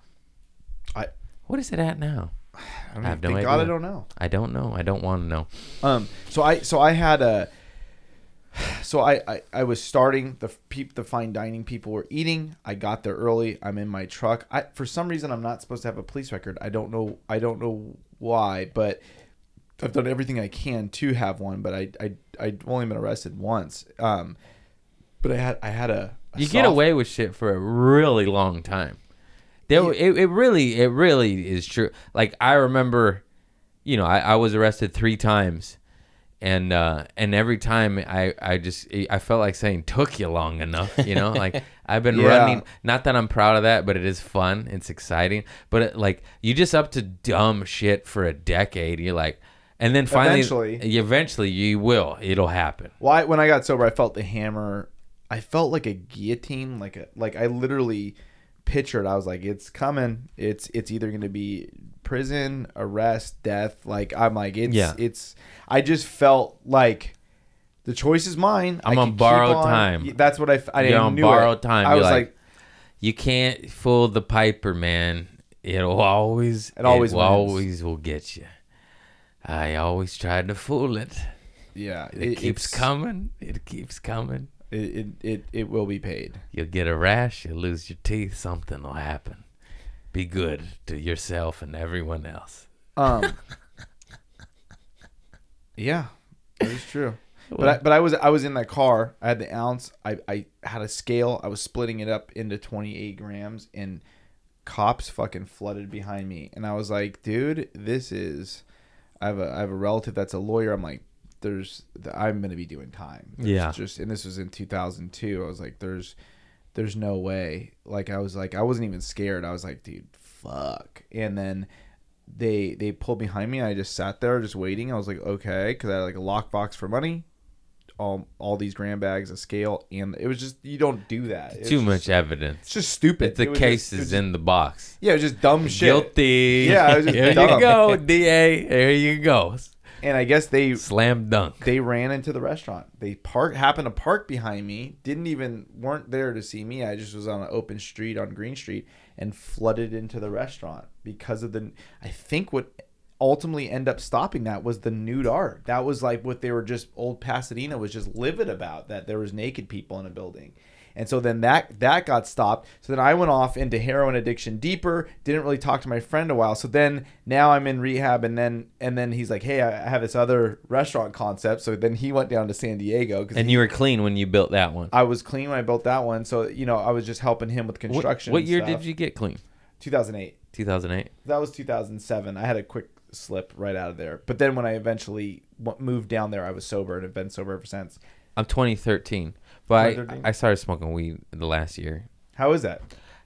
Speaker 5: I,
Speaker 4: What is it at now?
Speaker 5: I, don't
Speaker 4: I have
Speaker 5: know.
Speaker 4: no
Speaker 5: Thank God I
Speaker 4: idea.
Speaker 5: don't know.
Speaker 4: I don't know. I don't want to know.
Speaker 5: Um, so I so I had a so I, I I was starting the peep the fine dining people were eating. I got there early. I'm in my truck. I for some reason I'm not supposed to have a police record. I don't know I don't know why, but I've done everything I can to have one, but I I I've only been arrested once. Um, but I had I had a, a
Speaker 4: You get
Speaker 5: soft-
Speaker 4: away with shit for a really long time. There, it, it really, it really is true. Like I remember, you know, I, I was arrested three times, and uh, and every time I, I just I felt like saying took you long enough. You know, like I've been
Speaker 5: Yeah.
Speaker 4: running. Not that I'm proud of that, but it is fun. It's exciting. But it, like you just up to dumb shit for a decade. You're like, and then finally,
Speaker 5: Eventually.
Speaker 4: eventually you will. It'll happen.
Speaker 5: Why when I got sober, I felt the hammer. I felt like a guillotine, like a like I literally pictured. I was like, it's coming. It's it's either going to be prison, arrest, death. Like I'm like it's
Speaker 4: Yeah.
Speaker 5: it's. I just felt like the choice is mine. I
Speaker 4: I'm on
Speaker 5: can keep
Speaker 4: borrowed time.
Speaker 5: That's what I. f- I
Speaker 4: You're on
Speaker 5: knew
Speaker 4: borrowed
Speaker 5: it.
Speaker 4: time.
Speaker 5: I
Speaker 4: You're
Speaker 5: was
Speaker 4: like,
Speaker 5: like,
Speaker 4: you can't fool the piper, man. It'll always
Speaker 5: It always
Speaker 4: will
Speaker 5: wins.
Speaker 4: always will get you. I always tried to fool it.
Speaker 5: yeah,
Speaker 4: It, keeps
Speaker 5: it's-
Speaker 4: coming. It keeps coming.
Speaker 5: It, it it it will be paid.
Speaker 4: You'll get a rash. You'll lose your teeth. Something will happen. Be good to yourself and everyone else.
Speaker 5: Um. yeah, that is true. But I, but I was I was in that car. I had the ounce. I, I had a scale. I was splitting it up into 28 grams, and cops fucking flooded behind me. And I was like, dude, this is. I have a I have a relative that's a lawyer. I'm like, there's I'm gonna be doing time. There's
Speaker 4: Yeah.
Speaker 5: Just and this was in 2002. I was like, there's there's no way. Like I was like I wasn't even scared. I was like, dude, fuck. And then they they pulled behind me and I just sat there just waiting. I was like, okay, cuz I had like a lockbox for money, all all these grand bags, a scale, and it was just you don't do that. It's
Speaker 4: Too
Speaker 5: just-
Speaker 4: much evidence.
Speaker 5: It's just stupid.
Speaker 4: But the
Speaker 5: It was
Speaker 4: case
Speaker 5: just- it
Speaker 4: is
Speaker 5: was just-
Speaker 4: in the box.
Speaker 5: Yeah, it was just dumb shit.
Speaker 4: Guilty.
Speaker 5: Yeah, it was just
Speaker 4: Here
Speaker 5: dumb.
Speaker 4: you go, DA. There you go.
Speaker 5: And I guess they
Speaker 4: Slam dunk.
Speaker 5: they ran into the restaurant. They park happened to park behind me. Didn't even weren't there to see me. I just was on an open street on Green Street and flooded into the restaurant because of the. I think what ultimately ended up stopping that was the nude art. That was like what they were just old Pasadena was just livid about that there was naked people in a building. And so then that that got stopped. So then I went off into heroin addiction deeper. Didn't really talk to my friend a while. So then now I'm in rehab, and then and then he's like, "Hey, I I have this other restaurant concept." So then he went down to San Diego because
Speaker 4: And you were clean when you built that one.
Speaker 5: I was clean when I built that one. So you know I was just helping him with
Speaker 4: What-
Speaker 5: construction.
Speaker 4: what year did you get clean?
Speaker 5: 2008.
Speaker 4: 2008.
Speaker 5: That was 2007. I had a quick slip right out of there. But then when I eventually w- moved down there, I was sober and have been sober ever since.
Speaker 4: I'm 2013, but I,
Speaker 5: 2013?
Speaker 4: I started smoking weed the last year.
Speaker 5: How is that?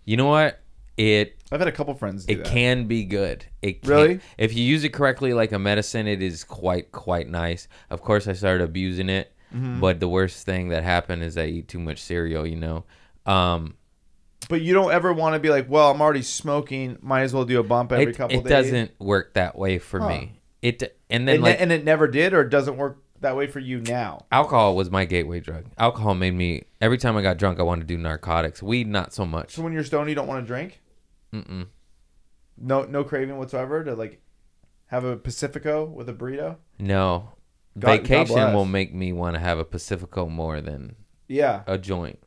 Speaker 4: You know what? It
Speaker 5: I've had a couple friends do
Speaker 4: it
Speaker 5: that.
Speaker 4: can be good. It can,
Speaker 5: Really?
Speaker 4: if you use it correctly, like a medicine, it is quite quite nice. Of course, I started abusing it,
Speaker 5: Mm-hmm.
Speaker 4: but the worst thing that happened is I eat too much cereal. You know, um,
Speaker 5: But you don't ever want to be like, well, I'm already smoking. Might as well do a bump every
Speaker 4: it,
Speaker 5: couple
Speaker 4: it
Speaker 5: days.
Speaker 4: doesn't work that way for
Speaker 5: Huh.
Speaker 4: me. It and then
Speaker 5: And,
Speaker 4: like
Speaker 5: it- and it never did, or it doesn't work that way for you now.
Speaker 4: alcohol was my gateway drug. Alcohol made me every time I got drunk, I wanted to do narcotics. Weed, not so much.
Speaker 5: So when you're stoned, you don't want to drink.
Speaker 4: Mm-mm.
Speaker 5: No, no craving whatsoever to like have a Pacifico with a burrito.
Speaker 4: No.
Speaker 5: God- God
Speaker 4: Vacation
Speaker 5: bless.
Speaker 4: will make me want to have a Pacifico more than
Speaker 5: Yeah.
Speaker 4: a joint.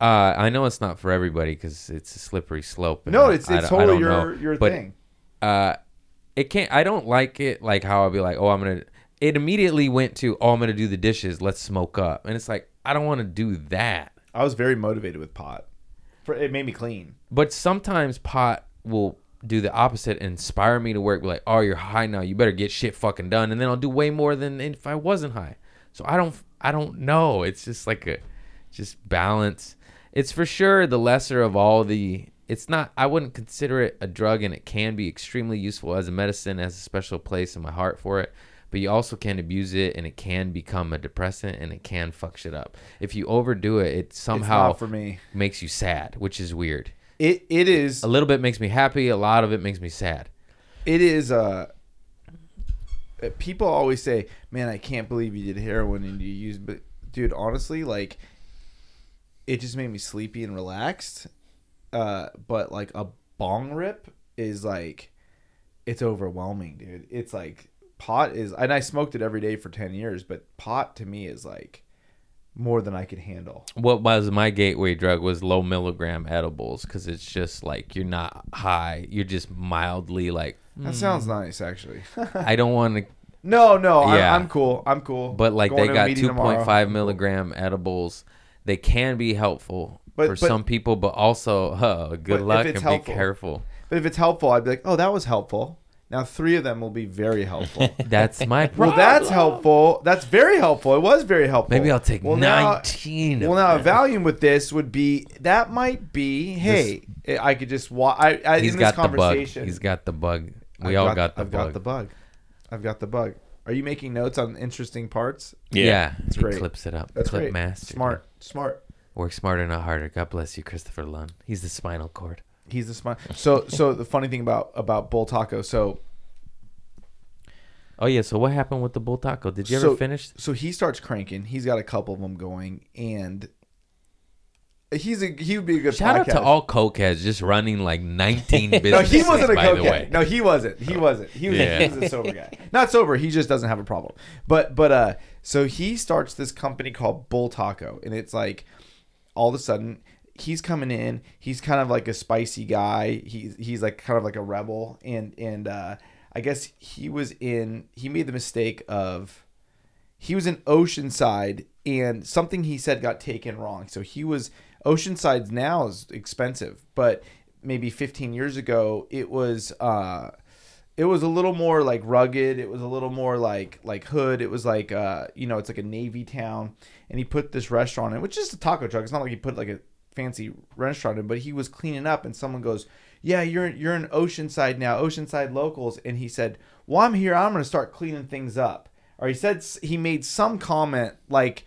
Speaker 4: Uh, I know it's not for everybody because it's a slippery slope. and
Speaker 5: No,
Speaker 4: I-
Speaker 5: it's
Speaker 4: Uh, I
Speaker 5: it's
Speaker 4: don't- I
Speaker 5: totally
Speaker 4: don't know,
Speaker 5: your your
Speaker 4: but,
Speaker 5: thing.
Speaker 4: Uh, it can't. I don't like it. Like how I'll be like, oh, I'm gonna. It immediately went to, oh, I'm gonna do the dishes. Let's smoke up, and it's like I don't want to do that.
Speaker 5: I was very motivated with pot. For it made me clean.
Speaker 4: But sometimes pot will do the opposite and inspire me to work. Like, oh, you're high now. You better get shit fucking done. And then I'll do way more than if I wasn't high. So I don't, I don't know. It's just like a, just balance. It's for sure the lesser of all the. It's not. I wouldn't consider it a drug, and it can be extremely useful as a medicine, has a special place in my heart for it. But you also can abuse it, and it can become a depressant, and it can fuck shit up. If you overdo it, it somehow
Speaker 5: for me.
Speaker 4: makes you sad, which is weird
Speaker 5: It it is
Speaker 4: a little bit makes me happy a lot of it makes me sad
Speaker 5: it is uh uh, people always say man i can't believe you did heroin and you used but dude honestly like it just made me sleepy and relaxed uh but like a bong rip is like it's overwhelming dude it's like pot is and i smoked it every day for 10 years but pot to me is like more than i could handle
Speaker 4: What was my gateway drug was low milligram edibles because it's just like you're not high. You're just mildly like,
Speaker 5: that sounds nice actually
Speaker 4: I don't want to
Speaker 5: no no
Speaker 4: Mm. Yeah.
Speaker 5: I'm, I'm cool i'm cool
Speaker 4: But like
Speaker 5: Going
Speaker 4: they
Speaker 5: to a
Speaker 4: got
Speaker 5: meeting tomorrow.
Speaker 4: 2.5 milligram edibles. They can be helpful
Speaker 5: But-
Speaker 4: for
Speaker 5: but-
Speaker 4: some people, but also, huh,
Speaker 5: But
Speaker 4: good
Speaker 5: if
Speaker 4: luck
Speaker 5: it's
Speaker 4: and be
Speaker 5: helpful.
Speaker 4: careful.
Speaker 5: But if it's helpful, I'd be like, oh, that was helpful. Now three of them will be very helpful.
Speaker 4: That's my
Speaker 5: well,
Speaker 4: problem.
Speaker 5: that's helpful. That's very helpful. It was very helpful.
Speaker 4: Maybe I'll take
Speaker 5: well, now-
Speaker 4: 19.
Speaker 5: well, now a volume with this would be that might be. Hey, eh, I could just watch. I, I,
Speaker 4: He's
Speaker 5: in
Speaker 4: got
Speaker 5: this
Speaker 4: the bug.
Speaker 5: conversation,
Speaker 4: He's got the bug. We
Speaker 5: I've
Speaker 4: all got, the
Speaker 5: I've
Speaker 4: bug.
Speaker 5: got the bug. I've got the bug. Are you making notes on interesting parts?
Speaker 4: yeah,
Speaker 5: That's
Speaker 4: he
Speaker 5: great.
Speaker 4: clips it up.
Speaker 5: That's
Speaker 4: Clip
Speaker 5: great.
Speaker 4: master.
Speaker 5: Smart, smart.
Speaker 4: Work smarter, not harder. God bless you, Christopher Lund. He's the spinal cord.
Speaker 5: He's the smart. So, so the funny thing about about bull taco. So
Speaker 4: Oh yeah. So what happened with the bull taco? Did you
Speaker 5: So-
Speaker 4: ever finish?
Speaker 5: So he starts cranking. He's got a couple of them going, and he's a he would be a good
Speaker 4: Shout out
Speaker 5: podcast.
Speaker 4: to all cokeheads just running like 19 businesses.
Speaker 5: No, he wasn't a
Speaker 4: by the way. Oh.
Speaker 5: cokehead. No, he wasn't. He wasn't. He was,
Speaker 4: Yeah.
Speaker 5: he was a sober guy. Not sober. He just doesn't have a problem. But but uh, so he starts this company called Bull Taco, and it's like all of a sudden he's coming in. He's kind of like a spicy guy. He's he's like kind of like a rebel, and and uh, I guess he was in. He made the mistake of he was in Oceanside, and something he said got taken wrong. So he was Oceanside's now is expensive, but maybe 15 years ago it was uh, it was a little more like rugged. It was a little more like like hood. It was like uh, you know it's like a navy town, and he put this restaurant in, which is a taco truck. It's not like he put like a fancy restaurant in, but he was cleaning up, and someone goes. Yeah, you're you're in Oceanside now, Oceanside locals, and he said, "Well, I'm here. I'm gonna start cleaning things up." or he said s- he made some comment like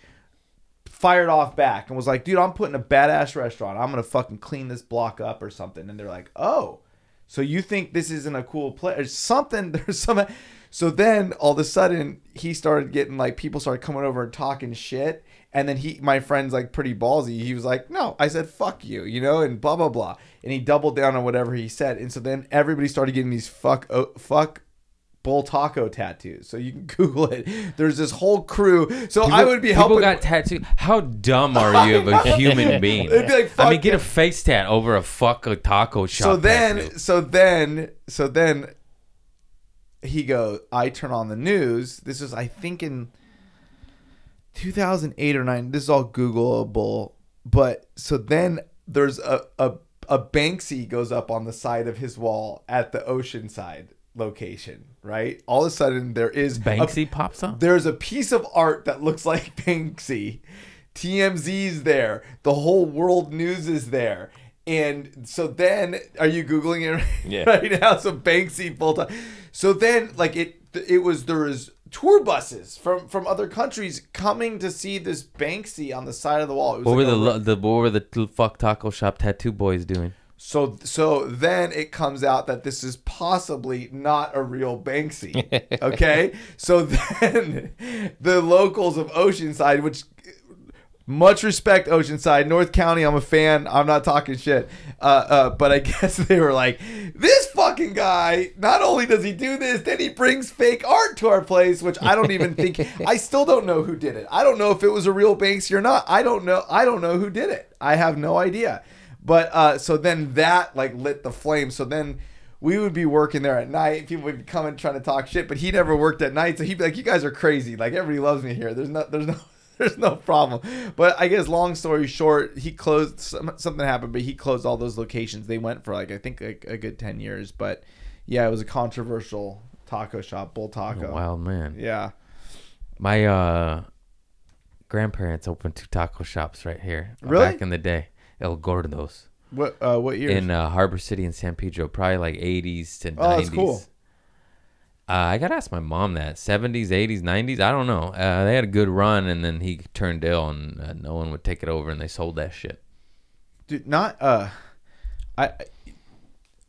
Speaker 5: fired off back and was like, "Dude, I'm putting a badass restaurant. I'm gonna fucking clean this block up or something." And they're like, "Oh, so you think this isn't a cool place or something?" There's some. So then all of a sudden he started getting like people started coming over and talking shit. And then he, my friend's like pretty ballsy. He was like, "No," I said, "Fuck you," you know, and blah blah blah. And he doubled down on whatever he said. And so then everybody started getting these fuck oh, fuck bull taco tattoos. So you can Google it. There's this whole crew. So I would be helping.
Speaker 4: People got tattooed. How dumb are you of a human being?
Speaker 5: It'd be like,
Speaker 4: I
Speaker 5: fuck
Speaker 4: mean, get
Speaker 5: yeah.
Speaker 4: a face tat over a fuck a taco shop.
Speaker 5: so then,
Speaker 4: tattoo.
Speaker 5: so then, so then, he goes. I turn on the news. This is, I think, in 2008 or nine. This is all Googleable. But so then there's a a a Banksy goes up on the side of his wall at the Oceanside location. Right. All of a sudden, there is a-
Speaker 4: Banksy pops up.
Speaker 5: there's a piece of art that looks like Banksy. TMZ's there. The whole world news is there. And so then, are you googling it right,
Speaker 1: Yeah.
Speaker 5: right now? So Banksy full time. So then, like it, it was there was tour buses from from other countries coming to see this Banksy on the side of the wall. It was
Speaker 4: What
Speaker 5: like
Speaker 4: were
Speaker 5: a
Speaker 4: the,
Speaker 5: ro-
Speaker 4: lo- the what were the t- fuck taco shop tattoo boys doing?
Speaker 5: so so then it comes out that this is possibly not a real Banksy. Okay? so then the locals of Oceanside, which much respect Oceanside, North County, I'm a fan. I'm not talking shit. Uh, uh, but I guess they were like, this fucking guy, not only does he do this, then he brings fake art to our place, which I don't even think I still don't know who did it. I don't know if it was a real Banksy or not. I don't know. I don't know who did it. I have no idea. But uh, so then that like lit the flame. So then we would be working there at night. People would be coming trying to talk shit, but he never worked at night. So he'd be like, "You guys are crazy. Like everybody loves me here. There's no, there's no, there's no problem." But I guess long story short, he closed. Some, something happened, but he closed all those locations. They went for like I think like a good ten years. But yeah, it was a controversial taco shop, Bull Taco.
Speaker 4: Wild man.
Speaker 5: Yeah.
Speaker 4: My uh, grandparents opened two taco shops right here. uh,
Speaker 5: Really?
Speaker 4: Back in the day, El Gordo's
Speaker 5: What uh, what year?
Speaker 4: in uh, Harbor City and San Pedro, probably like 80s to 90s.
Speaker 5: Oh, that's cool.
Speaker 4: Uh, I gotta ask my mom that 70s, 80s, 90s. I don't know. Uh, they had a good run, and then he turned ill, and uh, no one would take it over, and they sold that shit.
Speaker 5: Dude, not uh, I.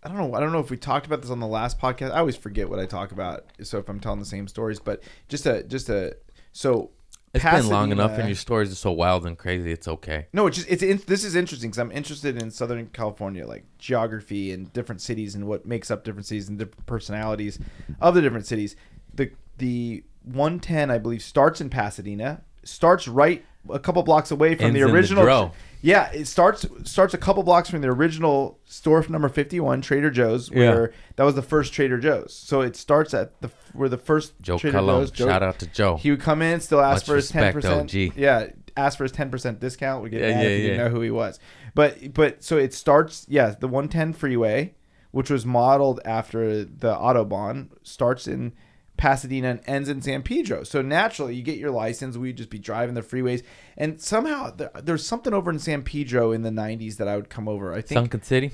Speaker 5: I don't know. I don't know if we talked about this on the last podcast. I always forget what I talk about. So if I'm telling the same stories, but just a just a so
Speaker 4: It's been long enough, and
Speaker 5: Pasadena-
Speaker 4: your stories are so wild and crazy. It's okay.
Speaker 5: no, it's just it's in, this is interesting because I'm interested in Southern California, like geography and different cities and what makes up different cities and different personalities of the different cities. The the 110, I believe, starts in Pasadena, starts right a couple blocks away from
Speaker 4: Ends
Speaker 5: the
Speaker 4: in the
Speaker 5: original.
Speaker 4: Dro.
Speaker 5: yeah, it starts starts a couple blocks from the original store number 51, Trader Joe's,
Speaker 4: Yeah.
Speaker 5: where that was the first Trader Joe's. So it starts at the where the first
Speaker 4: Joe
Speaker 5: Trader
Speaker 4: Colon.
Speaker 5: Joe's- Joe-
Speaker 4: Shout out to Joe.
Speaker 5: He would come in, still ask
Speaker 4: Much
Speaker 5: for his ten
Speaker 4: respect,
Speaker 5: percent.
Speaker 4: OG.
Speaker 5: Yeah, ask for his ten percent discount. We get
Speaker 4: Yeah,
Speaker 5: mad
Speaker 4: yeah,
Speaker 5: if you didn't
Speaker 4: yeah.
Speaker 5: know who he was. But but so it starts. Yeah, the 110 freeway, which was modeled after the autobahn, starts in Pasadena and ends in San Pedro. So naturally, you get your license. We just be driving the freeways, and somehow there, there's something over in San Pedro in the 90s that I would come over. I think
Speaker 4: Sunken City.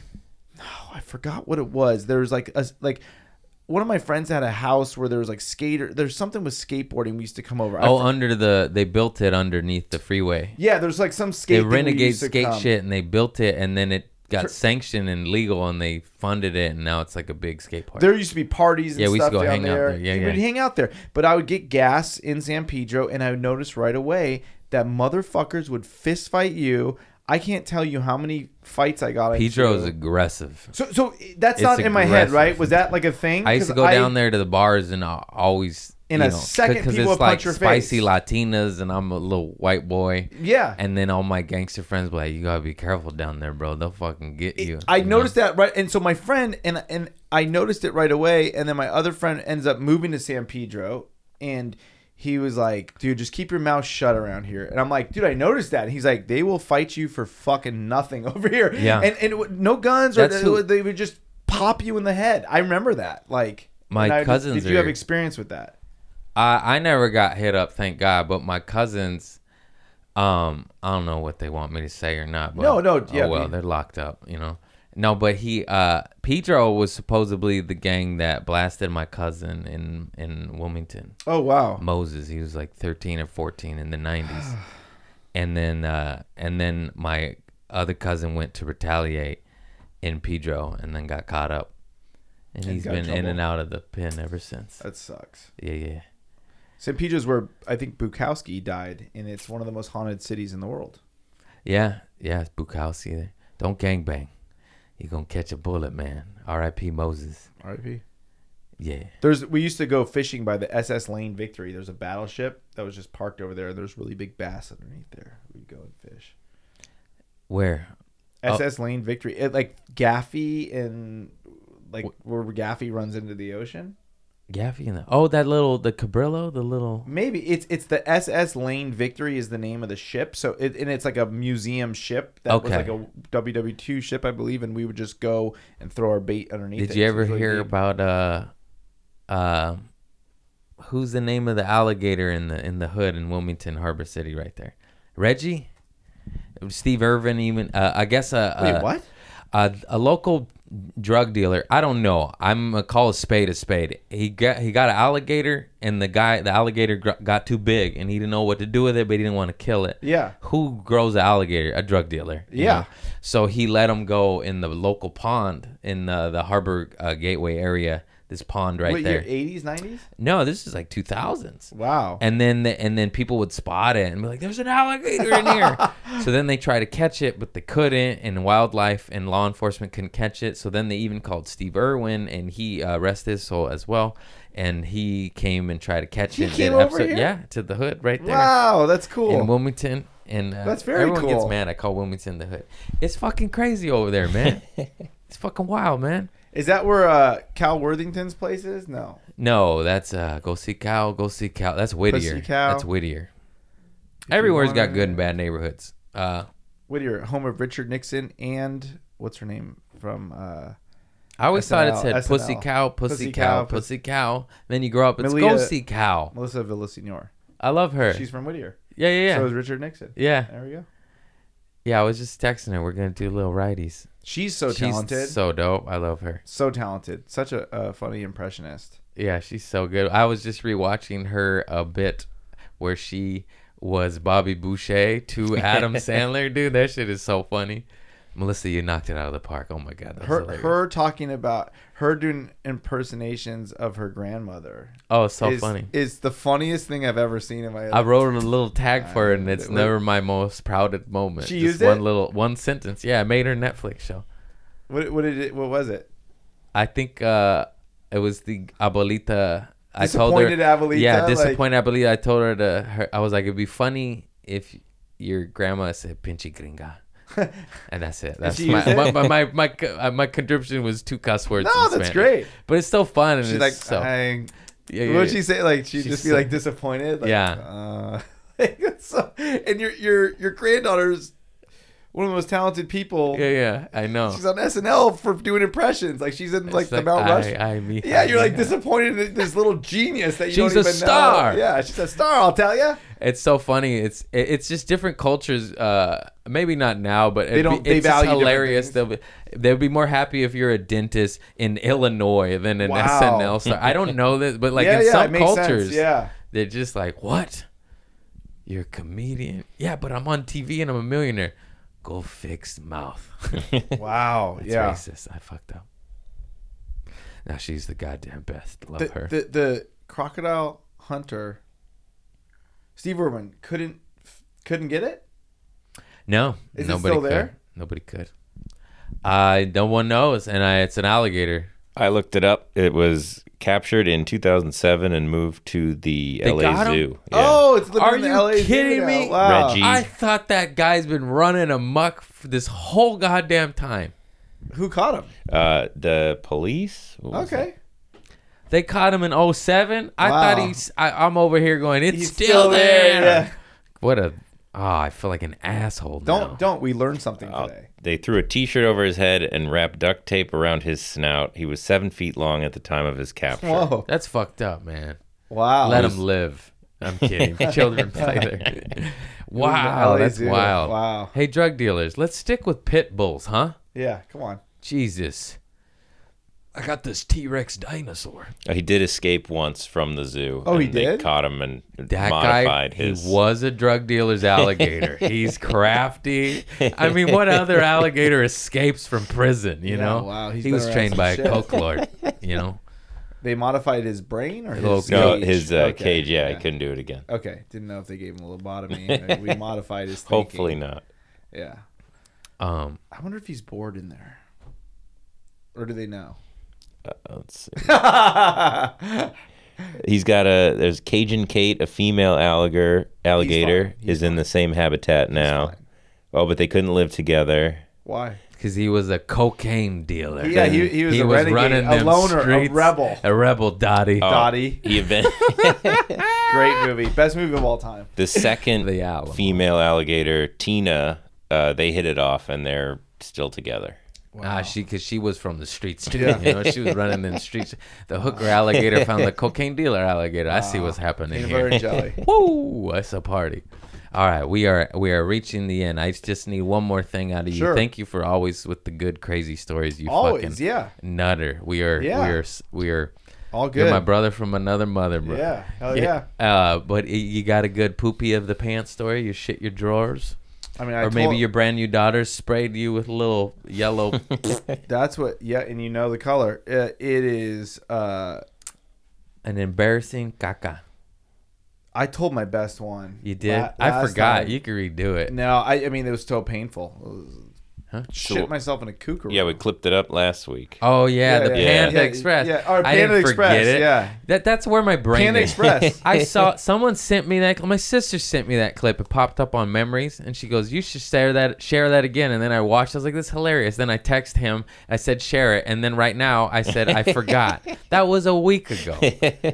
Speaker 5: oh, I forgot what it was. There was like a like. One of my friends had a house where there was like skater. There's something with skateboarding. We used to come over. I
Speaker 4: Oh,
Speaker 5: for-
Speaker 4: under the they built it underneath the freeway.
Speaker 5: Yeah, there's like some skate.
Speaker 4: They
Speaker 5: thing we
Speaker 4: renegade
Speaker 5: used to
Speaker 4: skate
Speaker 5: come.
Speaker 4: shit, and they built it, and then it got
Speaker 5: Tur-
Speaker 4: sanctioned and legal, and they funded it, and now it's like a big skate park.
Speaker 5: There used to be parties and
Speaker 4: Yeah, we used
Speaker 5: stuff
Speaker 4: to go
Speaker 5: down
Speaker 4: hang out
Speaker 5: there.
Speaker 4: there. Yeah,
Speaker 5: We'd
Speaker 4: yeah.
Speaker 5: hang out there. But I would get gas in San Pedro, and I would notice right away that motherfuckers would fist fight you. I can't tell you how many fights I got.
Speaker 4: Pedro is
Speaker 5: into.
Speaker 4: aggressive.
Speaker 5: so so that's
Speaker 4: it's
Speaker 5: not in my head,
Speaker 4: aggressive.
Speaker 5: right? Was that like a thing?
Speaker 4: I used to
Speaker 5: 'Cause
Speaker 4: go down there to the bars and I always
Speaker 5: In
Speaker 4: you
Speaker 5: a
Speaker 4: know,
Speaker 5: second,
Speaker 4: because
Speaker 5: people
Speaker 4: it's
Speaker 5: would
Speaker 4: like
Speaker 5: punch your
Speaker 4: spicy
Speaker 5: face.
Speaker 4: Latinas and I'm a little white boy.
Speaker 5: Yeah.
Speaker 4: And then all my gangster friends be like, "You gotta be careful down there, bro. They'll fucking get you."
Speaker 5: I
Speaker 4: you know?
Speaker 5: noticed that right, and so my friend and and I noticed it right away, and then my other friend ends up moving to San Pedro, and he was like, "Dude, just keep your mouth shut around here." And I'm like, "Dude, I noticed that." And he's like, "They will fight you for fucking nothing over here."
Speaker 4: Yeah.
Speaker 5: and and it would- no guns, or
Speaker 4: That's who-
Speaker 5: they would just pop you in the head. I remember that. Like
Speaker 4: My
Speaker 5: and I just-
Speaker 4: cousins
Speaker 5: Did you have
Speaker 4: are-
Speaker 5: experience with that?
Speaker 4: I I never got hit up, thank God. But my cousins, um, I don't know what they want me to say or not. But,
Speaker 5: No, no, yeah,
Speaker 4: Oh well,
Speaker 5: we-
Speaker 4: they're locked up, you know. No, but he, uh, Pedro was supposedly the gang that blasted my cousin in in Wilmington.
Speaker 5: Oh wow.
Speaker 4: Moses. He was like 13 or 14 in the 90s. and then uh, and then my other cousin went to retaliate in Pedro and then got caught up. And,
Speaker 5: And
Speaker 4: he's
Speaker 5: got
Speaker 4: been in
Speaker 5: trouble.
Speaker 4: and out of the pen ever since.
Speaker 5: That sucks.
Speaker 4: Yeah, yeah.
Speaker 5: San Pedro's where I think Bukowski died, and it's one of the most haunted cities in the world.
Speaker 4: Yeah, yeah, it's Bukowski there. Don't gangbang. you going to catch a bullet, man. R.I.P. Moses.
Speaker 5: R.I.P.
Speaker 4: Yeah.
Speaker 5: There's we used to go fishing by the SS Lane Victory. There's a battleship that was just parked over there. There's really big bass underneath there. We'd go and fish.
Speaker 4: Where? Oh.
Speaker 5: SS Lane Victory. It like Gaffey and like where Gaffey runs into the ocean.
Speaker 4: Gaffy and the, Oh, that little, the Cabrillo, the little.
Speaker 5: Maybe it's it's the SS Lane Victory is the name of the ship. So it, and it's like a museum ship that was
Speaker 4: Okay.
Speaker 5: like a WW two ship, I believe. And we would just go and throw our bait underneath.
Speaker 4: Did
Speaker 5: it.
Speaker 4: you
Speaker 5: So it
Speaker 4: ever
Speaker 5: was really
Speaker 4: hear
Speaker 5: neat.
Speaker 4: about uh, uh, who's the name of the alligator in the in the hood in Wilmington Harbor City right there? Reggie, Steve Irvin, even uh, I guess a,
Speaker 5: Wait,
Speaker 4: a
Speaker 5: what?
Speaker 4: a, a local drug dealer. I don't know. I'm gonna call a spade a spade. He got he got an alligator, and the guy the alligator gr- got too big, and he didn't know what to do with it, but he didn't want to kill it.
Speaker 5: Yeah.
Speaker 4: Who grows an alligator? A drug dealer. you
Speaker 5: Yeah.
Speaker 4: know? So he let him go in the local pond in the, the harbor uh, gateway area. This pond right
Speaker 5: What
Speaker 4: there.
Speaker 5: year? Eighties, nineties?
Speaker 4: No, this is like 2000s.
Speaker 5: Wow.
Speaker 4: And then the, and then people would spot it and be like, "There's an alligator in here." so then they try to catch it, but they couldn't, and wildlife and law enforcement couldn't catch it. So then they even called Steve Irwin, and he uh, rest his soul as well. And he came and tried to catch
Speaker 5: He
Speaker 4: it. and
Speaker 5: came
Speaker 4: did an
Speaker 5: over here?
Speaker 4: Yeah, to the hood right there
Speaker 5: wow, that's cool.
Speaker 4: in Wilmington. And uh,
Speaker 5: That's very
Speaker 4: everyone gets
Speaker 5: cool.
Speaker 4: mad. I call Wilmington the hood. It's fucking crazy over there, man. it's fucking wild, man.
Speaker 5: Is that where uh, Cal Worthington's place is? No.
Speaker 4: No, that's uh, go see Cal, go see Cal. That's Whittier.
Speaker 5: Cow.
Speaker 4: That's Whittier. Everywhere's
Speaker 5: wanna-
Speaker 4: got good and bad neighborhoods. Uh,
Speaker 5: Whittier, home of Richard Nixon and what's her name from uh,
Speaker 4: I always thought it
Speaker 5: SNL,
Speaker 4: said pussy
Speaker 5: SNL.
Speaker 4: cow, pussy, cow, pussy cow. Then you grow up, it's go
Speaker 5: Malia-
Speaker 4: see cow.
Speaker 5: Melissa Villasenor.
Speaker 4: I love her.
Speaker 5: She's from Whittier.
Speaker 4: yeah, yeah, yeah.
Speaker 5: So is Richard Nixon.
Speaker 4: yeah,
Speaker 5: There we go.
Speaker 4: yeah. I was just texting her. We're gonna do little righties.
Speaker 5: She's so
Speaker 4: she's
Speaker 5: talented. So,
Speaker 4: so dope. I love her.
Speaker 5: talented. Such a, a funny impressionist.
Speaker 4: Yeah, she's so good. I was just rewatching her a bit where she was Bobby Boucher to Adam Sandler. Dude, that shit is so funny. Melissa, you knocked it out of the park. Oh my god, that was
Speaker 5: Her,
Speaker 4: hilarious.
Speaker 5: her talking about her doing impersonations of her grandmother.
Speaker 4: oh, it's so
Speaker 5: is,
Speaker 4: funny.
Speaker 5: Is the funniest thing I've ever seen in my
Speaker 4: I
Speaker 5: life.
Speaker 4: wrote a little tag for it, and it's
Speaker 5: Wait.
Speaker 4: never my most proudest moment.
Speaker 5: She
Speaker 4: Just
Speaker 5: used
Speaker 4: one
Speaker 5: it?
Speaker 4: little one sentence. Yeah, I made her Netflix show.
Speaker 5: What, what did it? What was it?
Speaker 4: I think uh, it was the abuelita. I told her,
Speaker 5: Disappointed abuelita,
Speaker 4: yeah,
Speaker 5: like-
Speaker 4: disappointed abuelita. I told her to her. I was like, it'd be funny if your grandma said "pinche gringa," and that's it. That's
Speaker 5: she
Speaker 4: my,
Speaker 5: used it?
Speaker 4: my, my my my co- uh, my contribution was two cuss words.
Speaker 5: No,
Speaker 4: in Spanish.
Speaker 5: that's great.
Speaker 4: But it's still fun, and
Speaker 5: She's
Speaker 4: it's
Speaker 5: like,
Speaker 4: so
Speaker 5: I,
Speaker 4: yeah, yeah,
Speaker 5: what would
Speaker 4: yeah.
Speaker 5: she say? Like she'd
Speaker 4: She's
Speaker 5: just be
Speaker 4: so-
Speaker 5: like disappointed. Like,
Speaker 4: Yeah.
Speaker 5: Uh, like, that's so, and your your your granddaughter's one of the most talented people.
Speaker 4: yeah, yeah. I know.
Speaker 5: She's on SNL for doing impressions. Like she's in
Speaker 4: It's
Speaker 5: like the Mount
Speaker 4: I,
Speaker 5: Rushmore.
Speaker 4: I, me,
Speaker 5: Yeah, you're like
Speaker 4: yeah.
Speaker 5: disappointed in this little genius that you
Speaker 4: She's
Speaker 5: don't
Speaker 4: a
Speaker 5: even
Speaker 4: star.
Speaker 5: know. Yeah, she's a star. I'll tell you.
Speaker 4: It's so funny. It's it- it's just different cultures. Uh, maybe not now, but it'd
Speaker 5: don't-
Speaker 4: Be,
Speaker 5: they
Speaker 4: it's just
Speaker 5: value different
Speaker 4: hilarious.
Speaker 5: things.
Speaker 4: They'll be, they'll be more happy if you're a dentist in Illinois than an
Speaker 5: Wow.
Speaker 4: SNL star. I don't know this, but like
Speaker 5: yeah,
Speaker 4: in
Speaker 5: yeah, it
Speaker 4: some
Speaker 5: makes
Speaker 4: cultures,
Speaker 5: sense. Yeah.
Speaker 4: they're just like, "What? You're a comedian? Yeah, but I'm on TV and I'm a millionaire. Go fix mouth."
Speaker 5: Wow.
Speaker 4: That's
Speaker 5: yeah.
Speaker 4: racist. I fucked up. Now she's the goddamn best. Love
Speaker 5: The,
Speaker 4: her.
Speaker 5: the the crocodile hunter, Steve Irwin couldn't couldn't get it.
Speaker 4: No,
Speaker 5: Is it
Speaker 4: nobody
Speaker 5: still
Speaker 4: could.
Speaker 5: there?
Speaker 4: Nobody could. I no one knows, and I, it's an alligator.
Speaker 1: I looked it up. It was captured in 2007 and moved to the
Speaker 4: They
Speaker 1: LA
Speaker 4: got 'em?
Speaker 1: Zoo. Yeah.
Speaker 5: Oh, it's living
Speaker 4: Are
Speaker 5: in the
Speaker 4: you
Speaker 5: LA zoo
Speaker 4: kidding
Speaker 5: now.
Speaker 4: me?
Speaker 5: Wow.
Speaker 1: Reggie.
Speaker 4: I thought that guy's been running amok for this whole goddamn time.
Speaker 5: Who caught him?
Speaker 1: Uh, the police. What was
Speaker 5: Okay.
Speaker 4: They caught him in 07. I
Speaker 5: Wow.
Speaker 4: thought he's. I, I'm over here going. It's
Speaker 5: He's
Speaker 4: still,
Speaker 5: still
Speaker 4: there.
Speaker 5: there, yeah.
Speaker 4: What a. Oh, I feel like an asshole.
Speaker 5: Don't
Speaker 4: now.
Speaker 5: don't. We learned something
Speaker 1: that? Uh,
Speaker 5: today.
Speaker 1: they threw a T-shirt over his head and wrapped duct tape around his snout. He was seven feet long at the time of his capture.
Speaker 5: Whoa.
Speaker 4: That's fucked up, man.
Speaker 5: Wow.
Speaker 4: Let him live. I'm kidding. Children play there. Wow,
Speaker 5: LA
Speaker 4: that's
Speaker 5: Zoo.
Speaker 4: wild.
Speaker 5: Wow.
Speaker 4: Hey, drug dealers, let's stick with pit bulls, huh?
Speaker 5: Yeah. Come on.
Speaker 4: Jesus. I got this T Rex dinosaur.
Speaker 1: Uh, He did escape once from the zoo.
Speaker 5: Oh, he
Speaker 1: and they
Speaker 5: did?
Speaker 1: Caught him and
Speaker 4: That
Speaker 1: modified
Speaker 4: guy,
Speaker 1: his.
Speaker 4: he was a drug dealer's alligator. He's crafty. I mean, what other alligator escapes from prison, you
Speaker 5: Yeah,
Speaker 4: know?
Speaker 5: wow, he's
Speaker 4: he was
Speaker 5: never had
Speaker 4: trained
Speaker 5: some
Speaker 4: by a
Speaker 5: shit.
Speaker 4: coke lord, you know?
Speaker 5: They modified his brain or
Speaker 4: Little
Speaker 5: his
Speaker 1: no,
Speaker 5: cage?
Speaker 1: his uh,
Speaker 5: Okay,
Speaker 1: cage. Yeah, he couldn't do it again.
Speaker 5: Okay. Didn't know if they gave him a lobotomy. Like, we modified his. Thinking.
Speaker 1: Hopefully not.
Speaker 5: Yeah.
Speaker 4: Um,
Speaker 5: I wonder if he's bored in there. Or do they know?
Speaker 1: Uh, let's see. He's got a there's Cajun Kate, a female alligator. Alligator
Speaker 5: fine. He's
Speaker 1: is in the same habitat now.
Speaker 5: fine.
Speaker 1: Oh, but they couldn't live together.
Speaker 5: Why?
Speaker 4: because he was a cocaine dealer.
Speaker 5: Yeah, he- he was a renegade, a
Speaker 4: them
Speaker 5: loner, a rebel.
Speaker 4: a rebel, Dottie.
Speaker 1: Oh,
Speaker 5: Dottie.
Speaker 1: He invented
Speaker 5: Great movie. Best movie of all time.
Speaker 1: the second
Speaker 4: The Alamo.
Speaker 1: female alligator, Tina. Uh, they hit it off, and they're still together.
Speaker 4: Ah, she because she was from the streets too.
Speaker 5: Yeah.
Speaker 4: You know, she was running in the streets. The hooker alligator found the cocaine dealer alligator. I see
Speaker 5: Ah,
Speaker 4: what's happening
Speaker 5: Peanut butter and
Speaker 4: here.
Speaker 5: jelly.
Speaker 4: Woo! That's a party. All right, we are we are reaching the end. I just need one more thing out of you.
Speaker 5: Sure.
Speaker 4: Thank you for always with the good crazy stories. You
Speaker 5: Always,
Speaker 4: fucking
Speaker 5: yeah.
Speaker 4: nutter. We are
Speaker 5: Yeah.
Speaker 4: we are s- we are.
Speaker 5: All good.
Speaker 4: You're my brother from another mother, bro.
Speaker 5: Yeah. Hell Oh, yeah.
Speaker 4: Uh, but i you got a good poopy of the pants story. You shit your drawers,
Speaker 5: I mean, I
Speaker 4: or maybe
Speaker 5: told-
Speaker 4: your brand new daughter sprayed you with little yellow
Speaker 5: That's what. Yeah, and you know the color. Uh, it is. uh
Speaker 4: an embarrassing caca.
Speaker 5: I told my best one.
Speaker 4: You did?
Speaker 5: La-
Speaker 4: I
Speaker 5: last
Speaker 4: forgot.
Speaker 5: time.
Speaker 4: You can redo it.
Speaker 5: No, I. I mean, it was so painful. It was-
Speaker 4: Huh?
Speaker 5: Shit
Speaker 1: So-
Speaker 5: myself in a cuckoo.
Speaker 1: Yeah, we clipped it up last week.
Speaker 4: Oh yeah,
Speaker 5: Yeah,
Speaker 4: the
Speaker 1: yeah,
Speaker 4: Panda
Speaker 5: yeah,
Speaker 4: Express.
Speaker 5: yeah, or
Speaker 4: I
Speaker 5: Panda
Speaker 4: didn't forget
Speaker 5: Express,
Speaker 4: it.
Speaker 5: yeah.
Speaker 4: That that's where my brain.
Speaker 5: Panda
Speaker 4: is.
Speaker 5: Express.
Speaker 4: I saw someone sent me that. My sister sent me that clip. It popped up on memories, and she goes, "You should share that. Share that again." And then I watched. I was like, "This is hilarious." Then I text him. I said, "Share it." And then right now, I said, "I forgot." That was a week ago.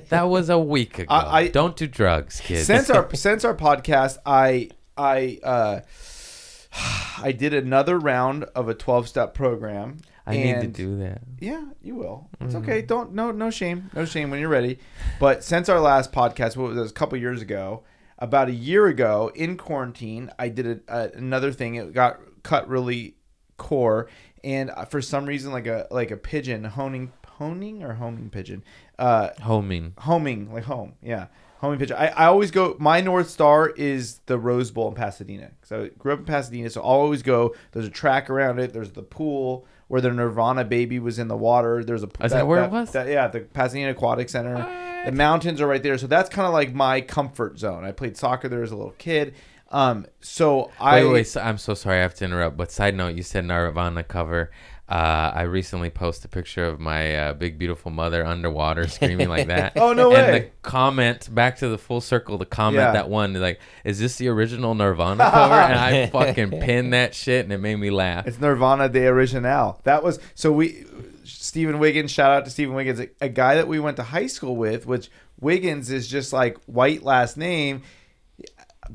Speaker 4: That was a week ago.
Speaker 5: I- I-
Speaker 4: Don't do drugs, kids.
Speaker 5: since our since our podcast, I I uh I did another round of a twelve step program.
Speaker 4: I need to
Speaker 5: and-
Speaker 4: do that.
Speaker 5: Yeah, you will. It's okay. Don't no no shame, no shame when you're ready. But since our last podcast, what was it, a couple years ago, about a year ago in quarantine, I did a, a, another thing. It got cut really core, and uh, for some reason, like a like a pigeon honing honing or homing pigeon, uh,
Speaker 4: Homing.
Speaker 5: homing like home, yeah, Homie pitch. I, I always go. My north star is the Rose Bowl in Pasadena because I grew up in Pasadena, so I'll always go. There's a track around it. There's the pool where the Nirvana baby was in the water. There's a pool.
Speaker 4: Is that where it was?
Speaker 5: that- yeah, the Pasadena Aquatic Center. The mountains are right there, so that's kind of like my comfort zone. I played soccer there as a little kid. Um, so I
Speaker 4: Wait, wait, so- I'm so sorry I have to interrupt, but side note, you said Nirvana cover. Uh, I recently posted a picture of my uh, big beautiful mother underwater screaming like that.
Speaker 5: Oh, no
Speaker 4: And
Speaker 5: way.
Speaker 4: the comment back to the full circle, the comment
Speaker 5: Yeah.
Speaker 4: that one like, "Is this the original Nirvana cover?" and I fucking pinned that shit, and it made me laugh.
Speaker 5: It's Nirvana de Original. That was so we Stephen Wiggins, shout out to Stephen Wiggins, a, a guy that we went to high school with, which Wiggins is just like white last name.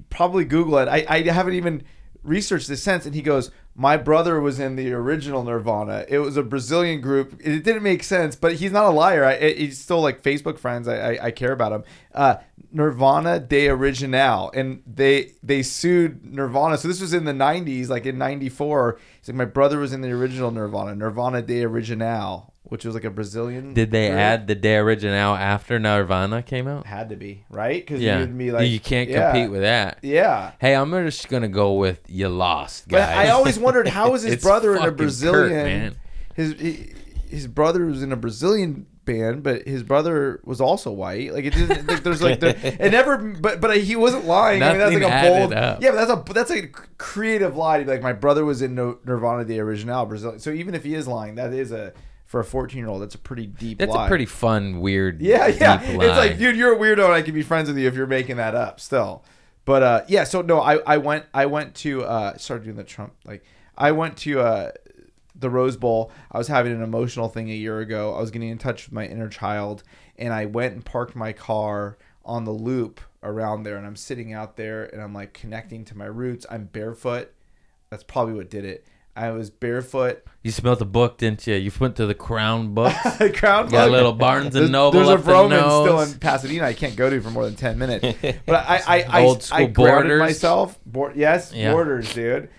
Speaker 5: Probably Google it. I, I haven't even researched this since. And he goes, My brother was in the original Nirvana. It was a Brazilian group. It didn't make sense, but he's not a liar. I, I- he's still like Facebook friends. I, I, I care about him. Uh, Nirvana de Original. And they they sued Nirvana. So this was in the 90s, like in 94. He's like, My brother was in the original Nirvana, Nirvana de Original, which was like a Brazilian.
Speaker 4: Did they
Speaker 5: group.
Speaker 4: add the De Original after Nirvana came out?
Speaker 5: Had to be, right? Because
Speaker 4: Yeah,
Speaker 5: you'd be like,
Speaker 4: you can't
Speaker 5: yeah,
Speaker 4: compete with that.
Speaker 5: Yeah.
Speaker 4: Hey, I'm just gonna go with you lost,
Speaker 5: But
Speaker 4: guys.
Speaker 5: I always wondered how was his
Speaker 4: It's
Speaker 5: brother in a
Speaker 4: fucking Kurt,
Speaker 5: Brazilian?
Speaker 4: man.
Speaker 5: His he- his brother was in a Brazilian band, but his brother was also white. Like it didn't. Like, there's like there, it never. But but he wasn't lying. I mean,
Speaker 4: Nothing
Speaker 5: that's like a
Speaker 4: added
Speaker 5: bold.
Speaker 4: up.
Speaker 5: Yeah, but that's a that's a creative lie. To be like my brother was in No- Nirvana, the original Brazilian. So even if he is lying, that is a for a 14 year old. That's a pretty deep.
Speaker 4: That's
Speaker 5: lie.
Speaker 4: a pretty fun, weird.
Speaker 5: Yeah, yeah.
Speaker 4: deep
Speaker 5: It's like,
Speaker 4: line.
Speaker 5: dude, you're a weirdo, and I can be friends with you if you're making that up still. But uh, yeah, so no, I, I went I went to uh, started doing the Trump like I went to uh, the Rose Bowl. I was having an emotional thing a year ago. I was getting in touch with my inner child, and I went and parked my car on the loop around there, and I'm sitting out there, and I'm like connecting to my roots. I'm barefoot. That's probably what did it. I was barefoot.
Speaker 4: You smelled the book, didn't you? You went to the Crown Books. Got
Speaker 5: Crown
Speaker 4: a
Speaker 5: Mug.
Speaker 4: little Barnes and
Speaker 5: There's-
Speaker 4: Noble
Speaker 5: There's
Speaker 4: up
Speaker 5: a
Speaker 4: the
Speaker 5: Roman still
Speaker 4: nose.
Speaker 5: in Pasadena. I can't go to for more than ten minutes. But I, I, I,
Speaker 4: Old
Speaker 5: I,
Speaker 4: school
Speaker 5: grounded
Speaker 4: borders.
Speaker 5: myself. Bor- yes,
Speaker 4: Yeah.
Speaker 5: borders, dude.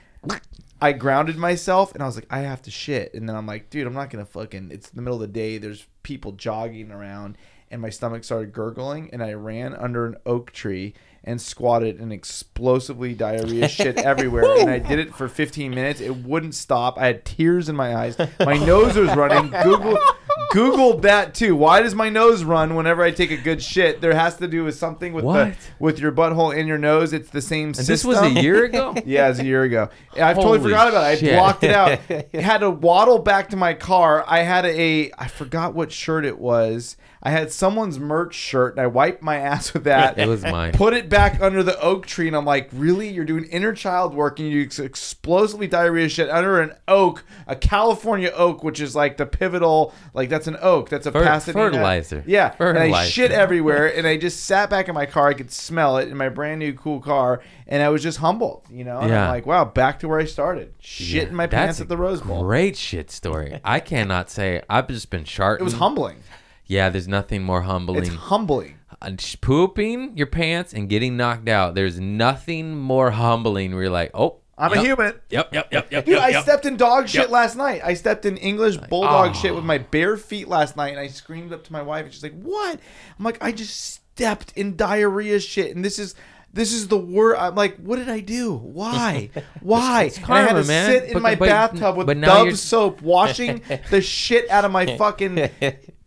Speaker 5: I grounded myself and I was like, I have to shit. And then I'm like, dude, I'm not gonna fucking. It's the middle of the day. There's people jogging around, and my stomach started gurgling, and I ran under an oak tree and squatted and explosively diarrhea shit everywhere. and I did it for 15 minutes. It wouldn't stop. I had tears in my eyes. My nose was running. Google. Googled that too. Why does my nose run whenever I take a good shit? There has to do with something with
Speaker 4: What?
Speaker 5: the with your butthole and your nose. It's the same
Speaker 4: and
Speaker 5: system.
Speaker 4: this was a year ago.
Speaker 5: Yeah, it was a year ago. Yeah, I've totally
Speaker 4: Holy
Speaker 5: forgot about it. I
Speaker 4: shit.
Speaker 5: blocked it out. It had to waddle back to my car. I had a I forgot what shirt it was. I had someone's merch shirt and I wiped my ass with that.
Speaker 4: It was mine.
Speaker 5: Put it back under the oak tree and I'm like, really? You're doing inner child work and you ex- explosively diarrhea shit under an oak, a California oak, which is like the pivotal, like that's an oak, that's a
Speaker 4: Fer-
Speaker 5: Pasadena
Speaker 4: fertilizer.
Speaker 5: Yeah, and I
Speaker 4: Fertilizer.
Speaker 5: shit everywhere, and I just sat back in my car. I could smell it in my brand new cool car, and I was just humbled, you know. And I'm
Speaker 4: Yeah.
Speaker 5: like, wow, back to where I started. Shit in my
Speaker 4: That's
Speaker 5: pants at the Rose Bowl.
Speaker 4: Great shit story. I cannot say. I've just been charting.
Speaker 5: it was humbling.
Speaker 4: Yeah, there's nothing more
Speaker 5: It's
Speaker 4: humbling.
Speaker 5: humbling.
Speaker 4: Uh, sh- pooping your pants and getting knocked out. There's nothing more humbling. Where you're like, oh,
Speaker 5: I'm
Speaker 4: yep,
Speaker 5: a human.
Speaker 4: Yep, yep, yep, yep.
Speaker 5: Dude,
Speaker 4: yep,
Speaker 5: I
Speaker 4: yep.
Speaker 5: stepped in dog shit
Speaker 4: Yep.
Speaker 5: last night. I stepped in English bulldog
Speaker 4: ah.
Speaker 5: shit with my bare feet last night, and I screamed up to my wife, and she's like, "What?" I'm like, "I just stepped in diarrhea shit," and this is. This is the word. I'm like, what did I do? Why? Why?
Speaker 4: it's
Speaker 5: and I had
Speaker 4: karma,
Speaker 5: to
Speaker 4: man.
Speaker 5: sit in
Speaker 4: But-
Speaker 5: my
Speaker 4: but-
Speaker 5: bathtub with
Speaker 4: but now
Speaker 5: Dove
Speaker 4: you're-
Speaker 5: soap, washing the shit out of my fucking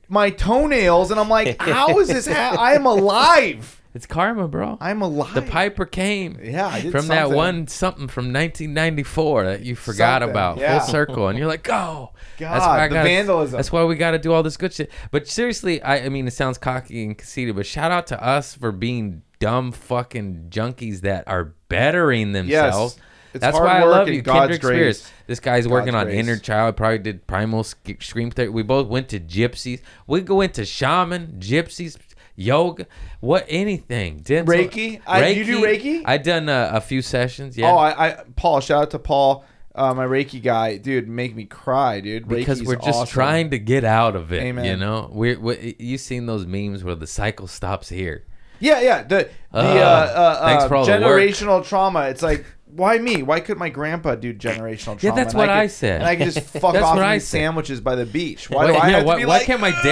Speaker 5: my toenails, and I'm like, how is this? Ha- I am alive.
Speaker 4: It's karma, bro.
Speaker 5: I'm alive.
Speaker 4: the Piper came.
Speaker 5: Yeah, I did
Speaker 4: from that
Speaker 5: something.
Speaker 4: one something from 1994 that you forgot
Speaker 5: Something,
Speaker 4: about
Speaker 5: yeah.
Speaker 4: full circle, and you're like, go.
Speaker 5: God,
Speaker 4: I
Speaker 5: the
Speaker 4: gotta-
Speaker 5: vandalism.
Speaker 4: That's why we got to do all this good shit. But seriously, I, I mean, it sounds cocky and conceited, but shout out to us for being dumb fucking junkies that are bettering themselves.
Speaker 5: It's
Speaker 4: That's
Speaker 5: hard
Speaker 4: why I
Speaker 5: work
Speaker 4: love
Speaker 5: and
Speaker 4: you,
Speaker 5: God's
Speaker 4: Kendrick
Speaker 5: grace.
Speaker 4: Spears. This guy's working on
Speaker 5: grace.
Speaker 4: inner child. Probably did primal Sc- scream therapy. We both went to gypsies. We go into shaman, gypsies, yoga, what anything. Dental-
Speaker 5: Reiki? I- you do Reiki?
Speaker 4: I done uh, a, a few sessions. Yeah.
Speaker 5: Oh, I, I Paul, shout out to Paul, uh, my Reiki guy, dude, make me cry, dude.
Speaker 4: because
Speaker 5: Reiki's
Speaker 4: we're just
Speaker 5: awesome.
Speaker 4: trying to get out of it. You
Speaker 5: Amen.
Speaker 4: know, we're, we you seen those memes where the cycle stops here.
Speaker 5: Yeah, yeah. The the uh,
Speaker 4: Ugh.
Speaker 5: uh,
Speaker 4: Thanks
Speaker 5: uh,
Speaker 4: for all the work.
Speaker 5: generational trauma. It's like. Why me? Why could my grandpa do generational trauma?
Speaker 4: Yeah, that's
Speaker 5: And
Speaker 4: what I
Speaker 5: could-
Speaker 4: said.
Speaker 5: And I could just fuck
Speaker 4: That's
Speaker 5: off
Speaker 4: what
Speaker 5: and
Speaker 4: I
Speaker 5: eat
Speaker 4: said.
Speaker 5: sandwiches by the beach. Why do
Speaker 4: Wait,
Speaker 5: I
Speaker 4: yeah,
Speaker 5: have
Speaker 4: why-
Speaker 5: to be
Speaker 4: why
Speaker 5: like,
Speaker 4: can't my dad do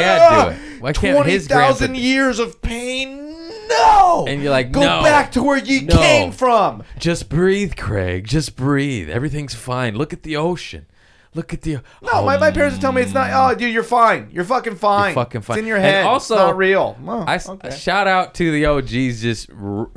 Speaker 5: "Ah,
Speaker 4: it? Why can't his grandpa
Speaker 5: 20,000
Speaker 4: do it?"
Speaker 5: years of pain? No. no,
Speaker 4: And you're like,
Speaker 5: go
Speaker 4: "No.
Speaker 5: back to where you
Speaker 4: No."
Speaker 5: came from.
Speaker 4: Just breathe, Craig. Just breathe. Everything's fine. Look at the ocean. Look at the. Oh, No,
Speaker 5: No, my, my parents would tell me it's not. Oh, dude, you're fine. You're fucking fine.
Speaker 4: fucking fine.
Speaker 5: It's in your
Speaker 4: And
Speaker 5: head.
Speaker 4: also,
Speaker 5: it's not real. Oh,
Speaker 4: I s-
Speaker 5: okay.
Speaker 4: shout out to the OGs just r-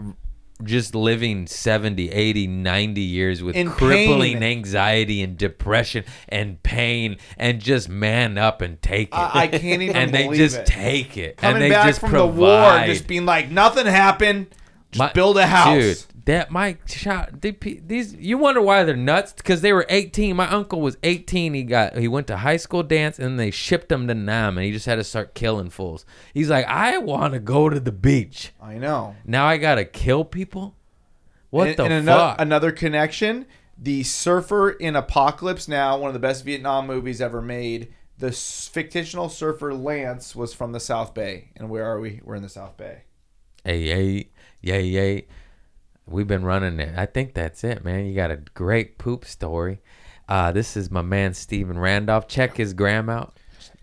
Speaker 4: just living 70, 80, 90 years with
Speaker 5: In
Speaker 4: crippling
Speaker 5: pain.
Speaker 4: anxiety and depression and pain and just man up and take it.
Speaker 5: I- I can't even
Speaker 4: and they
Speaker 5: believe
Speaker 4: just
Speaker 5: it.
Speaker 4: take it. and
Speaker 5: Coming
Speaker 4: they
Speaker 5: back
Speaker 4: just
Speaker 5: from
Speaker 4: provide.
Speaker 5: the war, and just being like nothing happened. Just
Speaker 4: My-
Speaker 5: build a house.
Speaker 4: Dude, that my shot. They, pe- these you wonder why they're nuts because they were 18. My uncle was 18. He got he went to high school dance and they shipped him to Nam and he just had to start killing fools. He's like, I want to go to the beach.
Speaker 5: I know.
Speaker 4: Now I gotta kill people. What
Speaker 5: and,
Speaker 4: the
Speaker 5: and ano-
Speaker 4: fuck?
Speaker 5: Another connection: the surfer in Apocalypse Now, one of the best Vietnam movies ever made. The s- fictional surfer Lance was from the South Bay, and where are we? We're in the South Bay.
Speaker 4: hey, hey, yay, yay. We've been running it. I think that's it, man. You got a great poop story. Uh, this is my man Steven Randolph. Check his gram out.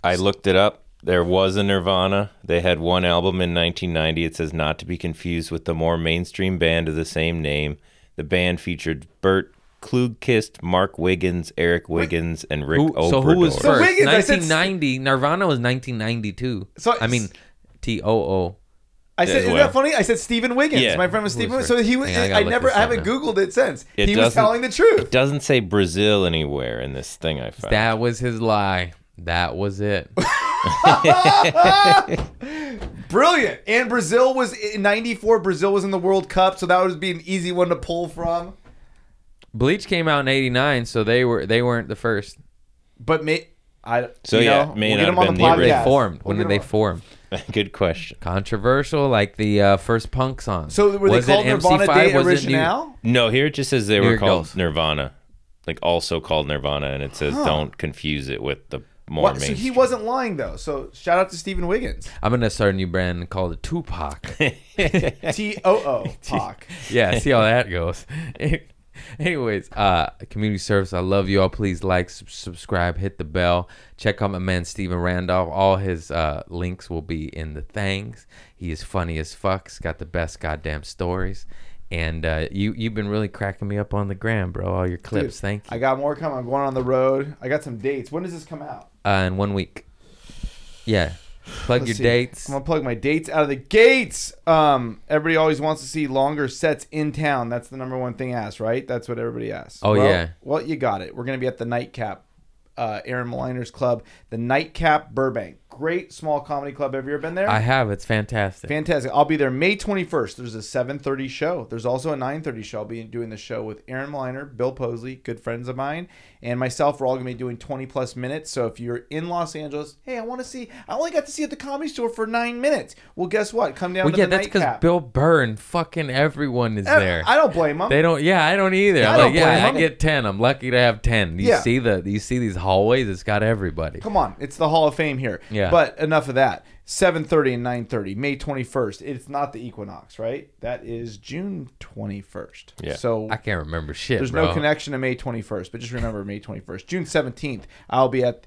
Speaker 1: I looked it up. There was a Nirvana. They had one album in 1990. It says not to be confused with the more mainstream band of the same name. The band featured Bert Klugkist, Mark Wiggins, Eric Wiggins, and Rick
Speaker 4: Who,
Speaker 1: Overdorf.
Speaker 4: so who was
Speaker 5: So
Speaker 4: first?
Speaker 5: Wiggins, I said-
Speaker 4: 1990. Nirvana was 1992.
Speaker 5: So-
Speaker 4: So I mean, T O O.
Speaker 5: I said,
Speaker 1: As
Speaker 5: isn't
Speaker 1: well.
Speaker 5: that funny? I said Stephen Wiggins.
Speaker 1: Yeah.
Speaker 5: My friend was Stephen. Wiggins.
Speaker 4: Who's
Speaker 5: So
Speaker 4: first?
Speaker 5: he was.
Speaker 4: Hang on, I
Speaker 5: I,
Speaker 4: gotta look
Speaker 5: never.
Speaker 4: this
Speaker 5: I
Speaker 4: up
Speaker 5: haven't
Speaker 4: now.
Speaker 5: googled it since.
Speaker 1: It
Speaker 5: he was
Speaker 1: doesn't-
Speaker 5: telling the truth.
Speaker 1: It doesn't say Brazil anywhere in this thing I found.
Speaker 4: That was his lie. That was it.
Speaker 5: Brilliant. And Brazil was in '94. Brazil was in the World Cup, so that would be an easy one to pull from.
Speaker 4: Bleach came out in '89, so they were they weren't the first.
Speaker 5: But may I.
Speaker 1: So,
Speaker 5: you
Speaker 1: yeah,
Speaker 5: know,
Speaker 1: may
Speaker 5: we'll
Speaker 1: not
Speaker 5: get him
Speaker 1: have
Speaker 5: on
Speaker 1: been
Speaker 5: the
Speaker 1: the
Speaker 5: podcast.
Speaker 4: When did they formed?
Speaker 5: We'll
Speaker 4: When did
Speaker 5: get
Speaker 4: they
Speaker 5: him on-
Speaker 4: form?
Speaker 1: Good question.
Speaker 4: Controversial, like the uh, first punk song.
Speaker 5: So were they
Speaker 4: Was it
Speaker 5: called Nirvana
Speaker 4: MC5?
Speaker 5: Day
Speaker 4: Was it new-
Speaker 5: Original?
Speaker 1: No, here it just says they
Speaker 4: Here
Speaker 1: were
Speaker 4: it
Speaker 1: called
Speaker 4: goes.
Speaker 1: Nirvana, like also called Nirvana, and it says don't confuse it with the more
Speaker 5: What? So
Speaker 1: mainstream.
Speaker 5: he wasn't lying though. So shout out to Stephen Wiggins.
Speaker 4: I'm gonna start a new brand and call it Tupac.
Speaker 5: T O O Pac.
Speaker 4: yeah, see how that goes. Anyways, uh, community service, I love you all. Please like, sub- subscribe, hit the bell. Check out my man Steven Randolph. All his uh, links will be in the things. He is funny as fuck. He's got the best goddamn stories. And uh, you you've been really cracking me up on the gram, bro. All your clips, thank you.
Speaker 5: I got more coming. I'm going on the road. I got some dates. When does this come out?
Speaker 4: uh, in one week, yeah. Plug your
Speaker 5: Let's see.
Speaker 4: dates.
Speaker 5: I'm gonna plug my dates out of the gates. Um, everybody always wants to see longer sets in town. That's the number one thing asked, right? That's what everybody asks.
Speaker 4: Oh,
Speaker 5: Well-
Speaker 4: yeah.
Speaker 5: Well, you got it. We're gonna be at the Nightcap, uh, Aaron Maliner's club, the Nightcap Burbank. Great small comedy club. Have you ever been there?
Speaker 4: I have. It's fantastic.
Speaker 5: Fantastic. I'll be there May 21st. There's a 7:30 show. There's also a 9:30 show. I'll be doing the show with Aaron Maliner, Bill Posley, good friends of mine, and myself. We're all going to be doing 20 plus minutes. So if you're in Los Angeles, hey, I want to see. I only got to see you at the comedy store for 9 minutes. Well, guess what? Come down
Speaker 4: well,
Speaker 5: to
Speaker 4: yeah,
Speaker 5: the
Speaker 4: that's because
Speaker 5: nightcap.
Speaker 4: Bill Burr and fucking everyone is
Speaker 5: Eh,
Speaker 4: there.
Speaker 5: I don't blame him.
Speaker 4: They don't. Yeah, I don't either.
Speaker 5: Yeah, I
Speaker 4: I'm
Speaker 5: don't
Speaker 4: like, yeah,
Speaker 5: blame
Speaker 4: I
Speaker 5: them.
Speaker 4: get ten. I'm lucky to have ten. You
Speaker 5: Yeah.
Speaker 4: see the you see these hallways. It's got everybody.
Speaker 5: Come on, it's the Hall of Fame here.
Speaker 4: Yeah.
Speaker 5: But enough of that. 7:30 and 9:30, May 21st. It's not the equinox, right? That is June 21st.
Speaker 1: Yeah.
Speaker 5: So
Speaker 4: I can't remember shit.
Speaker 5: There's
Speaker 4: bro.
Speaker 5: no connection to May 21st, but just remember May 21st. June 17th, I'll be at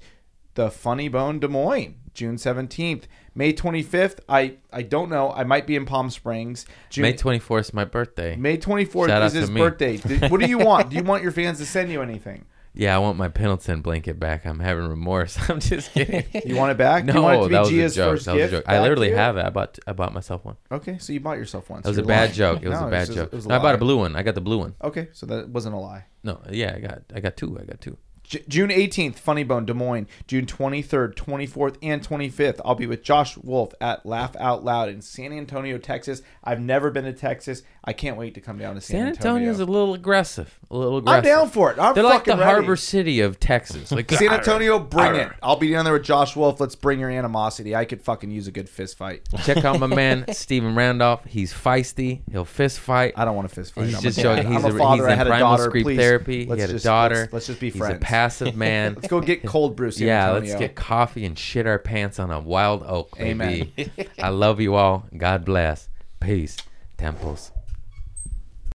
Speaker 5: the Funny Bone Des Moines. June 17th, May 25th, I I don't know. I might be in Palm Springs. June,
Speaker 4: May 24th is my birthday.
Speaker 5: May 24th
Speaker 4: Shout out
Speaker 5: is his
Speaker 4: to me.
Speaker 5: birthday. Th- what do you want? Do you want your fans to send you anything?
Speaker 4: Yeah, I want my Pendleton blanket back. I'm having remorse. I'm just kidding.
Speaker 5: You want it back?
Speaker 4: no,
Speaker 5: you want it to be
Speaker 4: that was
Speaker 5: Gia's
Speaker 4: a joke.
Speaker 5: first
Speaker 4: that was
Speaker 5: gift
Speaker 4: a joke. I
Speaker 5: back
Speaker 4: literally
Speaker 5: to you?
Speaker 4: have it. I bought I bought myself one.
Speaker 5: Okay, so you bought yourself one.
Speaker 4: That was
Speaker 5: so
Speaker 4: a
Speaker 5: you're
Speaker 4: bad
Speaker 5: lying.
Speaker 4: joke. It was
Speaker 5: No,
Speaker 4: a bad
Speaker 5: just-
Speaker 4: joke.
Speaker 5: it was
Speaker 4: No, I bought
Speaker 5: lie.
Speaker 4: a blue one. I got the blue one.
Speaker 5: Okay, so that wasn't a lie.
Speaker 4: No, yeah, I got I got two. I got two.
Speaker 5: J- June 18th, Funny Bone, Des Moines. June 23rd, 24th, and 25th, I'll be with Josh Wolf at Laugh Out Loud in San Antonio, Texas. I've never been to Texas. I can't wait to come down to San,
Speaker 4: San
Speaker 5: Antonio.
Speaker 4: Antonio's a little aggressive. A little
Speaker 5: I'm
Speaker 4: aggressive.
Speaker 5: down for it. I'm
Speaker 4: They're like
Speaker 5: fucking
Speaker 4: the
Speaker 5: ready.
Speaker 4: harbor city of Texas. Like
Speaker 5: San Antonio, bring
Speaker 4: Arr.
Speaker 5: it. I'll be down there with Josh Wolf. Let's bring your animosity. I could fucking use a good fist fight.
Speaker 4: Check out my man Steven Randolph. He's feisty. He'll fist fight.
Speaker 5: I don't want to fist fight.
Speaker 4: He's
Speaker 5: I'm
Speaker 4: just
Speaker 5: a,
Speaker 4: joking.
Speaker 5: dad.
Speaker 4: He's
Speaker 5: I'm
Speaker 4: a,
Speaker 5: a father.
Speaker 4: He's
Speaker 5: I
Speaker 4: in
Speaker 5: had a
Speaker 4: primal
Speaker 5: daughter.
Speaker 4: scream
Speaker 5: Please,
Speaker 4: therapy.
Speaker 5: let's
Speaker 4: he had a
Speaker 5: just-
Speaker 4: daughter.
Speaker 5: Let's, let's just be friends.
Speaker 4: He's a passive man.
Speaker 5: Let's go get cold brew, San
Speaker 4: yeah,
Speaker 5: Antonio.
Speaker 4: let's get coffee and shit our pants on a wild oak,
Speaker 5: Amen.
Speaker 4: baby. I love you all. God bless. Peace. Temples.